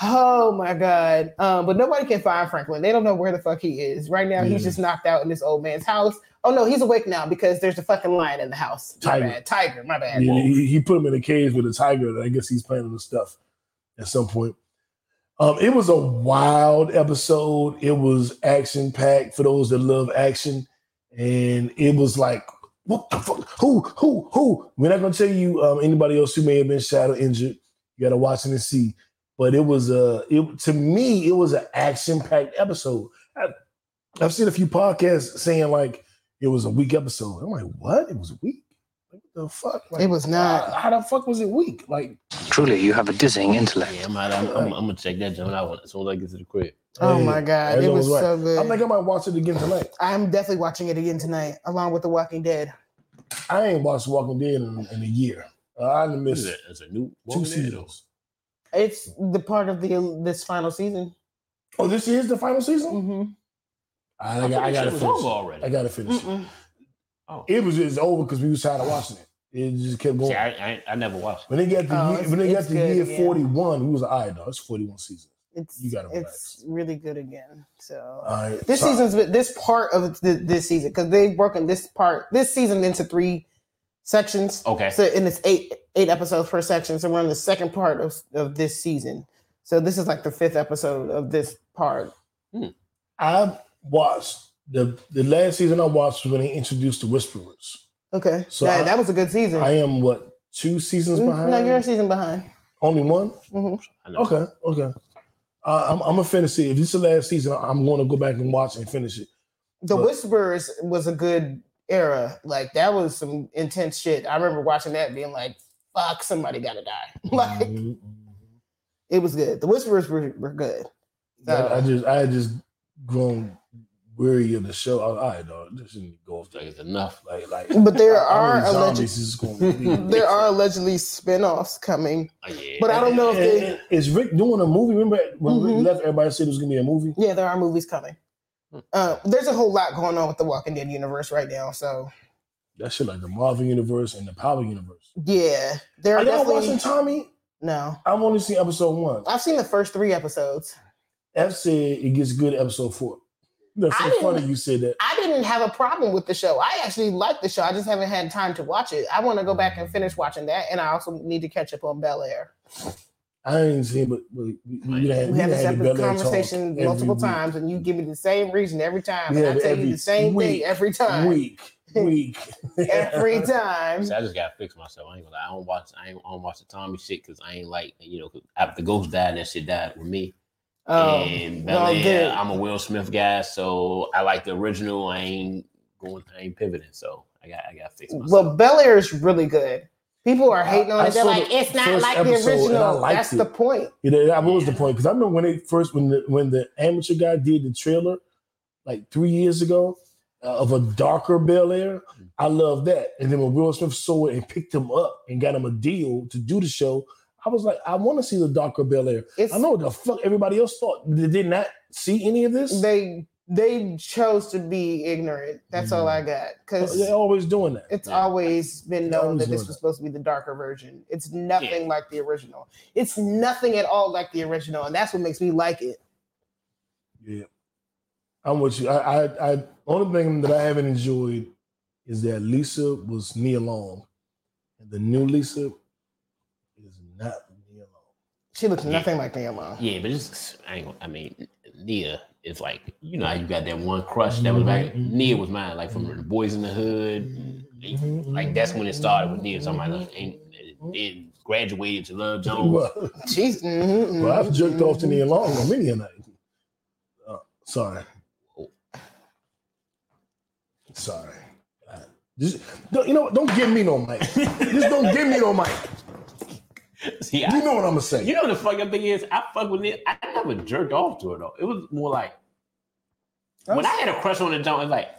Oh my god! Um, but nobody can find Franklin. They don't know where the fuck he is right now. He's
Yeah.
just knocked out in this old man's house. Oh no, he's awake now because there's a fucking lion in the house. My
Tiger.
bad, tiger. My bad.
Yeah, he, he put him in a cage with a tiger. And I guess he's playing with stuff at some point. Um, it was a wild episode. It was action packed for those that love action, and it was like, what the fuck? Who? Who? Who? We're not gonna tell you um, anybody else who may have been shot or injured. You gotta watch it and see. But it was a. It, to me, it was an action packed episode. I, I've seen a few podcasts saying like it was a weak episode. I'm like, what? It was weak. Like, what the fuck? Like,
It was not.
How, how the fuck was it weak? Like,
Truly, you have a dizzying intellect.
Yeah, I'm, out, I'm, I'm, I'm gonna check that joint out as soon as I get to the crib.
Oh
yeah,
my god, it
everyone
was
right.
so good.
I think I might watch it again tonight.
I'm definitely watching it again tonight, along with The Walking Dead.
I ain't watched Walking Dead in, in a year. Uh, I done
It's
missed
a, it's a new
two
Walking Dead.
seasons.
It's the part of the this final season.
Oh, this is the final season. I,
Mm.
got- I
I,
gotta
got it
finish.
over
it.
already.
I gotta finish. it.
Mm-mm.
oh.
It was just over because we was tired of watching it. It just kept
See,
going.
I, I, ain't- I never watched.
When they got the
Oh,
year,
it's-
when they got
it's
the
good
year
again.
forty one, we was like, all right, no, it's forty one season.
It's
You gotta Uh,
it's really good again. So
All right,
this
so-
season's been- this part of the, this season because they've broken this part this season into three sections.
Okay.
So and it's eight eight episodes per section. So we're on the second part of of this season. So this is like the fifth episode of this part.
I watched the the last season I watched was when they introduced the Whisperers.
Okay.
So
that,
I-
that was a good season.
I am what two seasons
Mm,
behind?
no, you're a season behind.
Only one.
Mhm.
I know.
Okay, okay. Uh, I'm, I'm gonna finish it. If this is the last season, I'm going to go back and watch and finish it.
The
But-
Whisperers was a good era. Like that was some intense shit. I remember watching that being like, fuck, somebody gotta die. [LAUGHS] Like
Mm-hmm.
Mhm.
it was good. The Whisperers were, were good.
I, I just, I had just grown weary of the show. I was, all right, dog, this shouldn't go off
Like it's enough.
like, like.
But there
how many
are alleged
zombies is going to be?
there are allegedly spin-offs coming.
Oh, yeah.
But I don't know if
And-
they
and is Rick doing a movie? Remember when
Mhm.
Rick left, everybody said it was gonna be a movie.
Yeah, there are movies coming. Uh, there's a whole lot going on with the Walking Dead universe right now. So
That shit like the Marvel universe and the Power universe.
yeah. There
Are
are
y'all
definitely
watching Tommy?
no.
I've only seen episode one.
I've seen the first three episodes.
F said it gets good episode four. That's
I
so
didn't-
funny you said that.
I didn't have a problem with the show. I actually like the show. I just haven't had time to watch it. I want to go back and finish watching that, and I also need to catch up on Bel Air.
I ain't seen, but but we, we, we done had,
We had
we done
this
had the
separate
Bel Air talk
conversation
every
multiple
week.
times, and you give me the same reason every time,
Yeah,
and I
but
tell you
every
the same
week-
thing every time.
Week, week,
[LAUGHS]
[LAUGHS]
Every time.
See, I just gotta fix myself. I ain't gonna. lie. I don't watch. I ain't I don't watch the Tommy shit because I ain't like you know. 'cause After the ghost died, that shit died with me.
Oh,
and
well,
Bel-Air,
good.
I'm a Will Smith guy, so I like the original. I ain't going. I ain't pivoting, so I got. I got to fix myself.
well, Bel Air is really good. People are hating on
I
it. They're
saw
like,
the
it's not
first
like the
episode, and I
original.
liked
That's
it.
the point.
You know, that was the point because I remember when they first when the when the amateur guy did the trailer like three years ago uh, of a darker Bel Air. I love that. And then when Will Smith saw it and picked him up and got him a deal to do the show, I was like, I want to see the darker Bel Air.
It's
I know what the fuck everybody else thought. They did not see any of this.
they they chose to be ignorant. That's all
Mm-hmm.
I got. Because
They're always doing that.
it's
Yeah.
always been
They
known that
always
this
doing
was
that.
supposed to be the darker version. It's nothing like the original. It's nothing at all like the original, and that's what makes me like it.
Yeah, I'm with you. I, I, I only thing that I haven't enjoyed is that Lisa was Nia Long, and the new Lisa is not Nia Long.
She looks
Yeah.
nothing like Nia Long.
yeah, but it's. I ain't. gonna- I mean, Nia is like you know how you got that one crush that was back.
Mhm.
Nia was mine, like from the Boys in the Hood. Like that's when it started with Nia. So I'm like, ain't it graduated to Love
[LAUGHS]
Jones.
Mm-hmm. Well,
She's. mhm,
well, I've
mhm,
jerked off to
mhm.
Nia Long on many a night. Uh, sorry, sorry. Uh, Just, don't, you know, what? don't give me no mic. Just don't give me no mic.
[LAUGHS] See,
You
I,
know what I'm gonna say.
you know what the fucking thing is? I fuck with Nia. I never jerked off to her though. It was more like when I had a crush on a jump, it's like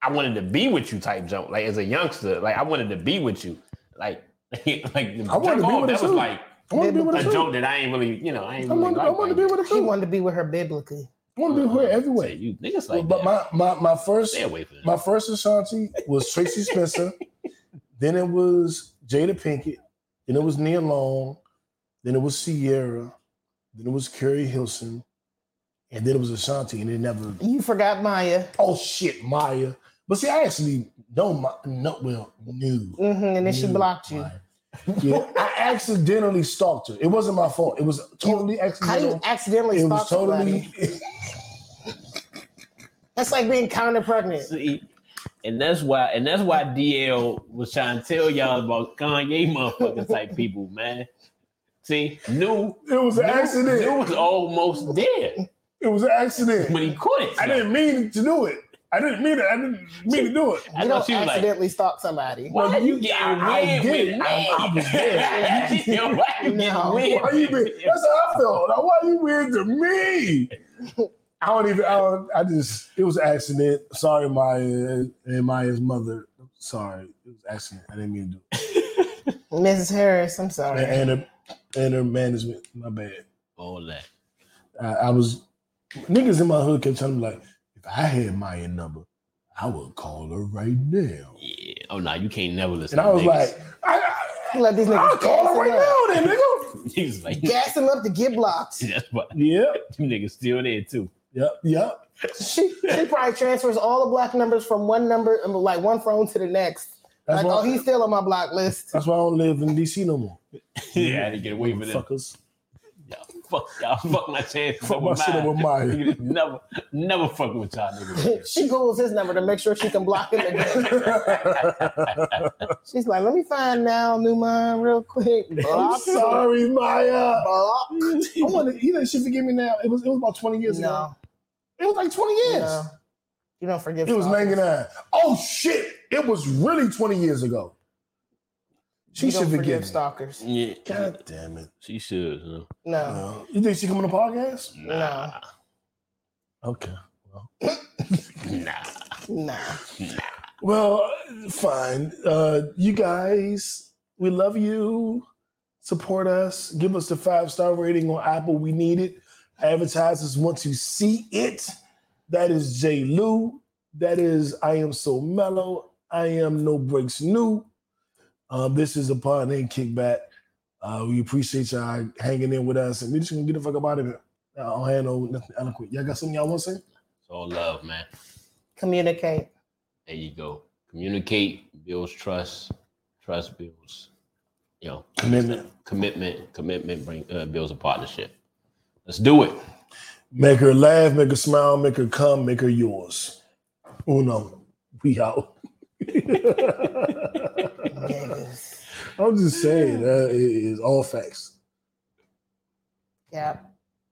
I wanted to be with you type jump. Like as a youngster, like I wanted to be with you. Like [LAUGHS] like the
I wanted to
jump
be
off,
with
that
her
was
too.
like
I want to be with
a
her. too.
joke that I ain't really, you know, I ain't
I
really
want to
like,
be with
like,
her.
He
too.
mm-hmm. wanted to be with her biblically.
I want to be with her
uh-uh.
everywhere.
You niggas like
but
that.
my, my my first
Stay away from
my
that.
first Ashanti was Tracy Spencer, then it was Jada Pinkett, then it was Nia Long, then it was Sierra, then it was Carrie Hilson, and then it was Ashanti, and it never.
You forgot Maya,
Oh shit, Maya. But see, I actually don't mi- no well knew.
hmm and then she
knew
blocked you.
Maya. Yeah, I accidentally stalked her. It wasn't my fault. It was
How do
totally
you
accidental.
accidentally
It
stalk
was
somebody?
totally. [LAUGHS]
That's like being counter pregnant.
See, and that's why, and that's why DL was trying to tell y'all about Kanye motherfucking type people, man. See, knew
It was an
knew-
accident.
knew was almost there
It was an accident.
when he quit.
I didn't mean to do it. I didn't mean it. I didn't mean to do it.
I
You don't
thought she was like,
accidentally stalk somebody.
Why
Well,
you
you-
getting
I- I
weird
did.
with me?
I- I
[LAUGHS]
was there. [LAUGHS]
Yeah, why you
No.
getting
Why you [LAUGHS]
weird?
be, that's how I felt. Like, why are you weird to me? I don't even. I, don't, I just. It was an accident. Sorry, Maya and Maya's mother. Sorry, it was an accident. I didn't mean to do it.
Mrs. Harris, I'm sorry.
And, and her and her management. My bad.
All that.
I, I was niggas in my hood kept telling me like, if I had Maya's number, I would call her right now.
Yeah. Oh no, you can't never listen.
And I
to
was
niggas.
like, I, I,
Let these niggas
I'll call her
gas him up.
right now, then nigga.
[LAUGHS] he was like,
gas him up to get blocked.
that's why
[LAUGHS] Yep,
you niggas still there too.
yep, yep.
She, she probably transfers all the block numbers from one number, um, like one phone to the next.
That's
like,
why.
oh, he's still on my block
[LAUGHS]
list.
that's why I don't live in DC no more.
yeah, I had to get away from them.
Fuckers.
Y'all fuck
[LAUGHS]
y'all, fuck my chances.
Fuck
up
my
with
shit up
mine.
with
[LAUGHS]
Maya.
Niggas never, never fuck with y'all
[LAUGHS]
[LAUGHS]
niggas.
she googles his number to make sure she can block him again. She's like, let me find now, new mine, real quick.
I'm
Block,
sorry,
[LAUGHS]
Maya.
block.
I want to. You know, she forgive me now. It was it was about twenty years ago.
No,
It was like twenty years.
no, you don't forgive.
It was
stalkers.
ninety nine. Oh shit! It was really twenty years ago. She
You
should
don't
forgive me.
stalkers.
yeah,
God damn it!
she should. Huh?
No,
No. You think she come on the podcast?
Nah,
Okay.
nah.
no.
Well, fine. Uh, you guys, we love you. Support us. Give us the five star rating on Apple. We need it. Advertisers want to see it. That is J. Lou. That is I am so mellow. I am no breaks new. Um, this is upon and kickback. Uh, we appreciate y'all hanging in with us, and we just gonna get the fuck up out of here. I don't have no nothing eloquent. Y'all got something y'all want to say?
It's all love, man.
Communicate.
[LAUGHS]
There you go. Communicate builds trust. Trust builds You know,
Commitment.
commitment, commitment bring, uh, builds a partnership. Let's do it.
Make her laugh, make her smile, make her come, make her yours. Uno, we out. [LAUGHS]
Niggas.
I'm just saying, uh, it is all facts.
Yep.